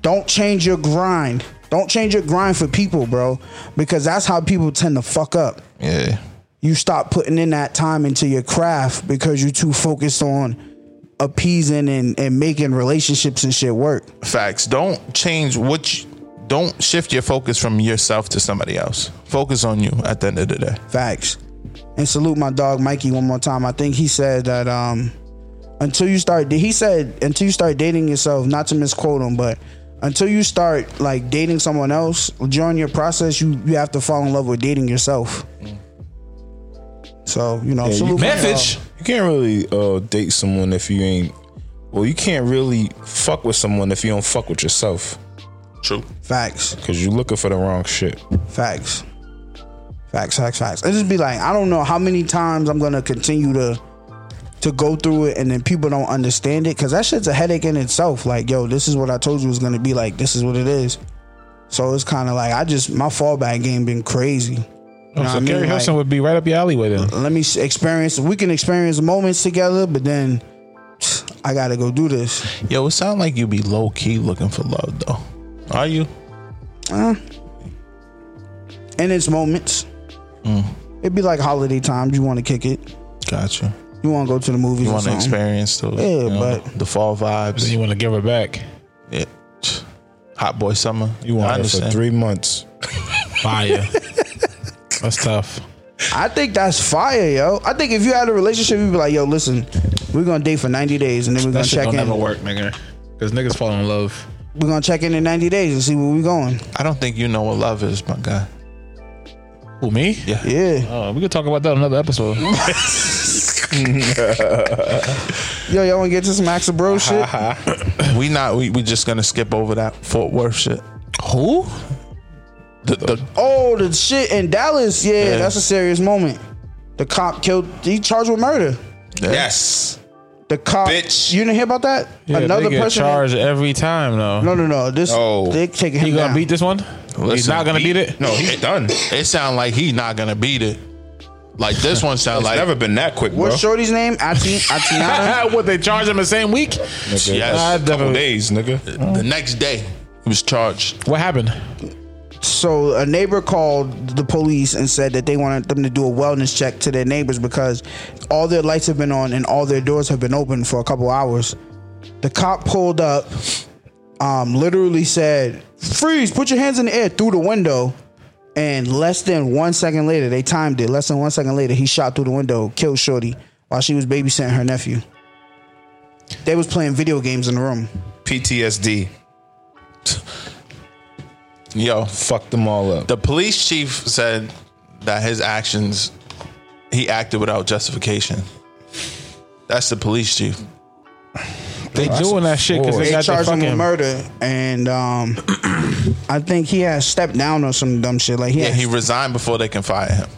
A: Don't change your grind. Don't change your grind for people, bro, because that's how people tend to fuck up
F: Yeah.
A: you stop putting in that time into your craft because you're too focused on appeasing and, and making relationships and shit work.
F: Facts. Don't change what you, don't shift your focus from yourself to somebody else. Focus on you at the end of the day.
A: Facts. And salute my dog Mikey one more time. I think he said that um until you start he said until you start dating yourself, not to misquote him, but until you start like dating someone else, during your process you you have to fall in love with dating yourself. So, you know,
E: you
A: salute my dog.
H: Message.
E: You can't really uh, date someone if you ain't. Well, you can't really fuck with someone if you don't fuck with yourself
F: True.
A: Facts.
E: because you're looking for the wrong shit.
A: Facts. Facts, facts, facts. It just be like, I don't know how many times I'm gonna continue to to go through it and then people don't understand it. Cause that shit's a headache in itself. Like, yo, this is what I told you was gonna be like, this is what it is. So it's kinda like I just my fallback game been crazy. You know what I
H: Oh, so
A: mean?
H: Gary
A: Like,
H: Hudson would be right up your alleyway then.
A: let me s- experience we can experience moments together, but then I gotta go do this.
F: Yo, it sound like you be low key looking for love though. Are you?
A: And it's moments.
H: Mm.
A: It'd be like holiday times, you wanna kick it.
F: Gotcha.
A: You wanna go to the movies.
F: You
A: or
F: want to
A: something.
F: experience those?
A: Yeah,
F: you know,
A: but-
F: the fall vibes.
H: You want to give her back?
F: Yeah. Hot boy summer.
E: You
F: I
E: want it for
F: understand.
E: three months.
H: Fire. That's tough.
A: I think that's fire, yo. I think if you had a relationship, you'd be like, yo, listen, we're gonna date for 90 days and then we're gonna
H: That shit
A: check
H: don't
A: in.
H: ever work, nigga. Cause niggas fall in love.
A: We're gonna check in in 90 days and see where we going.
F: I don't think you know what love is, my guy.
H: Who me?
F: Yeah.
A: Yeah.
H: Oh, we could talk about that on another episode.
A: Yo, y'all wanna get to some Max Bro shit?
F: We not. We, we just gonna skip over that Fort Worth shit.
H: Who?
F: The, the,
A: Oh, the shit in Dallas, yeah,
F: Yeah.
A: that's a serious moment. The cop killed he charged with murder.
E: Yes.
A: The cop
E: Bitch.
A: You didn't hear about that?
H: Yeah, Another
A: Another
H: they get
A: person
H: charged every time though.
A: No no no. This
E: Oh.
A: they taking him
H: He gonna
A: down.
H: beat this one? He's
F: Listen,
H: not gonna beat, it.
E: No, he's done.
F: It sound like he not gonna beat it. Like this one sounds
E: It's
F: like
E: never been that quick, bro.
A: What's Shorty's name? Ati Atiana.
H: what they charge him the same week?
F: Yes.
H: I
E: Couple
H: definitely-
E: days, nigga.
F: the next day he was charged.
H: What happened?
A: So a neighbor called the police and said that they wanted them to do a wellness check to their neighbors because all their lights have been on and all their doors have been open for a couple hours. The cop pulled up, um, literally said, "Freeze! Put your hands in the air!" through the window. And less than one second later, they timed it. Less than one second later, he shot through the window, killed Shorty while she was babysitting her nephew. They was playing video games in the room.
E: PTSD.
F: Yo,
E: Fuck them all up.
F: the police chief said that his actions he acted without justification. That's the police chief.
H: They doing that shit because
A: They
H: they got the
A: charged him with
H: fucking
A: murder, and um, I think he had stepped down or some dumb shit. Like he,
F: Yeah,
A: had,
F: he resigned before they can fire him.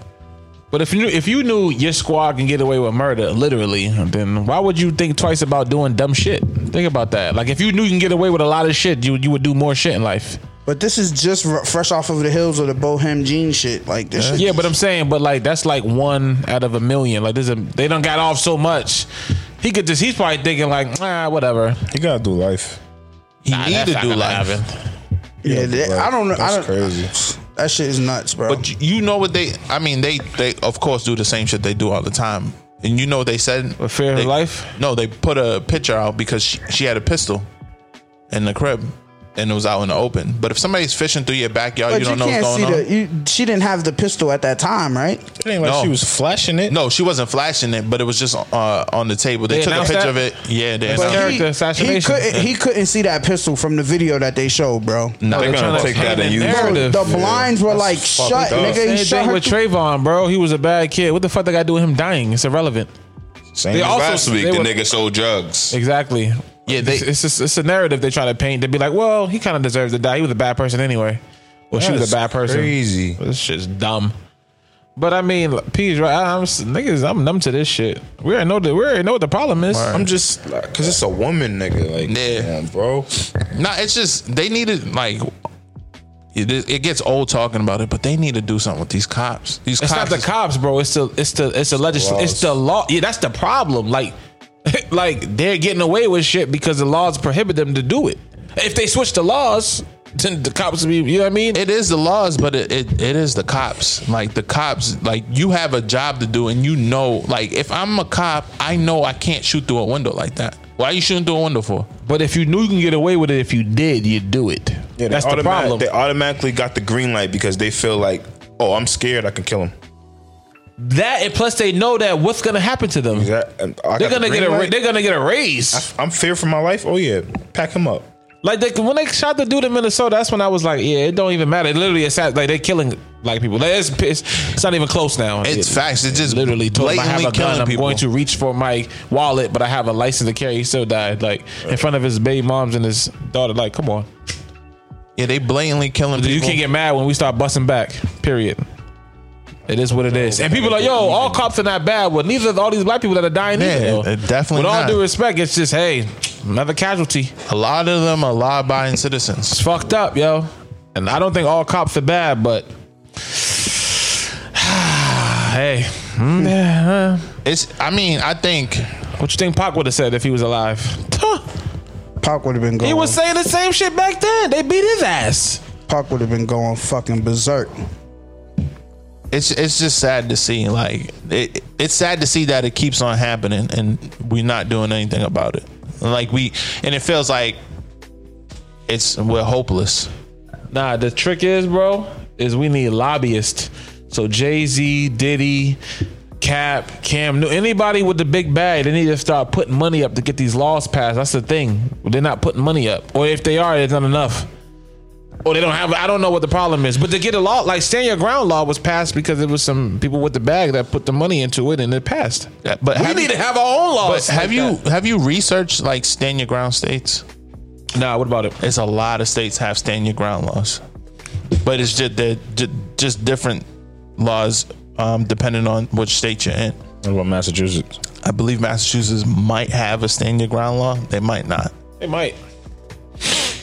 H: But if you knew, if you knew your squad can get away with murder, literally, then why would you think twice about doing dumb shit? Think about that. Like if you knew you can get away with a lot of shit, you you would do more shit in life.
A: but this is just r- fresh off of the hills of the Bohem Jean shit. Like this, shit,
H: Yeah, but I'm saying, but like that's like one out of a million. Like there's a they done got off so much. He could just he's probably thinking like ah whatever.
E: You gotta do life.
F: He needed to do life.
A: yeah, that-
E: like,
A: I don't know. I
E: that's
A: don't,
E: crazy.
A: That shit is nuts, bro.
F: But you- you know what they? I mean, they they of course do the same shit they do all the time. And you know what they said?
H: A fear of
F: they,
H: life?
F: No, they put a picture out because she, she had a pistol in the crib, and it was out in the open. But if somebody's fishing through your backyard,
A: But
F: you don't know what's going on.
A: the. You, she didn't have the pistol at that time, right?
E: It ain't like
F: No.
E: she was flashing it.
F: no, she wasn't flashing it, but it was just uh, on the table. They,
H: They
F: took a
H: announced
F: picture
H: that?
F: of it. Yeah, they
H: But
F: announced
H: Character
A: He- he,
H: assassination.
A: couldn't. He couldn't see that pistol from the video that they showed, bro.
F: No,
E: They're
F: they're
E: gonna
H: tryna
E: take that and
H: explain
E: use
H: the
E: it.
A: Bro,
H: narrative.
A: the blinds were
E: That's
A: like
E: fucked
A: shut,
E: up.
A: nigga. He
H: Same
A: shot
H: thing
A: her
H: with Trayvon, bro. He was a bad kid. What the fuck they got to do with him dying? It's irrelevant.
E: Same
H: They
E: as
H: also-
E: last week.
H: they
E: the
H: were-
E: nigga sold drugs.
H: Exactly.
F: Yeah, they-
H: it's, it's, just- it's a narrative they try to paint. They be like, well, he kind of deserves to die. He was a bad person anyway. Well, she was
E: That's
H: a bad person.
E: Crazy.
H: This shit's dumb. But I mean, like, P's right. I'm s- niggas. I'm numb to this shit. We already know that. We already know what the problem is.
E: I'm just like, cause it's a woman, nigga. Like,
F: Yeah.
E: yeah, bro.
F: No, it's just they needed like. It, is- it gets old talking about it, but they need to do something with these cops. These
H: It's
F: cops
H: not the
F: is-
H: cops, bro. It's the it's the it's the legis-
E: laws.
H: It's the law. Yeah, that's the problem. Like, like they're getting away with shit because the laws prohibit them to do it. If they switch the laws, then the cops would be. You know what I mean?
F: It is the laws, but it, it, it is the cops. Like the cops, like you have a job to do, and you know, like if I'm a cop, I know I can't shoot through a window like that. Why you shooting through a window for?
H: But if you knew you can get away with it, if you did, you'd do it.
E: Yeah, they
H: that's the
E: automatic-
H: problem.
E: They automatically got the green light because they feel like, oh, I'm scared. I can kill him.
H: that and plus they know that what's gonna happen to them.
E: That- and I
H: They're
E: got the
H: gonna get a
E: green light.
H: they're gonna get a raise.
E: I'm fear for my life. Oh yeah, pack him up.
H: Like they, when they shot the dude in Minnesota, that's when I was like, yeah, it don't even matter. It literally, it's like they're killing black people. Like, it's, it's, it's not even close now.
F: It's
H: It-
F: facts. It's just
H: literally told him I have
F: blatantly
H: a gun.
F: killing
H: I'm
F: people.
H: going to reach for my wallet, but I have a license to carry. He still died, like in front of his baby moms and his daughter. Like, come on,
F: Yeah, they blatantly killing
H: Dude,
F: people.
H: you can't get mad when we start busting back. Period. It is what it is, and people are like, "Yo, all cops are not bad." Well, neither are all these black people that are dying.
F: Yeah,
H: either, though.
F: it- it uh, definitely
H: With all
F: not.
H: due respect, it's just hey, another casualty.
F: a lot of them are law-abiding citizens.
H: It's fucked up, yo. And I don't think all cops are bad, but
F: Ah.
H: hey,
F: Hmm.
H: mm, yeah, huh.
F: It's. I mean, I think
H: what you think Pac would have said if he was alive?
A: Pac would have been going.
H: He was saying the same shit back then. They beat his ass.
A: Pac would have been going fucking berserk.
F: it's it's just sad to see. Like it, it's sad to see that it keeps on happening, and we're not doing anything about it. Like we, and it feels like it's we're hopeless.
H: Nah, the trick is, bro, is we need lobbyists. So Jay Z, Diddy, Cap, Cam, Newton, anybody with the big bag, they need to start putting money up to get these laws passed. That's the thing. They're not putting money up, or if they are, it's not enough. Or they don't have. I don't know what the problem is, but to get a law like stand your ground law was passed because it was some people with the bag that put the money into it and it passed.
F: Yeah, But
H: We
F: have
H: need
F: you-
H: to have our own
F: But
H: laws.
F: have
H: like
F: you have you researched like stand your ground states?
H: that. Nah, what about it?
F: It's a lot of states have stand your ground laws, but it's just they're ju- just different laws um, depending on which state you're in.
E: What about Massachusetts?
F: I believe Massachusetts might have a stand your ground law. They might not.
H: It might.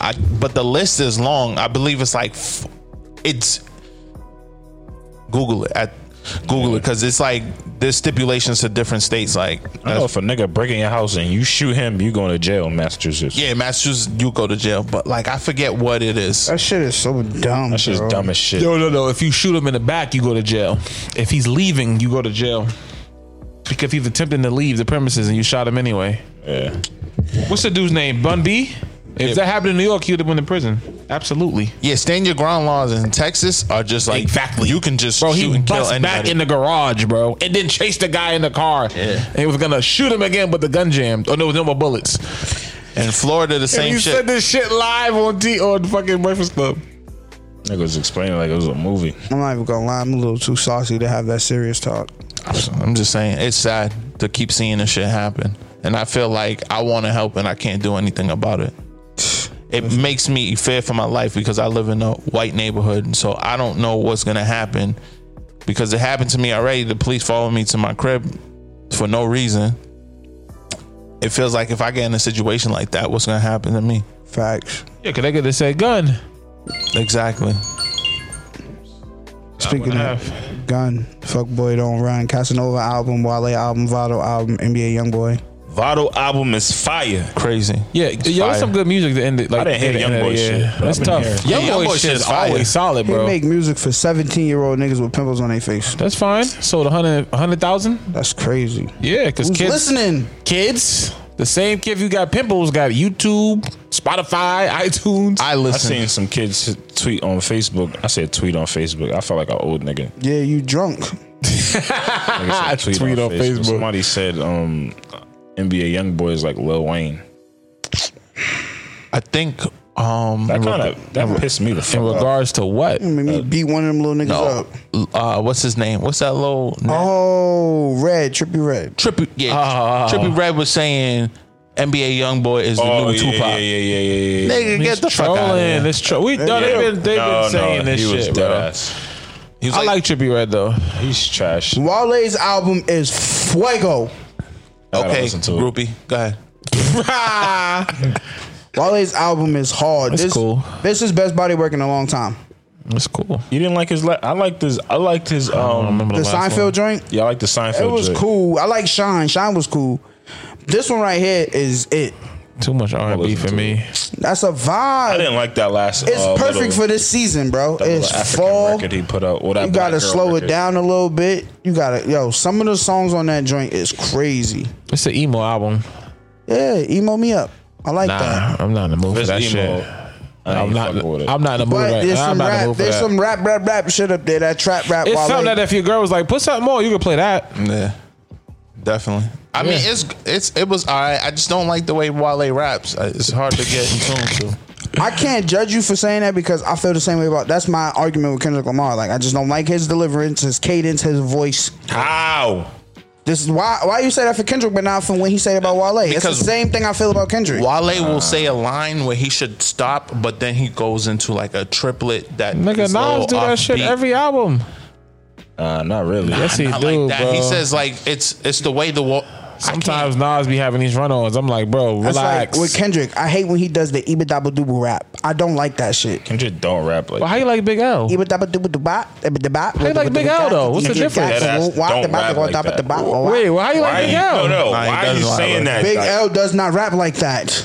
F: I but the list is long. I believe it's like f- it's Google it. I, Google it because it's like there's stipulations to different states. Like,
E: I know if a nigga break in your house and you shoot him, you going to jail, Massachusetts.
F: yeah, Massachusetts, you go to jail, but like I forget what it is.
A: That shit is so dumb.
E: That shit's
A: bro.
E: dumb as shit.
H: No, no, no. If you shoot him in the back, you go to jail. If he's leaving, you go to jail. Because he's attempting to leave the premises and you shot him anyway.
E: Yeah.
H: What's the dude's name? Bun B? If that happened in New York, he would have been in prison. Absolutely.
F: Yeah, stand your ground laws in Texas are just like
H: Exactly.
F: You can just
H: Bro,
F: shoot
H: he
F: and kill
H: bust back
F: anybody.
H: in the garage, bro, and then chased the guy in the car. Yeah. And he was gonna shoot him again, but the gun jammed. Oh no, no more bullets.
F: in Florida, the
H: and
F: same
H: he
F: shit.
H: said this shit live on D on fucking Breakfast Club.
E: Nigga was explaining like it was a movie.
A: I'm not even gonna lie. I'm a little too saucy to have that serious talk.
F: I'm just saying, it's sad to keep seeing this shit happen, and I feel like I want to help and I can't do anything about it. It makes me fear for my life because I live in a white neighborhood, and so I don't know what's gonna happen. Because it happened to me already. The police followed me to my crib for no reason. It feels like if I get in a situation like that, what's gonna happen to me?
A: Facts.
H: Yeah, cause they could have said gun.
F: Exactly.
A: Speaking of gun, fuck boy don't run. Casanova album, Wale album, Vado album, NBA YoungBoy.
E: Vado album is fire.
F: Crazy.
H: Yeah, yo,
F: fire.
H: it's some good music to end it. Like,
E: I didn't hear
H: at the end
E: Youngboy
H: of the
E: shit,
H: year.
E: but
H: That's
E: I've
H: tough.
E: been
F: hearing it. Yeah,
H: Youngboy
F: Youngboy
H: shit
F: shit's
H: is
F: fire.
H: always solid,
A: They
H: bro.
A: make music for 17 year old niggas with pimples on their face.
H: That's fine. Sold a hundred, a hundred thousand.
A: That's crazy.
H: Yeah, because
A: Who's
H: kids,
A: listening?
H: kids, the same kid who got pimples got YouTube, Spotify, iTunes.
F: I
E: I
F: listen.
E: seen some kids tweet on Facebook. I said tweet on Facebook. I felt like an old nigga.
A: Yeah, you drunk.
E: Nigga said tweet, on, Facebook. Somebody said um, NBA YoungBoy is like Lil Wayne.
F: I think um
E: That kind of that pissed me the
H: in
E: fuck off.
H: regards to what?
A: Made me beat one of them little niggas
F: no,
A: up.
F: uh what's his name? What's that little
A: Oh, red, trippy red.
F: Trippy yeah.
H: Oh. Ah,
F: Trippy Red was saying NBA Youngboy is the
E: Oh
F: new
E: yeah,
F: Tupac.
E: yeah, yeah, yeah, yeah, yeah.
F: Nigga, get the fuck out of
H: Trolling.
F: here.
H: This tro- we no,
E: Yeah.
H: they've been they've
E: No,
H: been saying
E: no,
H: this
E: he was
H: shit,
E: dead
H: bro.
E: ass.
F: He was
H: I
F: like,
H: like Trippy Red though.
E: He's trash.
A: Wale's album is Fuego.
E: gotta
F: okay,
E: listen to it.
F: groupie, go ahead.
A: Wale's album is hard.
H: That's
A: this,
H: cool.
A: This is best body work in a long time.
H: That's cool.
E: You didn't like his. La- I liked his. I liked his. Um,
A: The Seinfeld joint.
E: yeah, I like the Seinfeld.
A: It was
E: joint.
A: cool. I like Shine. Shine was cool. This one right here is it.
H: Too much R and B for
E: to
H: me.
A: That's a
E: I
A: vibe.
E: didn't like that last.
A: It's
E: uh,
A: perfect
E: little-
A: for this season, bro.
E: that little
A: It's
E: African
A: fall.
E: record he put out. Well, that
A: You
E: Black
A: gotta
E: Girl
A: slow it
E: record.
A: down a little bit. You gotta yo. Some of the songs on that joint is crazy.
H: It's an emo album.
A: Yeah, emo me up. I like that.
H: Nah, I'm not in the mood for
E: It's
H: that
E: emo.
H: shit.
E: I
H: I'm
E: ain't
H: not.
E: fucking with it.
H: I'm not in the mood
A: But
H: right
A: there's
H: now. I'm
A: some
H: not in the mood
A: rap.
H: for
A: There's
H: that.
A: some rap, rap, rap shit up there. That trap, rap.
H: It's
A: Wale.
H: something that if your girl was like, put something more, you could play that.
F: Yeah. Definitely. I mean,
H: Yeah.
F: it's it's it was all right. I just don't like the way Wale raps. Uh, It's hard to get in tune to.
A: I can't judge you for saying that because I feel the same way about. That's my argument with Kendrick Lamar. Like I just don't like his deliverance, his cadence, his voice.
E: How?
A: This is why why you say that for Kendrick, but not for when he said about Wale. it's the
F: Because-
A: same thing I feel about Kendrick.
F: Wale will say a line where he should stop, but then he goes into like a triplet that
H: Nigga,
F: is a little
H: Nas do that shit
F: offbeat.
H: every album.
E: Uh, not really.
H: Yes, he
F: Not
H: do,
F: like that.
H: bro.
F: He says like it's it's the way the wa-
H: Sometimes Nas be having these run-ons. I'm like, bro,
A: That's
H: relax.
A: like with Kendrick. I hate when he does the ibadabba double rap. I don't like that shit.
E: Kendrick don't rap like.
H: but how you like Big L?
A: Ibadabba double bop. How
H: you like Big L, though? What's the difference?
E: That ass don't rap like that.
H: Wait, well, how you like
E: Why?
H: Big
E: you- No,
H: L?
E: no.
F: Nah, he
E: Why are you
F: doesn't rap
E: saying
F: like
E: that?
A: Big
E: Like,
A: L does not rap like that.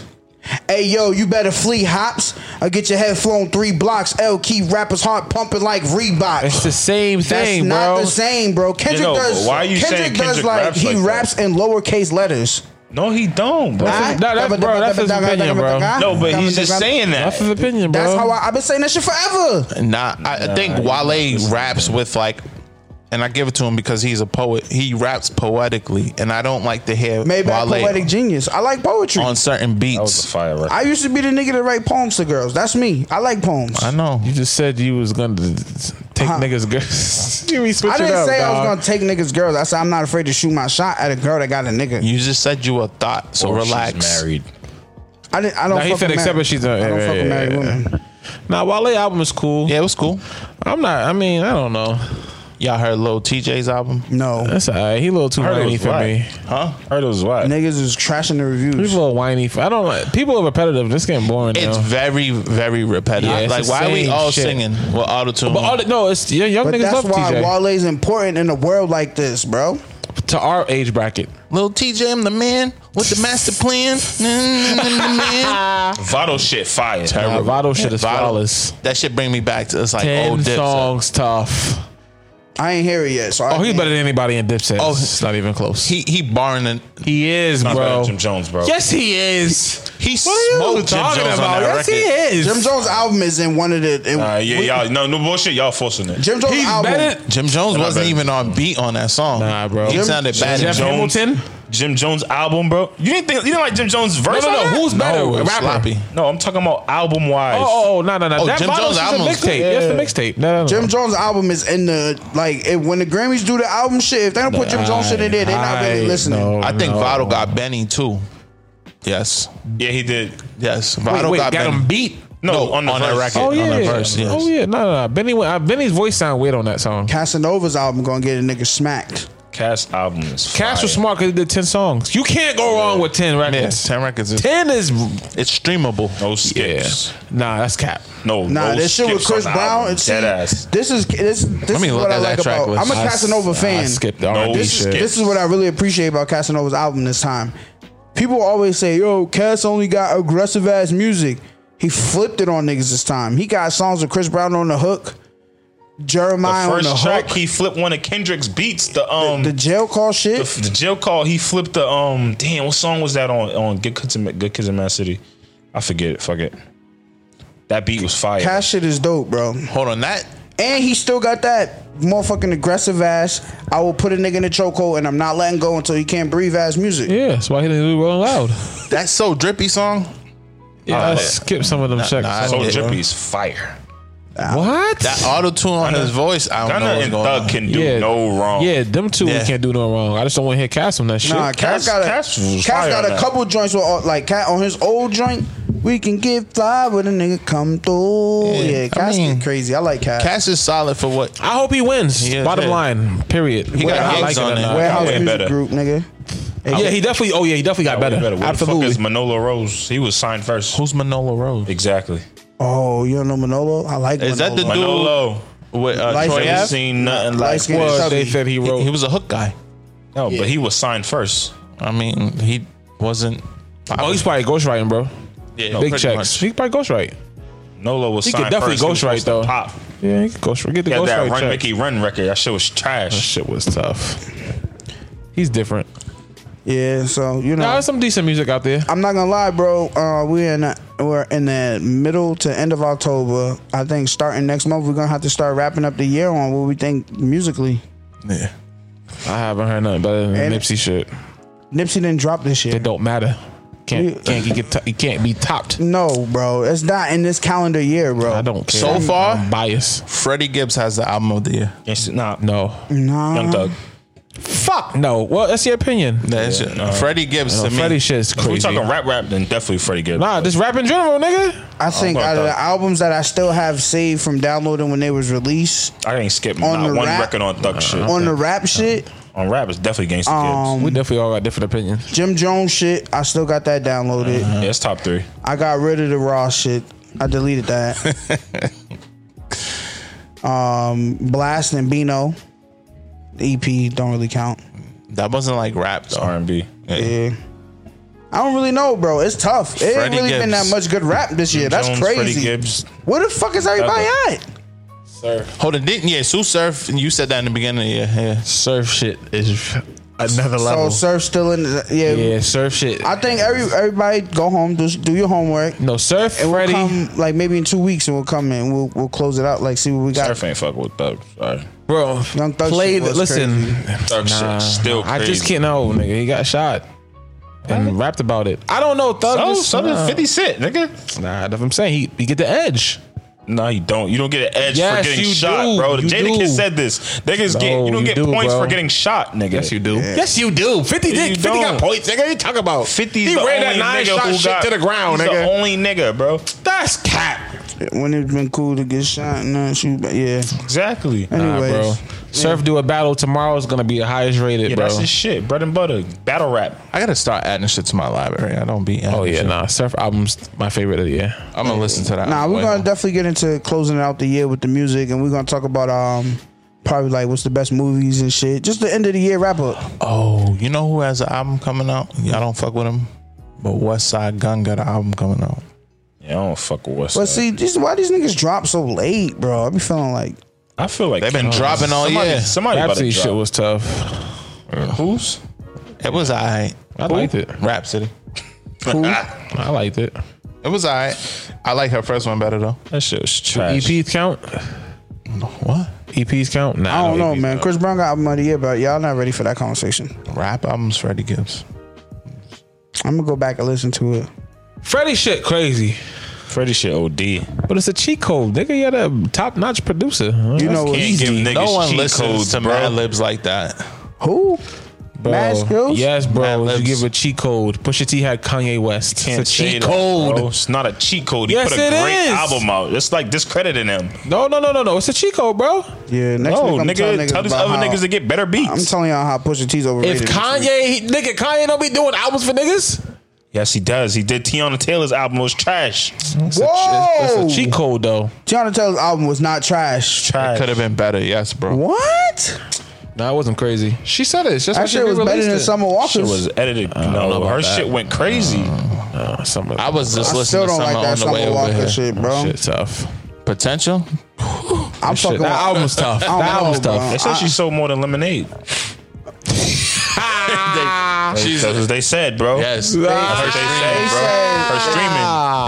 A: Hey yo, you better flee hops or get your head flown three blocks. L keep rappers heart pumping like
H: It's
A: Reebok.
H: the same
A: That's
H: thing,
A: not
H: bro.
A: the same, bro. Kendrick
E: know,
A: does.
E: but why are you
A: Kendrick
E: saying
A: does
E: Kendrick
A: like
E: raps
A: he
E: like that?
A: raps in lowercase letters.
E: no, he don't. Bro.
A: Nah,
H: no, that's- bro, that's his opinion, bro.
E: No, but he's just saying
H: That's
E: that.
H: his opinion, bro.
A: That's how I, I've been saying that shit forever.
F: Nah, I, I think Wale raps with like, and I give it to him because he's a poet. He raps poetically, and I don't like to hear
A: Maybe
F: Wale
A: I'm poetic genius. I like poetry.
F: on certain
E: That was a
F: beats.
E: fire record.
A: I used to be the nigga that write poems to girls. That's me. I like poems.
F: I
A: I,
F: know.
H: you just said you was gonna take niggas' girls. you be switching
A: didn't
H: up,
A: say I was
H: dog.
A: gonna take niggas' girls. I said I'm not afraid to shoot my shot at a girl that got a nigga.
F: You just said you a thought, so
E: Or she's
F: relax.
E: Married.
A: I didn't. I don't.
H: Nah, he
A: fuck
H: said
A: with
H: except
A: married-
H: if she's a-
A: I don't
H: yeah,
A: fuck with
H: yeah,
A: married
H: yeah.
A: women.
H: Nah, Wale album is cool.
F: Yeah, it was cool.
H: I'm not. I mean, I don't know.
F: Y'all heard Lil TJ's album?
A: No.
H: That's all right. He a little too
E: Heard it
H: whiny
E: was
H: for
E: whack.
H: me.
F: Huh?
E: Heard it was whack.
A: Niggas is trashing the
H: He's a
A: reviews.
H: little whiny. For, I don't like. People are repetitive. This getting boring now.
F: It's very, very repetitive.
H: Yeah, it's
F: like,
H: the
F: why are we
H: same
F: all
H: shit.
F: singing with auto tune?
H: but all the, no, it's young, young
A: But
H: niggas
A: that's
H: love
A: why
H: TJ
A: Wale's important in a world like this, bro.
H: to our age bracket.
F: Lil TJ, I'm the man with the master plan. Mm, I'm the man.
E: Vado shit fire.
H: Nah, Vado shit is
F: Vado.
H: flawless.
F: That shit bring me back to it's like
H: Ten
F: old Dipset.
H: songs tough.
A: I ain't hear it yet, so I
H: Oh, he's
A: can't-
H: better than anybody in Dipset.
F: Oh,
H: Oh, it's not even close.
F: He he barring the,
H: He is,
E: Not
H: bro.
E: bad, Jim Jones, bro.
H: Yes, he is.
F: he
H: What are you
F: smoked Jim
H: talking
F: Jones
H: about?
F: on that
H: Yes,
F: record.
H: he is.
A: Jim Jones' album is in one of the. in-
E: Nah, yeah, y'all. No, no bullshit. Y'all forcing it.
A: Jim Jones'
H: He's
A: album.
H: better.
F: Jim Jones
E: Not
F: wasn't
E: bad.
F: even on beat on that song.
H: Nah, bro.
F: He
H: Jim-
F: sounded bad.
H: Jeff
F: in Jones.
H: Hamilton.
E: Jim Jones album, bro. You didn't think you didn't like Jim Jones
H: No,
E: verse?
H: no,
E: on
H: no.
E: that?
H: Who's better?
F: No, it was
H: Rapper.
F: sloppy.
E: No, I'm talking about album wise.
H: Oh, oh, oh, no, no, no.
F: Oh,
H: that
F: Jim
H: Jim Jones
F: Jones
H: is a
F: album's
H: mixtape.
F: good.
H: Yeah. That's the mixtape. No, no, no.
A: Jim Jones' album is in the like it, when the Grammys do the album shit. If they don't put Jim Jones shit in there, they're not really
H: I-
A: listening.
H: no,
F: I think
H: Oh, no.
F: Vado got Benny too. Yes,
E: yeah, he did.
F: yes.
H: Wait,
F: Vado
H: wait,
F: got,
H: got,
F: Benny.
H: him beat.
E: No, on the
F: that
E: verse.
F: record.
H: Oh yeah.
F: on that verse. Yes.
H: Oh yeah. No, no, no. Benny went, uh, Benny's voice sound weird on that song.
A: Casanova's album gonna get a nigga smacked.
E: Cast album is
H: Cash
E: fire.
H: was smart because he did ten songs. You can't go wrong with ten
F: Yes,
H: records.
F: ten records. Is,
H: Ten is
F: it's streamable.
E: No
H: yeah.
E: skips.
H: Nah, that's cap.
E: No. no
A: Nah, this shit with
E: skips
A: Chris
E: on the
A: Brown
E: album.
A: and see,
E: dead ass.
A: This is this. This
F: Let me
A: is
F: look
A: what
F: at
A: I
F: that
A: like
F: track
A: about.
F: list.
A: Oh, I'm a
F: I s-
A: Casanova fan.
H: I skipped the R&B
E: this
A: This is,
H: shit.
A: this is what I really appreciate about Casanova's album this time. People always say, yo, Cass only got aggressive ass music. He flipped it on niggas this time. He got songs with Chris Brown on the hook,
E: The
A: Jeremiah on the
E: first track,
A: hook,
E: he flipped one of Kendrick's beats. The um,
A: the
E: the,
A: jail call shit.
E: the, jail call. He flipped the um. Damn, what song was that on? On Good Kids, in, Ma- Good Kids in Mad City. I forget it. Fuck it. That beat was fire.
A: Cash shit is dope, bro.
F: Hold on, that
A: And he still got that motherfucking aggressive ass. I will put a nigga in a chokehold and I'm not letting go until he can't breathe ass music.
H: Yeah, that's why he didn't do Rolling Loud.
F: that so drippy song.
H: Yeah,
E: Oh,
H: I
E: yeah.
H: skipped some of them checks.
F: nah, I
E: so
F: Yeah.
E: drippy's fire.
H: what?
F: That auto tune on his voice. I don't
E: Gunna
F: know what's
E: and
F: going
E: Thug
F: on.
E: can do no wrong.
H: Yeah, them two
F: Yeah.
H: we can't do no wrong. I just don't want to hear Cass on that shit.
A: Nah, Cash
E: Cass-
A: got a
E: Cass was
A: Cass
E: fire
A: got
E: on
A: a
E: that.
A: couple joints with all- like Cat on his old joint. We can get fly when a nigga come through.
F: Yeah,
A: Yeah,
F: I
A: Cass
F: mean,
A: get crazy. I like Cass.
F: Cass is solid for what?
H: I hope he wins.
F: Yeah,
H: Bottom
F: yeah.
H: line, period. He
F: got gigs on there.
A: Warehouse
E: way
A: Music
E: better.
A: Group, nigga.
H: Yeah, he definitely. Oh yeah, he definitely got better.
E: Better. Where the fuck is
H: Absolutely.
E: Manolo Rose? He was signed first.
F: Who's Manolo Rose?
E: Exactly.
A: Oh, you don't know Manolo? I like
F: Is that
A: Manolo.
F: the dude
E: Manolo.
F: with uh,
A: Life
F: Troy
A: is-
E: Ain't
F: Ave?
E: seen nothing like
A: Light-skinned
H: Was,
A: chubby.
H: Uh, they said he
F: He,
H: wrote.
F: he was a hook guy.
E: no, but he was signed first.
F: I mean, he wasn't.
H: oh, he's probably ghostwriting, bro.
F: yeah,
H: Big
F: pretty
H: checks. He probably ghostwrite.
E: Nolo was
H: He could
E: signed
H: definitely
E: first. He was
H: ghostwrite,
E: supposed to
H: though.
E: Pop.
H: Yeah, he could ghostwrite. Get the
E: He had that
H: ghostwrite
E: Run
H: check.
E: Mickey Run record. That shit was
H: That
E: trash.
H: shit was tough. He's different.
A: Yeah, so you know.
H: Nah, there's some decent music out there.
A: I'm not gonna lie, bro. Uh, we're in the, we're in the middle to end of October. I think starting next month, we're gonna have to start wrapping up the year on what we think musically.
F: much. Yeah.
H: I haven't heard nothing better than
A: And-
H: Nipsey shit.
A: Nipsey didn't drop this
H: It
A: year.
H: don't matter. Can't
A: We-
H: can't get, get to- it can't be topped.
A: No, bro, it's not in this calendar year, bro.
H: I don't care.
F: So
H: I'm-
F: far?
H: I'm biased.
F: Freddie Gibbs has the album of the year.
E: Yes, Nah,
H: No.
A: Nah.
E: Young Thug.
H: Fuck no. Well, that's your opinion.
F: That's it. Freddie Gibbs
H: No,
F: to me.
H: Freddie shit is
E: If we
H: crazy.
E: talking rap, rap, then definitely Freddie Gibbs.
H: Nah, just rap in general, nigga.
A: I think out of the albums that I still have saved from downloading when they was released
E: I ain't skip
A: On
E: not
A: the
E: one
A: rap-
E: record on Thug shit. On,
A: on the rap shit,
E: rap, it's definitely Gangsta
A: um,
H: We definitely all got different opinions.
A: Jim Jones shit, I still got that downloaded.
E: Gibbs. Yeah, it's top three.
A: I got rid of the raw shit. I deleted that. um, Blast and Bino EP don't really count.
F: That wasn't like rap though.
E: R and B.
A: Yeah. I don't really know, bro. It's tough. It ain't
F: Freddie
A: really been that
F: Gibbs.
A: much good rap this year. That's
E: Jones, Freddie
A: crazy.
E: Gibbs.
A: Where the fuck is everybody at?
F: Hold on, didn't yeah? Sue Surf, and you said that in the beginning. Yeah, yeah.
H: Surf shit is another
A: So Surf still in. The, yeah.
H: yeah, surf shit.
A: I think every everybody go home, do, do your homework.
H: no surf.
A: And we'll
H: Freddie.
A: come like maybe in two weeks, and we'll come in. We'll we'll close it out. Like see what we got.
E: Surf ain't fuck with Thug. Sorry.
H: bro.
A: Young Thug shit
H: played.
A: was
H: Listen,
E: Thug
H: nah,
E: shit still
H: I
E: crazy.
H: just can't know, nigga. He got shot and rapped about it. I don't know. Thug.
E: Oh,
H: is-
E: so
H: nah.
E: did 50 Cent, nigga.
H: Nah, that's what I'm saying. He, he get the edge.
E: No, you don't. You don't get an edge
H: Yes,
E: for getting
H: you
E: shot,
H: do.
E: bro.
H: You
E: Jadakiss
H: do.
E: said this. Niggas get
H: No,
E: you don't
H: you
E: get
H: do,
E: points
H: bro.
E: for getting shot, nigga.
H: do. Yes, you do. 50 did.
E: You
H: 50
E: don't.
H: got points, nigga. What you talking about?
E: 50
H: He
E: the
H: ran that
E: only
H: nine
E: nigga
H: shot
E: who
H: shit
E: got-
H: to the ground,
E: he's
H: nigga.
E: The only nigga, bro.
H: That's cap.
A: crazy. When it's been cool to get shot and uh, shoot, but yeah.
E: Exactly.
A: Anyways,
H: bro. Surf do a battle tomorrow is gonna be the highest rated,
E: Yeah,
H: bro.
E: that's his shit. Bread and butter, battle rap.
F: I gotta start adding shit to my library. I don't be.
H: oh yeah, nah. Surf album's my favorite of the year.
F: I'm gonna listen to that.
A: Nah, we're
F: Wait.
A: gonna definitely get into closing out the year with the music, and we're gonna talk about um probably like what's the best movies and shit. Just the end of the year wrap up.
F: Oh, you know who has an album coming out? Y'all don't fuck with him, but West Side Gun got an album coming out.
E: Yeah, I don't fuck with West.
A: But
E: Side.
A: see, this, why these niggas drop so late, bro? I be feeling like
E: I feel like
F: They've been
E: Kendrick-
F: dropping all
E: Oh, somebody,
F: year.
E: Somebody about
H: Rhapsody
E: to drop.
H: shit was tough.
E: Who's?
F: It was alright.
H: I liked it.
F: Rhapsody.
H: I liked it.
F: It was alright. I like her first one better though.
E: That shit was trash.
H: EPs E count?
F: What?
H: EPs count? Nah, E
A: I don't know,
H: EPs
A: man.
H: count.
A: Chris Brown got album of the year, but y'all not ready for that conversation.
F: Rap albums, Freddie Gibbs.
A: I'm gonna go back and listen to it.
H: Freddie shit crazy,
E: Freddie shit OD.
H: but it's a cheat code, nigga. You're the top notch producer.
A: You know what?
E: Can't give niggas
F: No one
E: cheat
F: listens
E: codes,
F: to
E: bro.
F: Mad Libs like that.
A: Who?
H: bro.
A: Mad Skills?
H: Yes,
F: Mad
H: bro. if
F: Libs.
H: you give a cheat code. Pusha T had Kanye West.
E: Can't
H: it's a
E: say
H: cheat
E: that,
H: code.
E: bro. It's not a cheat code. He
H: Yes,
E: put a
H: it
E: great
H: is.
E: album out. It's like discrediting him.
H: No, no, no, no, no. It's a cheat code, bro.
A: Yeah, next
E: No,
A: week I'm telling
E: nigga,
A: niggas
E: tell these
A: about
E: other
A: how,
E: niggas to get better beats.
A: I'm telling y'all how Pusha T's overrated.
H: If
A: this week.
H: Kanye, nigga, Kanye don't be doing albums for niggas.
E: yes, he does. He did. Tiana Taylor's album was trash.
A: whoa,
H: It's a cheat code though.
A: Tiana Taylor's album was not trash.
E: Trash.
F: It could have been better, yes, bro.
A: What?
H: Nah, it wasn't crazy. She said it. It's just
A: That shit was better than Summer
E: Shit
A: Walker's.
E: was edited. no,
H: know about
E: her
H: that.
E: shit went crazy.
H: Something.
F: I was just
A: I
F: listening to
A: still don't
F: something
A: like that
F: on the way
A: Summer
F: over
A: Walker
F: here.
A: shit, bro.
H: Shit, tough.
F: Potential?
A: I'm
H: Shit,
A: fucking.
H: that album's tough.
A: I don't
H: That
A: know,
H: album's tough.
E: they said she sold more than lemonade.
F: She's-
E: That's what they said, bro.
F: yes.
E: That's what they said, bro.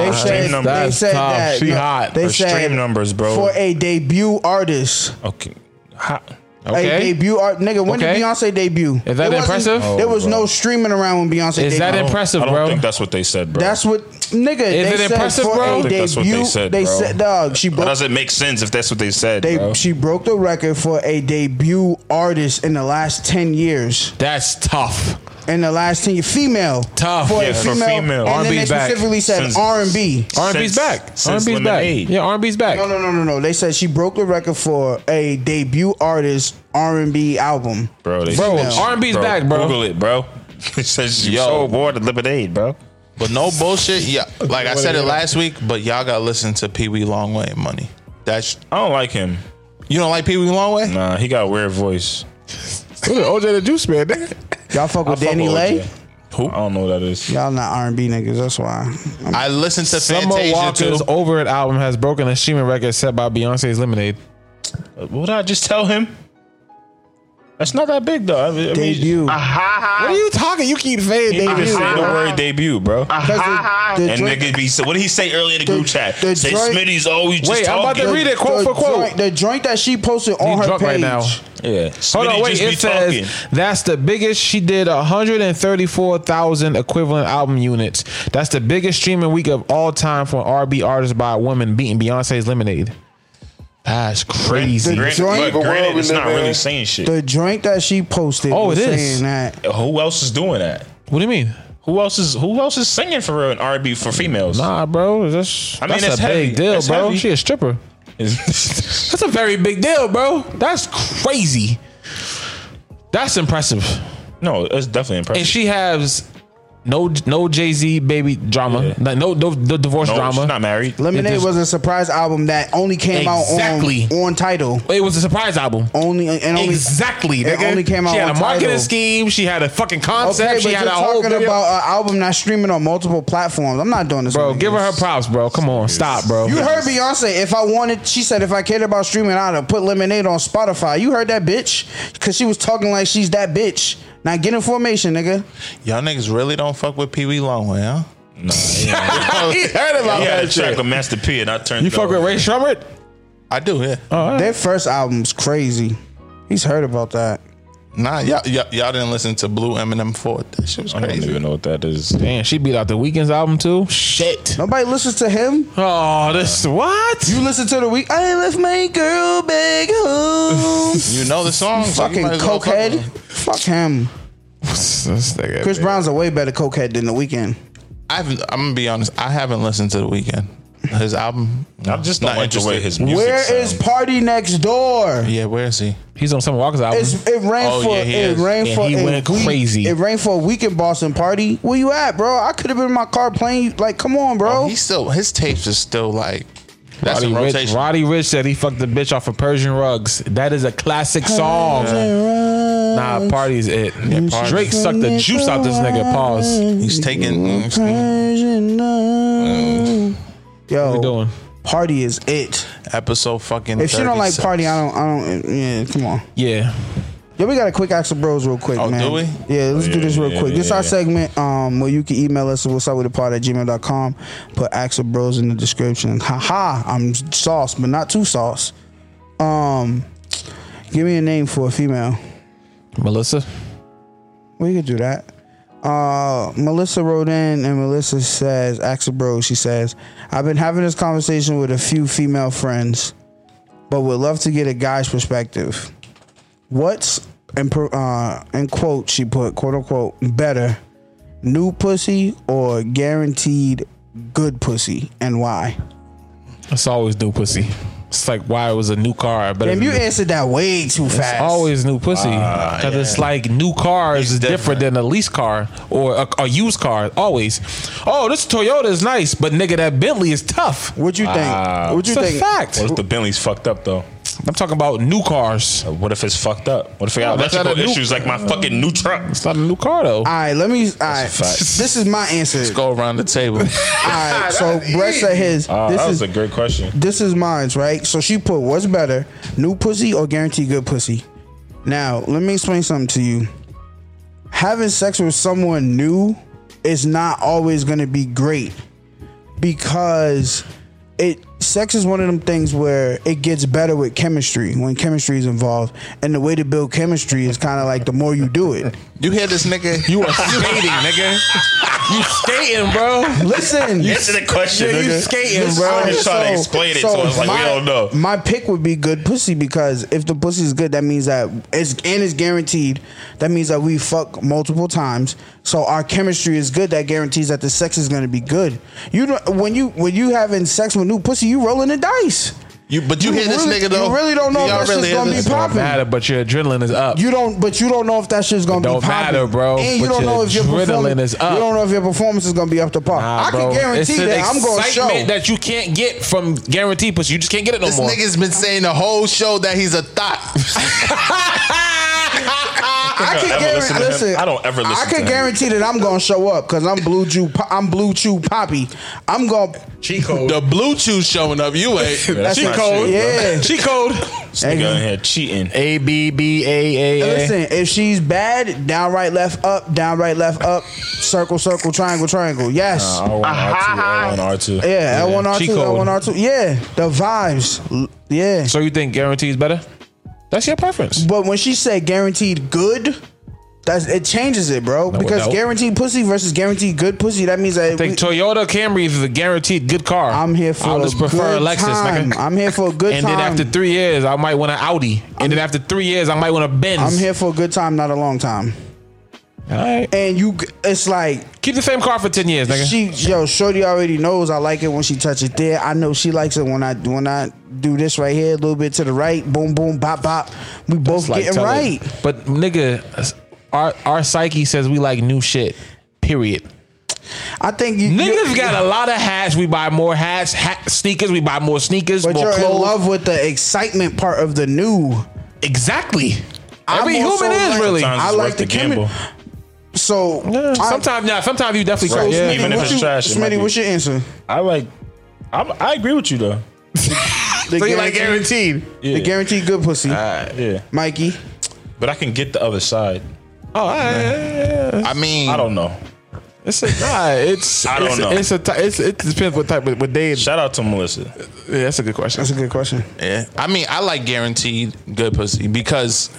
E: Her streaming.
A: They
E: stream
A: said,
E: numbers.
A: they
H: That's
A: said
H: tough.
A: that.
H: She hot.
A: They
E: Her
A: said
E: stream numbers, bro.
A: For a debut artist.
E: Okay. Hot.
A: A
H: Okay.
A: debut art nigga, when
H: Okay.
A: did Beyonce debut?
H: Is
A: It
H: that
A: wasn't-
H: impressive?
E: Oh,
A: there was no streaming around when Beyonce
H: Is
A: debuted.
H: that impressive,
E: I don't
H: bro?
E: think that's what they said, bro.
A: That's what nigga.
H: Is
A: they
H: it
A: said
H: impressive,
A: for
H: bro?
A: a
H: I don't
E: think that's what they
A: debut-
E: said,
A: They
E: bro.
A: said dog, she
E: That
A: broke
E: doesn't make sense if that's what they said,
A: they
E: bro.
A: she broke the record for a debut artist in the last ten years.
H: That's tough.
A: In the last ten years, female.
H: Tough.
A: For
E: Yeah,
A: a
E: for
A: female.
E: female.
A: And then
H: R&B
A: they
H: back.
A: specifically said
E: Since-
A: R and B.
H: R&B's
E: Since-
H: back.
E: since
H: R&B's back.
E: Lemonade.
H: Yeah, R&B's back.
A: No, no, no, no, no. They said she broke the record for a debut artist R and B album.
E: Bro, they
H: Bro,
E: said-
H: R&B's back, bro.
E: Google it, bro. it says you
F: Yo.
E: sold more than lemonade, bro.
F: But no bullshit. Yeah, like I said it last week. But y'all gotta listen to Pee Wee Longway money. That's
E: I don't like him.
F: you don't like Pee Wee Longway.
E: Nah, he got a weird voice.
H: OJ the Juice Man, nigga.
A: Y'all fuck with
E: I fuck
A: Danny
E: with
A: Lay?
E: OJ. Who? I don't know who that is.
A: Y'all not R and B niggas. That's why. I'm-
F: I listened to
H: Summer
F: Fantasia
H: Walker's
F: too.
H: Over It album has broken a streaming record set by Beyonce's Lemonade.
E: What did I just tell him? That's not that big though. I mean, I mean,
A: debut.
H: What are you talking? You keep saying
E: He didn't even say the word debut, bro.
A: 'Cause the- the
E: And
A: joint-
E: nigga be so. What did he say earlier in the group
A: The-
E: chat?
A: the
E: Say
A: joint-
E: Smitty's always just
H: Wait, I'm
E: talking.
H: about to read it quote
A: the
H: for quote.
A: Joint, the joint that she posted on
H: He's
A: her
H: drunk
A: page.
H: right now.
E: Yeah,
H: Hold
E: Smitty
H: on, wait.
E: just be
H: It says
E: talking.
H: that's the biggest. She did 134,000 equivalent album units. That's the biggest streaming week of all time for an R&B artist by a woman beating Beyonce's Lemonade. That's crazy.
A: The
E: Granted, but
A: joint- The
E: granted,
G: world we
E: it's not
G: live in.
E: really saying shit.
A: The joint that she posted.
H: Oh,
A: was
H: it is.
A: saying that.
E: who else is doing that?
H: What do you mean?
E: Who else is Who else is singing for real in R&B for females?
H: Nah, bro. That's,
E: I mean,
H: that's
E: it's
H: a
E: heavy.
H: big deal,
E: It's
H: bro.
E: heavy.
H: She a stripper.
E: It's-
H: That's a very big deal, bro. That's crazy. That's impressive.
E: no, it's definitely impressive.
H: And she has no no Jay Z baby drama,
E: Yeah.
H: no, no no divorce
E: no,
H: drama.
E: she's not married.
A: Lemonade
H: It just-
A: was a surprise album that only came
H: Exactly.
A: out on on title.
H: It was a surprise album.
A: Only and only
H: Exactly.
A: It
H: nigga.
A: only came out
H: She had
A: on
H: a marketing
A: title.
H: scheme. She had a fucking concept.
A: Okay, but
H: she
A: you're
H: had a whole
A: talking
H: video.
A: about an album not streaming on multiple platforms. I'm not doing this,
H: bro,
A: with
H: give her
A: niggas.
H: her props, bro. Come on, stop, bro.
A: You heard Beyonce. If I wanted, she said, if I cared about streaming, I'd have put Lemonade on Spotify. You heard that bitch? Because she was talking like she's that bitch. Now get in formation, nigga.
F: Y'all niggas really don't fuck with Pee Wee Longway, huh?
H: he heard about
E: He had a track
H: that shit.
E: with Master P, and I turned.
H: You
E: it
H: fuck
E: over.
H: with Ray Shrummer?
F: I do, yeah.
A: Their first album's crazy. He's heard about that.
F: Nah, y'all, y'all, y'all didn't listen to Blue Eminem Four. That shit was
E: I don't
F: crazy.
E: even know what that is.
H: Damn, she beat out the Weekends album too. Shit.
A: Nobody listens to him.
H: Oh, this what?
A: You listen to the week. I left my girl back home.
F: You know the song, so you
A: Fucking
F: might as well fuck with
A: cokehead.
F: him.
A: Fuck him.
H: This nigga,
A: Chris
H: man.
A: Brown's a way better cokehead than the weekend.
F: I've, I'm gonna be honest. I haven't listened to the weekend. his album.
E: I just don't
F: Not
E: like the way
F: interested.
E: his music
A: Where is
E: sound.
A: Party Next Door?
F: Yeah, where is he?
H: He's on Summer Walker's album.
A: It's, it rained
F: Oh,
A: for
F: yeah, he
A: it
F: is.
A: rained
H: Mm-hmm. Yeah,
A: for
H: he
A: a
H: went
A: week.
H: crazy.
A: It rained for a week in Boston party. Where you at, bro? I could have been in my car playing. you- Like, come on,
H: Oh,
A: bro.
F: He's still his tapes is still like that's
H: Roddy
F: in
H: Rich,
F: rotation.
H: Roddy Rich said he fucked the bitch off of Persian rugs. That is a classic song. Nah, party's it.
F: Party's-
H: Drake sucked the juice out this nigga. Pause.
F: He's taking
H: What
A: Yo,
H: we doing?
A: party is it.
F: episode fucking.
A: Mm-hmm. If she don't like
F: 36.
A: party, I don't. I don't. Yeah, come on.
H: Yeah.
A: Yo, we got a quick Axel Bros real quick,
F: Oh,
A: man.
F: do we?
A: Yeah, let's do this real
E: yeah,
A: quick. this
E: yeah,
A: our
E: yeah.
A: segment um, where you can email us at what's up with the pod at gmail.com. Put Axel Bros in the description. Haha, I'm sauce, but not too sauce. Um, give me a name for a female.
H: Melissa.
A: We could do that. Uh, Melissa wrote in and Melissa says, Axel Bro, she says, I've been having this conversation with a few female friends, but would love to get a guy's perspective. What's, in, per- uh, in quote, she put, quote unquote, better, new pussy or guaranteed good pussy and why?
H: It's always new pussy. It's like why it was a new car. But
A: Damn, you answered that way too fast.
H: always new pussy
F: Ah,
H: because it's like new car is different. than a lease car or a, a used car. Always. Oh, this Toyota is nice, but nigga, that Bentley is tough.
A: What'd you think? What'd you
H: It's a
A: think?
H: fact.
E: What if the Bentley's fucked up though?
H: I'm talking about new cars.
E: What if it's fucked up? What if we got
H: No, that's not
E: electrical
H: a new- Uh,
E: issues like my fucking new truck?
H: It's not a new car though.
A: All right, let me. All right,
E: fact.
A: this is my answer.
F: Let's go around the table.
A: All right, so Brett said his.
E: Ah,
A: this
E: that was
A: is
E: a great question.
A: this is mine's right. So she put what's better, new pussy or guaranteed good pussy. Now let me explain something to you. Having sex with someone new is not always going to be great because it sex is one of them things where it gets better with chemistry when chemistry is involved and the way to build chemistry is kind of like the more you do it
F: you hear this nigga? You are skating, nigga.
H: you skating, bro?
A: listen
E: Answer the question.
H: Yeah, you
E: nigga.
H: skating,
E: I
H: bro.
E: was just trying to explain it, so, I was like,
A: my,
E: we don't know.
A: My pick would be good pussy because if the pussy is good, that means that it's and it's guaranteed. That means that we fuck multiple times, so our chemistry is good. That guarantees that the sex is going to be good. You don't, when you when you having sex with new pussy, you rolling the dice.
F: You but you, hear this
A: really-
F: nigga though?
A: You really don't know
F: Y'all
A: if that shit's
F: hear
A: gonna
F: this?
A: be
H: Don't
A: popping.
H: matter, but your adrenaline is up.
A: You don't, but you don't know if that shit's gonna
H: Don't
A: be popping.
H: matter, bro,
A: And you
H: but
A: don't
H: your
A: know if your
H: adrenaline
A: performance
H: is up.
A: You don't know if your performance is gonna be up to par.
H: Nah,
A: I
H: bro.
A: can
H: It's
A: guarantee
H: an
A: that I'm gonna show.
H: excitement that you can't get from guaranteed pussy. You just can't get it no
F: This
H: more.
F: nigga's been saying the whole show that he's a thot.
A: I
E: don't
A: can
E: ever listen
A: guarantee.
E: to him.
A: Listen,
E: I don't ever
A: I
E: listen to
A: can
E: him.
A: guarantee that I'm gonna show up because I'm blue Jew. I'm blue Chew Poppy. I'm gonna.
E: Chico.
F: the blue chew showing up. You ain't.
E: That's
A: She
E: not
A: cold.
E: shit, bro.
A: Yeah.
H: She code.
E: This nigga in here cheating.
H: A B B A A.
A: Listen, if she's bad, down right, left, up, down right, left, up, circle, circle, triangle, triangle. Yes.
E: I want R2. I want R2.
A: yeah, L one R two,
H: Chico.
A: L one R two. Yeah, the vibes. L- Yeah,
H: So you think guarantee is better? That's your preference.
A: but when she said guaranteed good, that's it changes it, bro. because
H: doubt.
A: guaranteed pussy versus guaranteed good pussy, that means that
H: I think
A: we-
H: Toyota Camry is a guaranteed good car.
A: I'm here for.
H: I
A: a
H: just prefer
A: good
H: a Lexus,
A: time.
H: nigga.
A: I'm here for a good
H: and
A: time.
H: then after three years, I might want an Audi. And then after three years, I might want a Benz.
A: I'm here for a good time, not a long time.
H: All right.
A: And you, it's like
H: Keep the same car for ten years, nigga.
A: she, yo, Shorty already knows I like it when she touch it there. I know she likes it when I when I do this right here, a little bit to the right, boom, boom, bop, bop. We both
H: It's like
A: getting
H: tell her-
A: right.
H: But nigga, our our psyche says we like new shit. Period.
A: I think you,
H: Niggas
A: you-
H: got a lot of hats. We buy more hats, hat, sneakers. We buy more sneakers,
A: but
H: more
A: you're
H: clothes.
A: in love with the excitement part of the new.
H: Exactly. Every
A: I'm also
H: human is
A: like-
H: really.
E: Sometimes
A: I
E: it's
A: like
E: worth
A: the
E: the gamble.
A: So
H: Yeah,
A: I-
H: sometimes, yeah, sometimes you definitely.
A: so
H: Right.
A: Smitty,
E: Even if
A: what's
E: it's
A: your-
E: trash, it might be-
A: Smitty, what's your answer?
E: I like. I'm, I agree with you though.
A: The
H: So you like Uh, guaranteed.
A: the guaranteed good pussy,
E: Yeah,
A: Mikey.
E: but I can get the other side.
H: Oh, I,
F: I mean,
E: I don't know.
H: it's a nah, it's.
E: I don't
H: it's,
E: know.
H: It's a. T- it's, it depends what type of what day. it-
E: Shout out to Melissa.
H: Yeah, that's a good question.
A: That's a good question.
F: Yeah. I mean, I like guaranteed good pussy because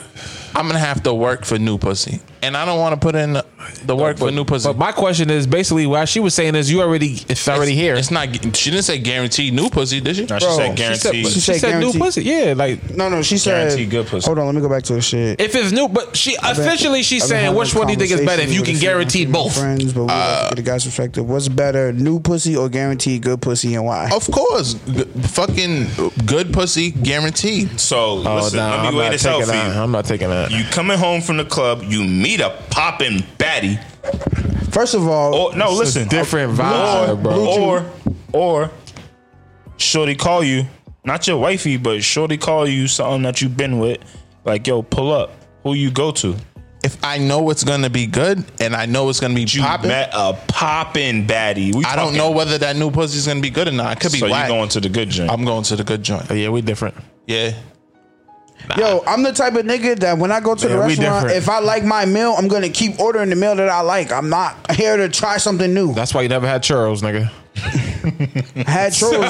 F: I'm gonna have to work for new pussy. and I don't want to put in the, the work for new pussy.
H: But my question is basically why she was saying is you already it's already here.
F: It's not. She didn't say guaranteed new pussy, did she?
E: Nah, she said
H: She said,
E: guaranteed.
H: she
A: said
H: said new
A: guaranteed.
H: pussy. Yeah, like
A: No, no, she said.
E: Guaranteed good pussy.
A: Hold on, let me go back to the shit.
H: if it's new, but she officially she's
A: I've been
H: saying
A: having
H: which one do you think is better if you can
A: conversations with a
H: guarantee
A: few of my
H: both. Uh,
A: Friends, but we like to get a guy's perspective. What's better, new pussy or guaranteed good pussy, and
H: Oh,
A: why?
F: Of course, G- fucking good pussy guaranteed.
E: So listen, let me
H: Oh, I'm
E: weigh
H: not
E: this out
H: taking
E: for
H: that.
E: you.
H: I'm not taking that.
E: You coming home from the club, you meet a popping batty.
A: First of all,
H: oh,
E: Or no, listen,
H: different
E: or,
H: vibe, bro.
E: or or shorty call you, not your wifey, but shorty call you something that you've been with, like yo, pull up. Who you go to?
F: If I know it's gonna be good and I know it's gonna be
E: You
F: popping,
E: met a popping batty. We
F: I don't
E: talking-
F: know whether that new pussy's gonna be good or not. It could be
E: So you
F: whack.
E: going Oh, to the good gym?
F: I'm going to the good joint.
H: yeah, we different.
F: Yeah.
A: yo, I'm the type of nigga that when I go to the
H: Yeah, we
A: restaurant,
H: different.
A: if I like my meal, I'm gonna keep ordering the meal that I like. I'm not here to try something new.
H: That's why you never had churros, nigga.
A: I had churros.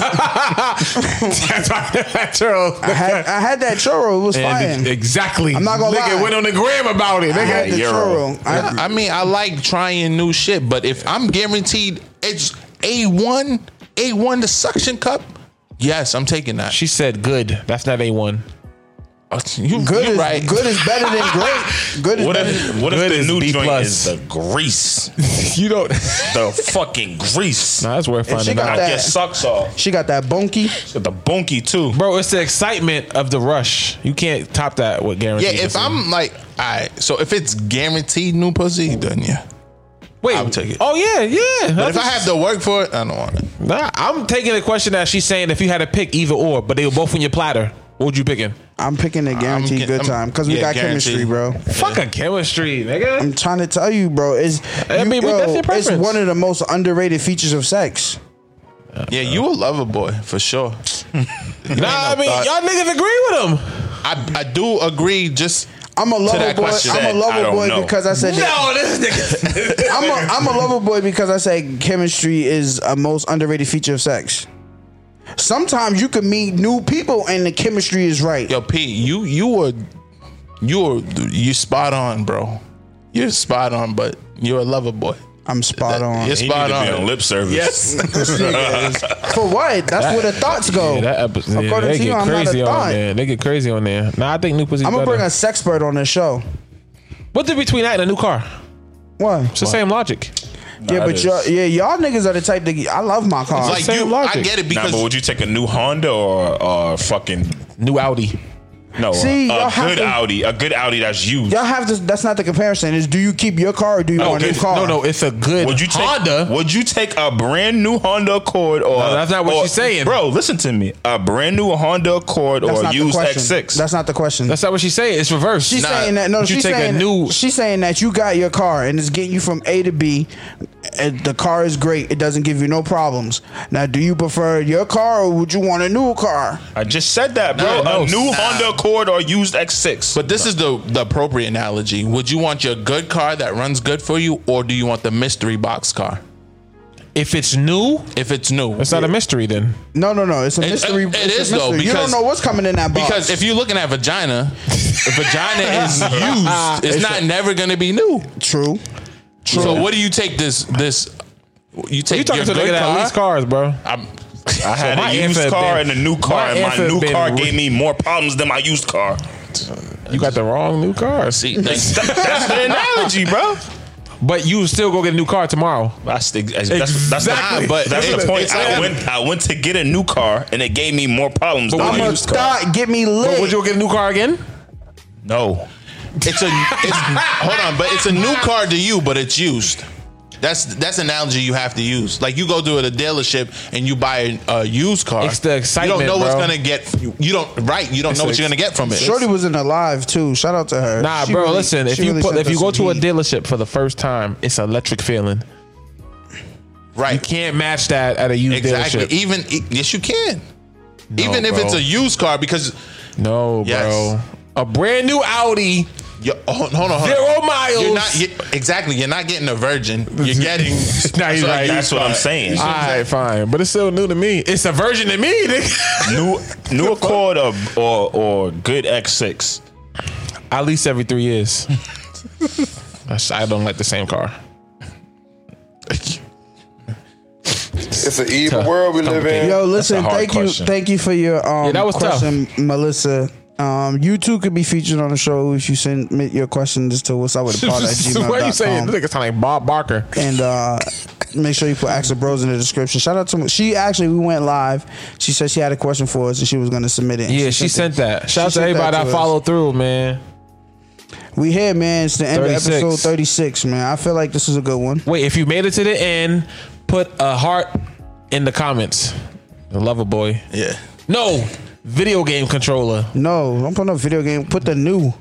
H: That's why I never had churros.
A: I had, I had that churro. It was
H: And
A: fine.
H: exactly.
A: I'm not gonna
H: nigga
A: lie.
H: went on the gram about it.
A: I had
H: Nigga.
A: the churro. I,
F: I mean, I like trying new shit, but if I'm guaranteed it's A1, A1 the suction cup, yes, I'm taking that. Uh,
H: She said good. That's not a one.
F: You,
A: good
F: you
A: is
F: right.
A: good is better than great. Good is
E: what
A: better than
E: if what
H: Good
E: if
H: is
E: the new
H: B
E: joint
H: plus.
E: is the grease,
H: You don't.
E: the fucking grease?
H: Nah, that's worth
A: And she
H: finding
A: got
H: out.
E: I
A: that-
E: guess sucks off.
A: she got that bonky.
E: Got the bunky too.
H: Bro, it's the excitement of the rush. You can't top that with guarantee.
F: Yeah, if I'm like, all right, so if it's guaranteed new pussy, then yeah.
H: wait,
F: I would take it.
H: Oh yeah, yeah.
F: But if I have to work for it, I don't want it.
H: nah, I'm taking the question that she's saying. If you had to pick either or, but they were both on your platter, what would you picking?
A: I'm picking a guaranteed
F: get-
A: good
F: I'm-
A: time because we
F: yeah,
A: got chemistry,
F: guaranteed.
A: bro.
H: Fuck a chemistry, nigga.
A: I'm trying to tell you, bro. It's
H: I mean,
A: you-
H: but that's your
A: it's
H: preference.
A: one of the most underrated features of sex.
F: Yeah, you a lover boy for sure.
H: nah, I mean,
F: thought.
H: y'all niggas agree with him.
F: I, I do agree. Just
A: I'm a lover
F: that
A: boy.
F: question.
A: I'm a
E: I
A: lover
E: don't
A: boy
E: know.
A: because I said that.
H: No, this nigga.
A: I'm a, I'm a lover boy because I said chemistry is a most underrated feature of sex. Sometimes you can meet new people and the chemistry is right.
F: yo, P, you you were you were you spot on, bro. You're spot on, but you're a lover boy.
A: I'm spot on.
F: You're
E: He need to
F: spot
E: be on
F: on.
E: lip service.
F: Yes.
A: This nigga is- For what? That's where the thoughts go.
H: Yeah, that episode, yeah,
A: Oh, According
H: they
A: to you,
H: get
A: I'm not a
H: crazy on
A: thought.
H: there. They get crazy on there. Nah, I think new pussy.
A: I'm gonna
H: better.
A: bring a sexpert on the show.
H: What's the between that and a new car?
A: What?
H: It's the same logic.
A: yeah,
E: that
A: but
E: is-
A: y'all, yeah, y'all niggas are the type that I love my car.
F: Like
H: Same
F: you, I
H: logic.
F: get it
E: Nah,
F: because
E: but would you take a new Honda or or fucking
H: New Audi.
E: no?
A: See,
E: a,
A: y'all
E: a
A: have
E: good
A: to-
E: Audi, a good Audi that's used.
A: Y'all have this. That's not the comparison. Is do you keep your car or do you want a new
E: good.
A: car?
H: No, no, it's a good
E: Would you take
H: Honda.
E: Would you take a brand new Honda Accord or?
H: No, that's not what
E: or-
H: she's saying.
E: bro. Listen to me. A brand new Honda Accord
A: That's
E: or
A: not
E: a
A: the
E: used
A: question.
E: X6.
A: That's not the question.
H: That's not what she's saying. It's reverse.
A: she's saying that. No,
H: would you
A: she's
H: take
A: saying
H: a new.
A: She's saying that you got your car and it's getting you from A to B. And the car is great. It doesn't give you no problems. Now, do you prefer your car or would you want a new car?
E: I just said that, bro.
F: Nah,
E: a
F: no,
E: new
F: nah.
E: Honda Accord or used X6.
F: But this is the, the appropriate analogy. Would you want your good car that runs good for you, or do you want the mystery box car?
H: If it's new,
F: If it's new,
H: it's not a mystery then.
A: No, no, no. It's a
F: It-
A: mystery.
F: it- it
A: it's a
F: is, though,
A: mystery. you don't
F: because-
A: know what's coming in that box.
F: because if you're looking at vagina, vagina is used. It's, not never going to be new.
A: true.
F: So what do you take this this? You
H: You
F: take
H: talking
F: your
H: to a nigga
F: good
H: that lease
F: car.
H: cars, bro?
F: I'm-
E: I had
H: my
E: a used
H: answer
E: car
H: been-
E: and a new car,
H: my
E: and my
H: answer
E: new
H: been
E: car
H: re-
E: gave me more problems than my used car.
H: You got the wrong new car.
F: see, that's,
E: That's the analogy, bro.
H: But you still go get a new car tomorrow.
E: That's the, that's, that's, that's
H: Exactly.
E: the, but that's
F: It's-
E: the point.
F: it's
E: I
F: happening.
E: went I went to get a new car and it gave me more problems than
A: I'm
E: my
A: a
E: used car.
A: thought. Get me lit.
H: Would you go get a new car again?
E: No,
F: it's a it's, hold on, but it's a new car to you, but it's used. That's that's an analogy you have to use. Like you go to a dealership and you buy a, a used car.
H: It's the
F: You
H: excitement,
F: don't know what's
H: bro.
F: gonna get. You, you don't right. You don't know
H: the
F: what you're
H: ex-
F: gonna get from it.
A: Shorty was in alive too. Shout out to her.
H: Nah,
A: She
H: bro.
A: really-
H: listen, if
A: she
H: you
A: really
H: put,
A: sent
H: if you
A: us
H: go
A: some
H: to a
A: heat.
H: dealership for the first time, it's an electric feeling. You
F: right?
H: can't match that at a used
F: Exactly.
H: dealership.
F: Even e, yes, you can. Even if
H: bro.
F: it's a used car, because
H: No,
F: Yes.
H: bro. A brand new Audi,
F: you oh, hold on, hold on.
H: zero miles.
F: You're not you- exactly. You're not getting a virgin. You're getting.
H: Nah, he's
F: So
H: right.
E: that's what I'm saying.
H: All right, fine, but it's still new to me. It's a version to me. nigga.
E: new new Accord or or, or good X6.
H: At least every three years. That's, I don't like the same car.
G: It's an evil world we live in.
A: Yo, listen,
E: hard
A: thank
E: question.
A: you, thank you for your um,
H: Yeah, that was tough.
A: question, Melissa. Um, you too could be featured on the show if you send me your questions to what's up with the pod at
H: what are you saying? This
A: gmail.com.
H: nigga sound like Bob Barker.
A: And uh, make sure you put Axel Bros in the description. Shout out to she actually we went live. She said she had a question for us and she was gonna submit it. and
H: Yeah, she sent that. Shout out
A: She
H: to
A: sent
H: everybody that,
A: to us.
H: followed through, man.
A: We here, man. It's the end of
H: 36.
A: episode thirty six, man. I feel like this is a good one.
H: Wait, if you made it to the end, put a heart in the comments. I love a boy.
F: Yeah.
H: No, video game controller.
A: No, don't put no video game. Put the new.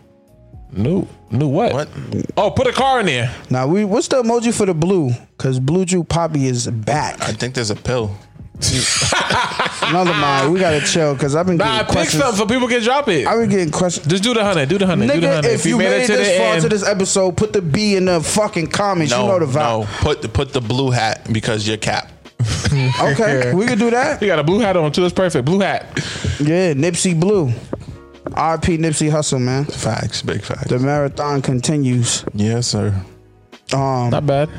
H: New, new what?
F: What?
H: Oh, put a car in there.
A: Now we what's the emoji for the blue? Cause Blue Jew Poppy is back.
F: I think there's a pill.
A: Another mind. We gotta chill because I've been getting
H: Nah, pick
A: questions.
H: something so people can drop it.
A: I've been getting questions.
H: Just do the hundred. Do the hundred. Do the
A: Nigga,
H: hundred.
A: if you made it this far to this episode, put the B in the fucking comments.
F: No,
A: you know the
F: no.
A: vibe.
F: Put the put the blue hat because you're cap.
A: Okay, we can do that.
H: you got a blue hat on too. It's perfect. Blue hat.
A: Yeah, Nipsey Blue. RP Nipsey Hustle, man.
F: Facts, big facts.
A: The marathon continues.
F: yes, sir.
A: Um,
H: Not bad.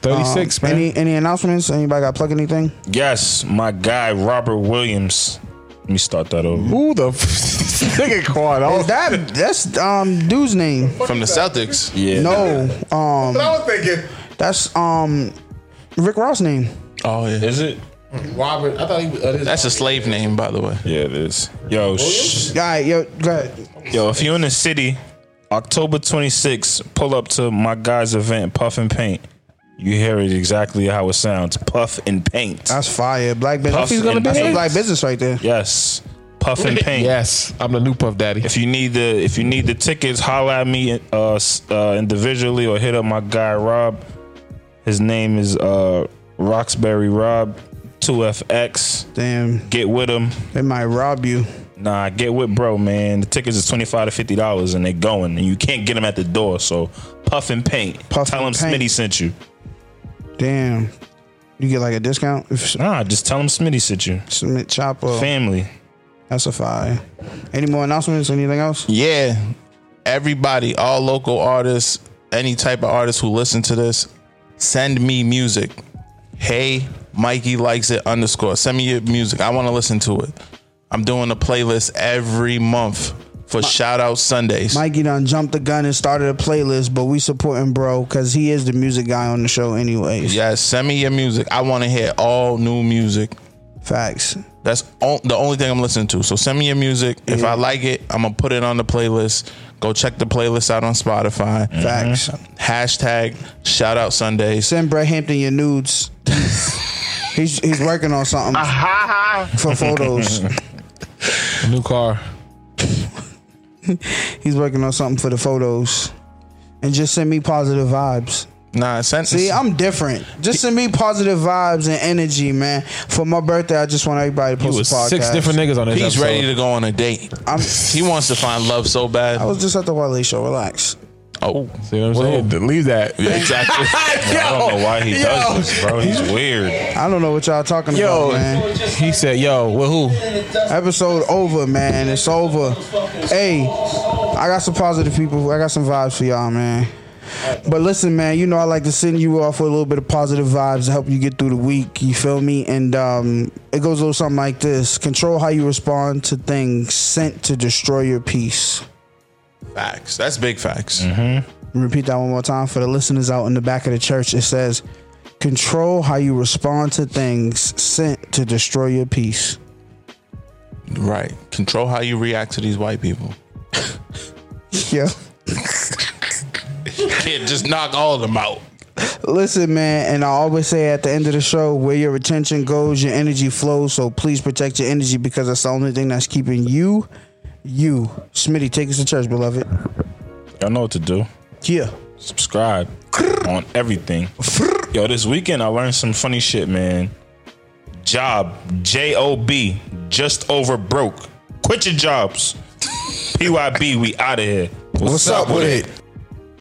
H: Thirty
A: um,
H: six, man.
A: any any announcements? Anybody got to plug anything?
E: Yes, my guy Robert Williams. Let me start that over.
H: Who the f- nigga caught
A: Is
H: off?
A: that that's um dude's name?
F: From the Celtics.
E: Yeah.
A: No, um,
J: I was thinking
A: that's um Rick Ross' name.
F: Oh yeah.
E: Is it?
J: Robert. I thought he was. Uh, this-
F: That's a slave name, by the way.
E: Yeah, it is. Yo, sh-
A: All right, yo, go ahead.
E: yo, if you're in the city, October 26th, pull up to my guy's event, Puff and Paint. You hear it exactly how it sounds. Puff and Paint.
A: That's fire. Black business.
E: Puff
A: He's gonna
E: and
A: be that's some
E: Paint.
A: black business right there.
E: Yes, Puff and Paint.
H: Yes, I'm the new Puff Daddy.
E: If you need the if you need the tickets, holla at me uh, s- uh, individually or hit up my guy Rob. His name is uh, Roxbury Rob, two FX.
A: Damn,
E: Get with him.
A: they might rob you.
E: Nah, get with bro, man. The tickets is twenty five to fifty dollars, and they're going, and you can't get them at the door. So puff and paint.
A: Puff
E: tell
A: and
E: them
A: Paint.
E: Smitty sent you.
A: Damn, you get like a discount if
E: Nah, just tell them Smitty sent you.
A: submit chopper.
E: Family.
A: That's a fire. Any more announcements? Anything else?
F: Yeah. Everybody, all local artists, any type of artists who listen to this, send me music. Hey, Mikey likes it underscore. Send me your music. I want to listen to it. I'm doing a playlist every month for shout out Sundays.
A: Mikey done jumped the gun and started a playlist, but we supporting bro because he is the music guy on the show, anyways.
F: Yes, send me your music. I want to hear all new music.
A: Facts.
F: That's all, the only thing I'm listening to. So send me your music. If I like it, I'm gonna put it on the playlist. Go check the playlist out on Spotify.
A: Facts.
F: Hashtag shout out Sundays.
A: Send Brett Hampton your nudes. he's he's working on something for photos.
H: new car.
A: He's working on something for the photos. And just send me positive vibes.
F: Nah, send
A: See, I'm different. Just send me positive vibes and energy, man. For my birthday, I just want everybody to
H: It
A: post
H: was
A: a podcast.
H: six different niggas on this.
F: he's
H: episode.
F: ready to go on a date.
A: I'm,
F: He wants to find love so bad.
A: I was just at the Wale show. Relax.
F: oh,
H: See what I'm saying? Leave that.
F: yeah, exactly.
E: I don't know Oh, why he does this, bro. He's weird.
A: I don't know what y'all talking
H: Yo.
A: about, man.
H: He said, "Yo, with who?
A: Episode over, man. It's over. Hey, I got some positive people. I got some vibes for y'all, man. But listen, man, you know I like to send you off with a little bit of positive vibes to help you get through the week. You feel me? And um, it goes a little something like this: control how you respond to things sent to destroy your peace.
F: facts. That's big facts.
A: Repeat that one more time for the listeners out in the back of the church. It says, control how you respond to things sent to destroy your peace.
F: Right. Control how you react to these white people.
A: Yeah.
F: Can't just knock all of them out.
A: Listen, man, and I always say at the end of the show, where your attention goes, your energy flows. So please protect your energy because that's the only thing that's keeping you, you. Smitty, take us to church, beloved.
E: Y'all know what to do.
A: Yeah.
E: subscribe on everything. Yo, this weekend I learned some funny shit, man. Job, J O B, just over broke. Quit your jobs. PYB, we out of here.
A: What's up with it?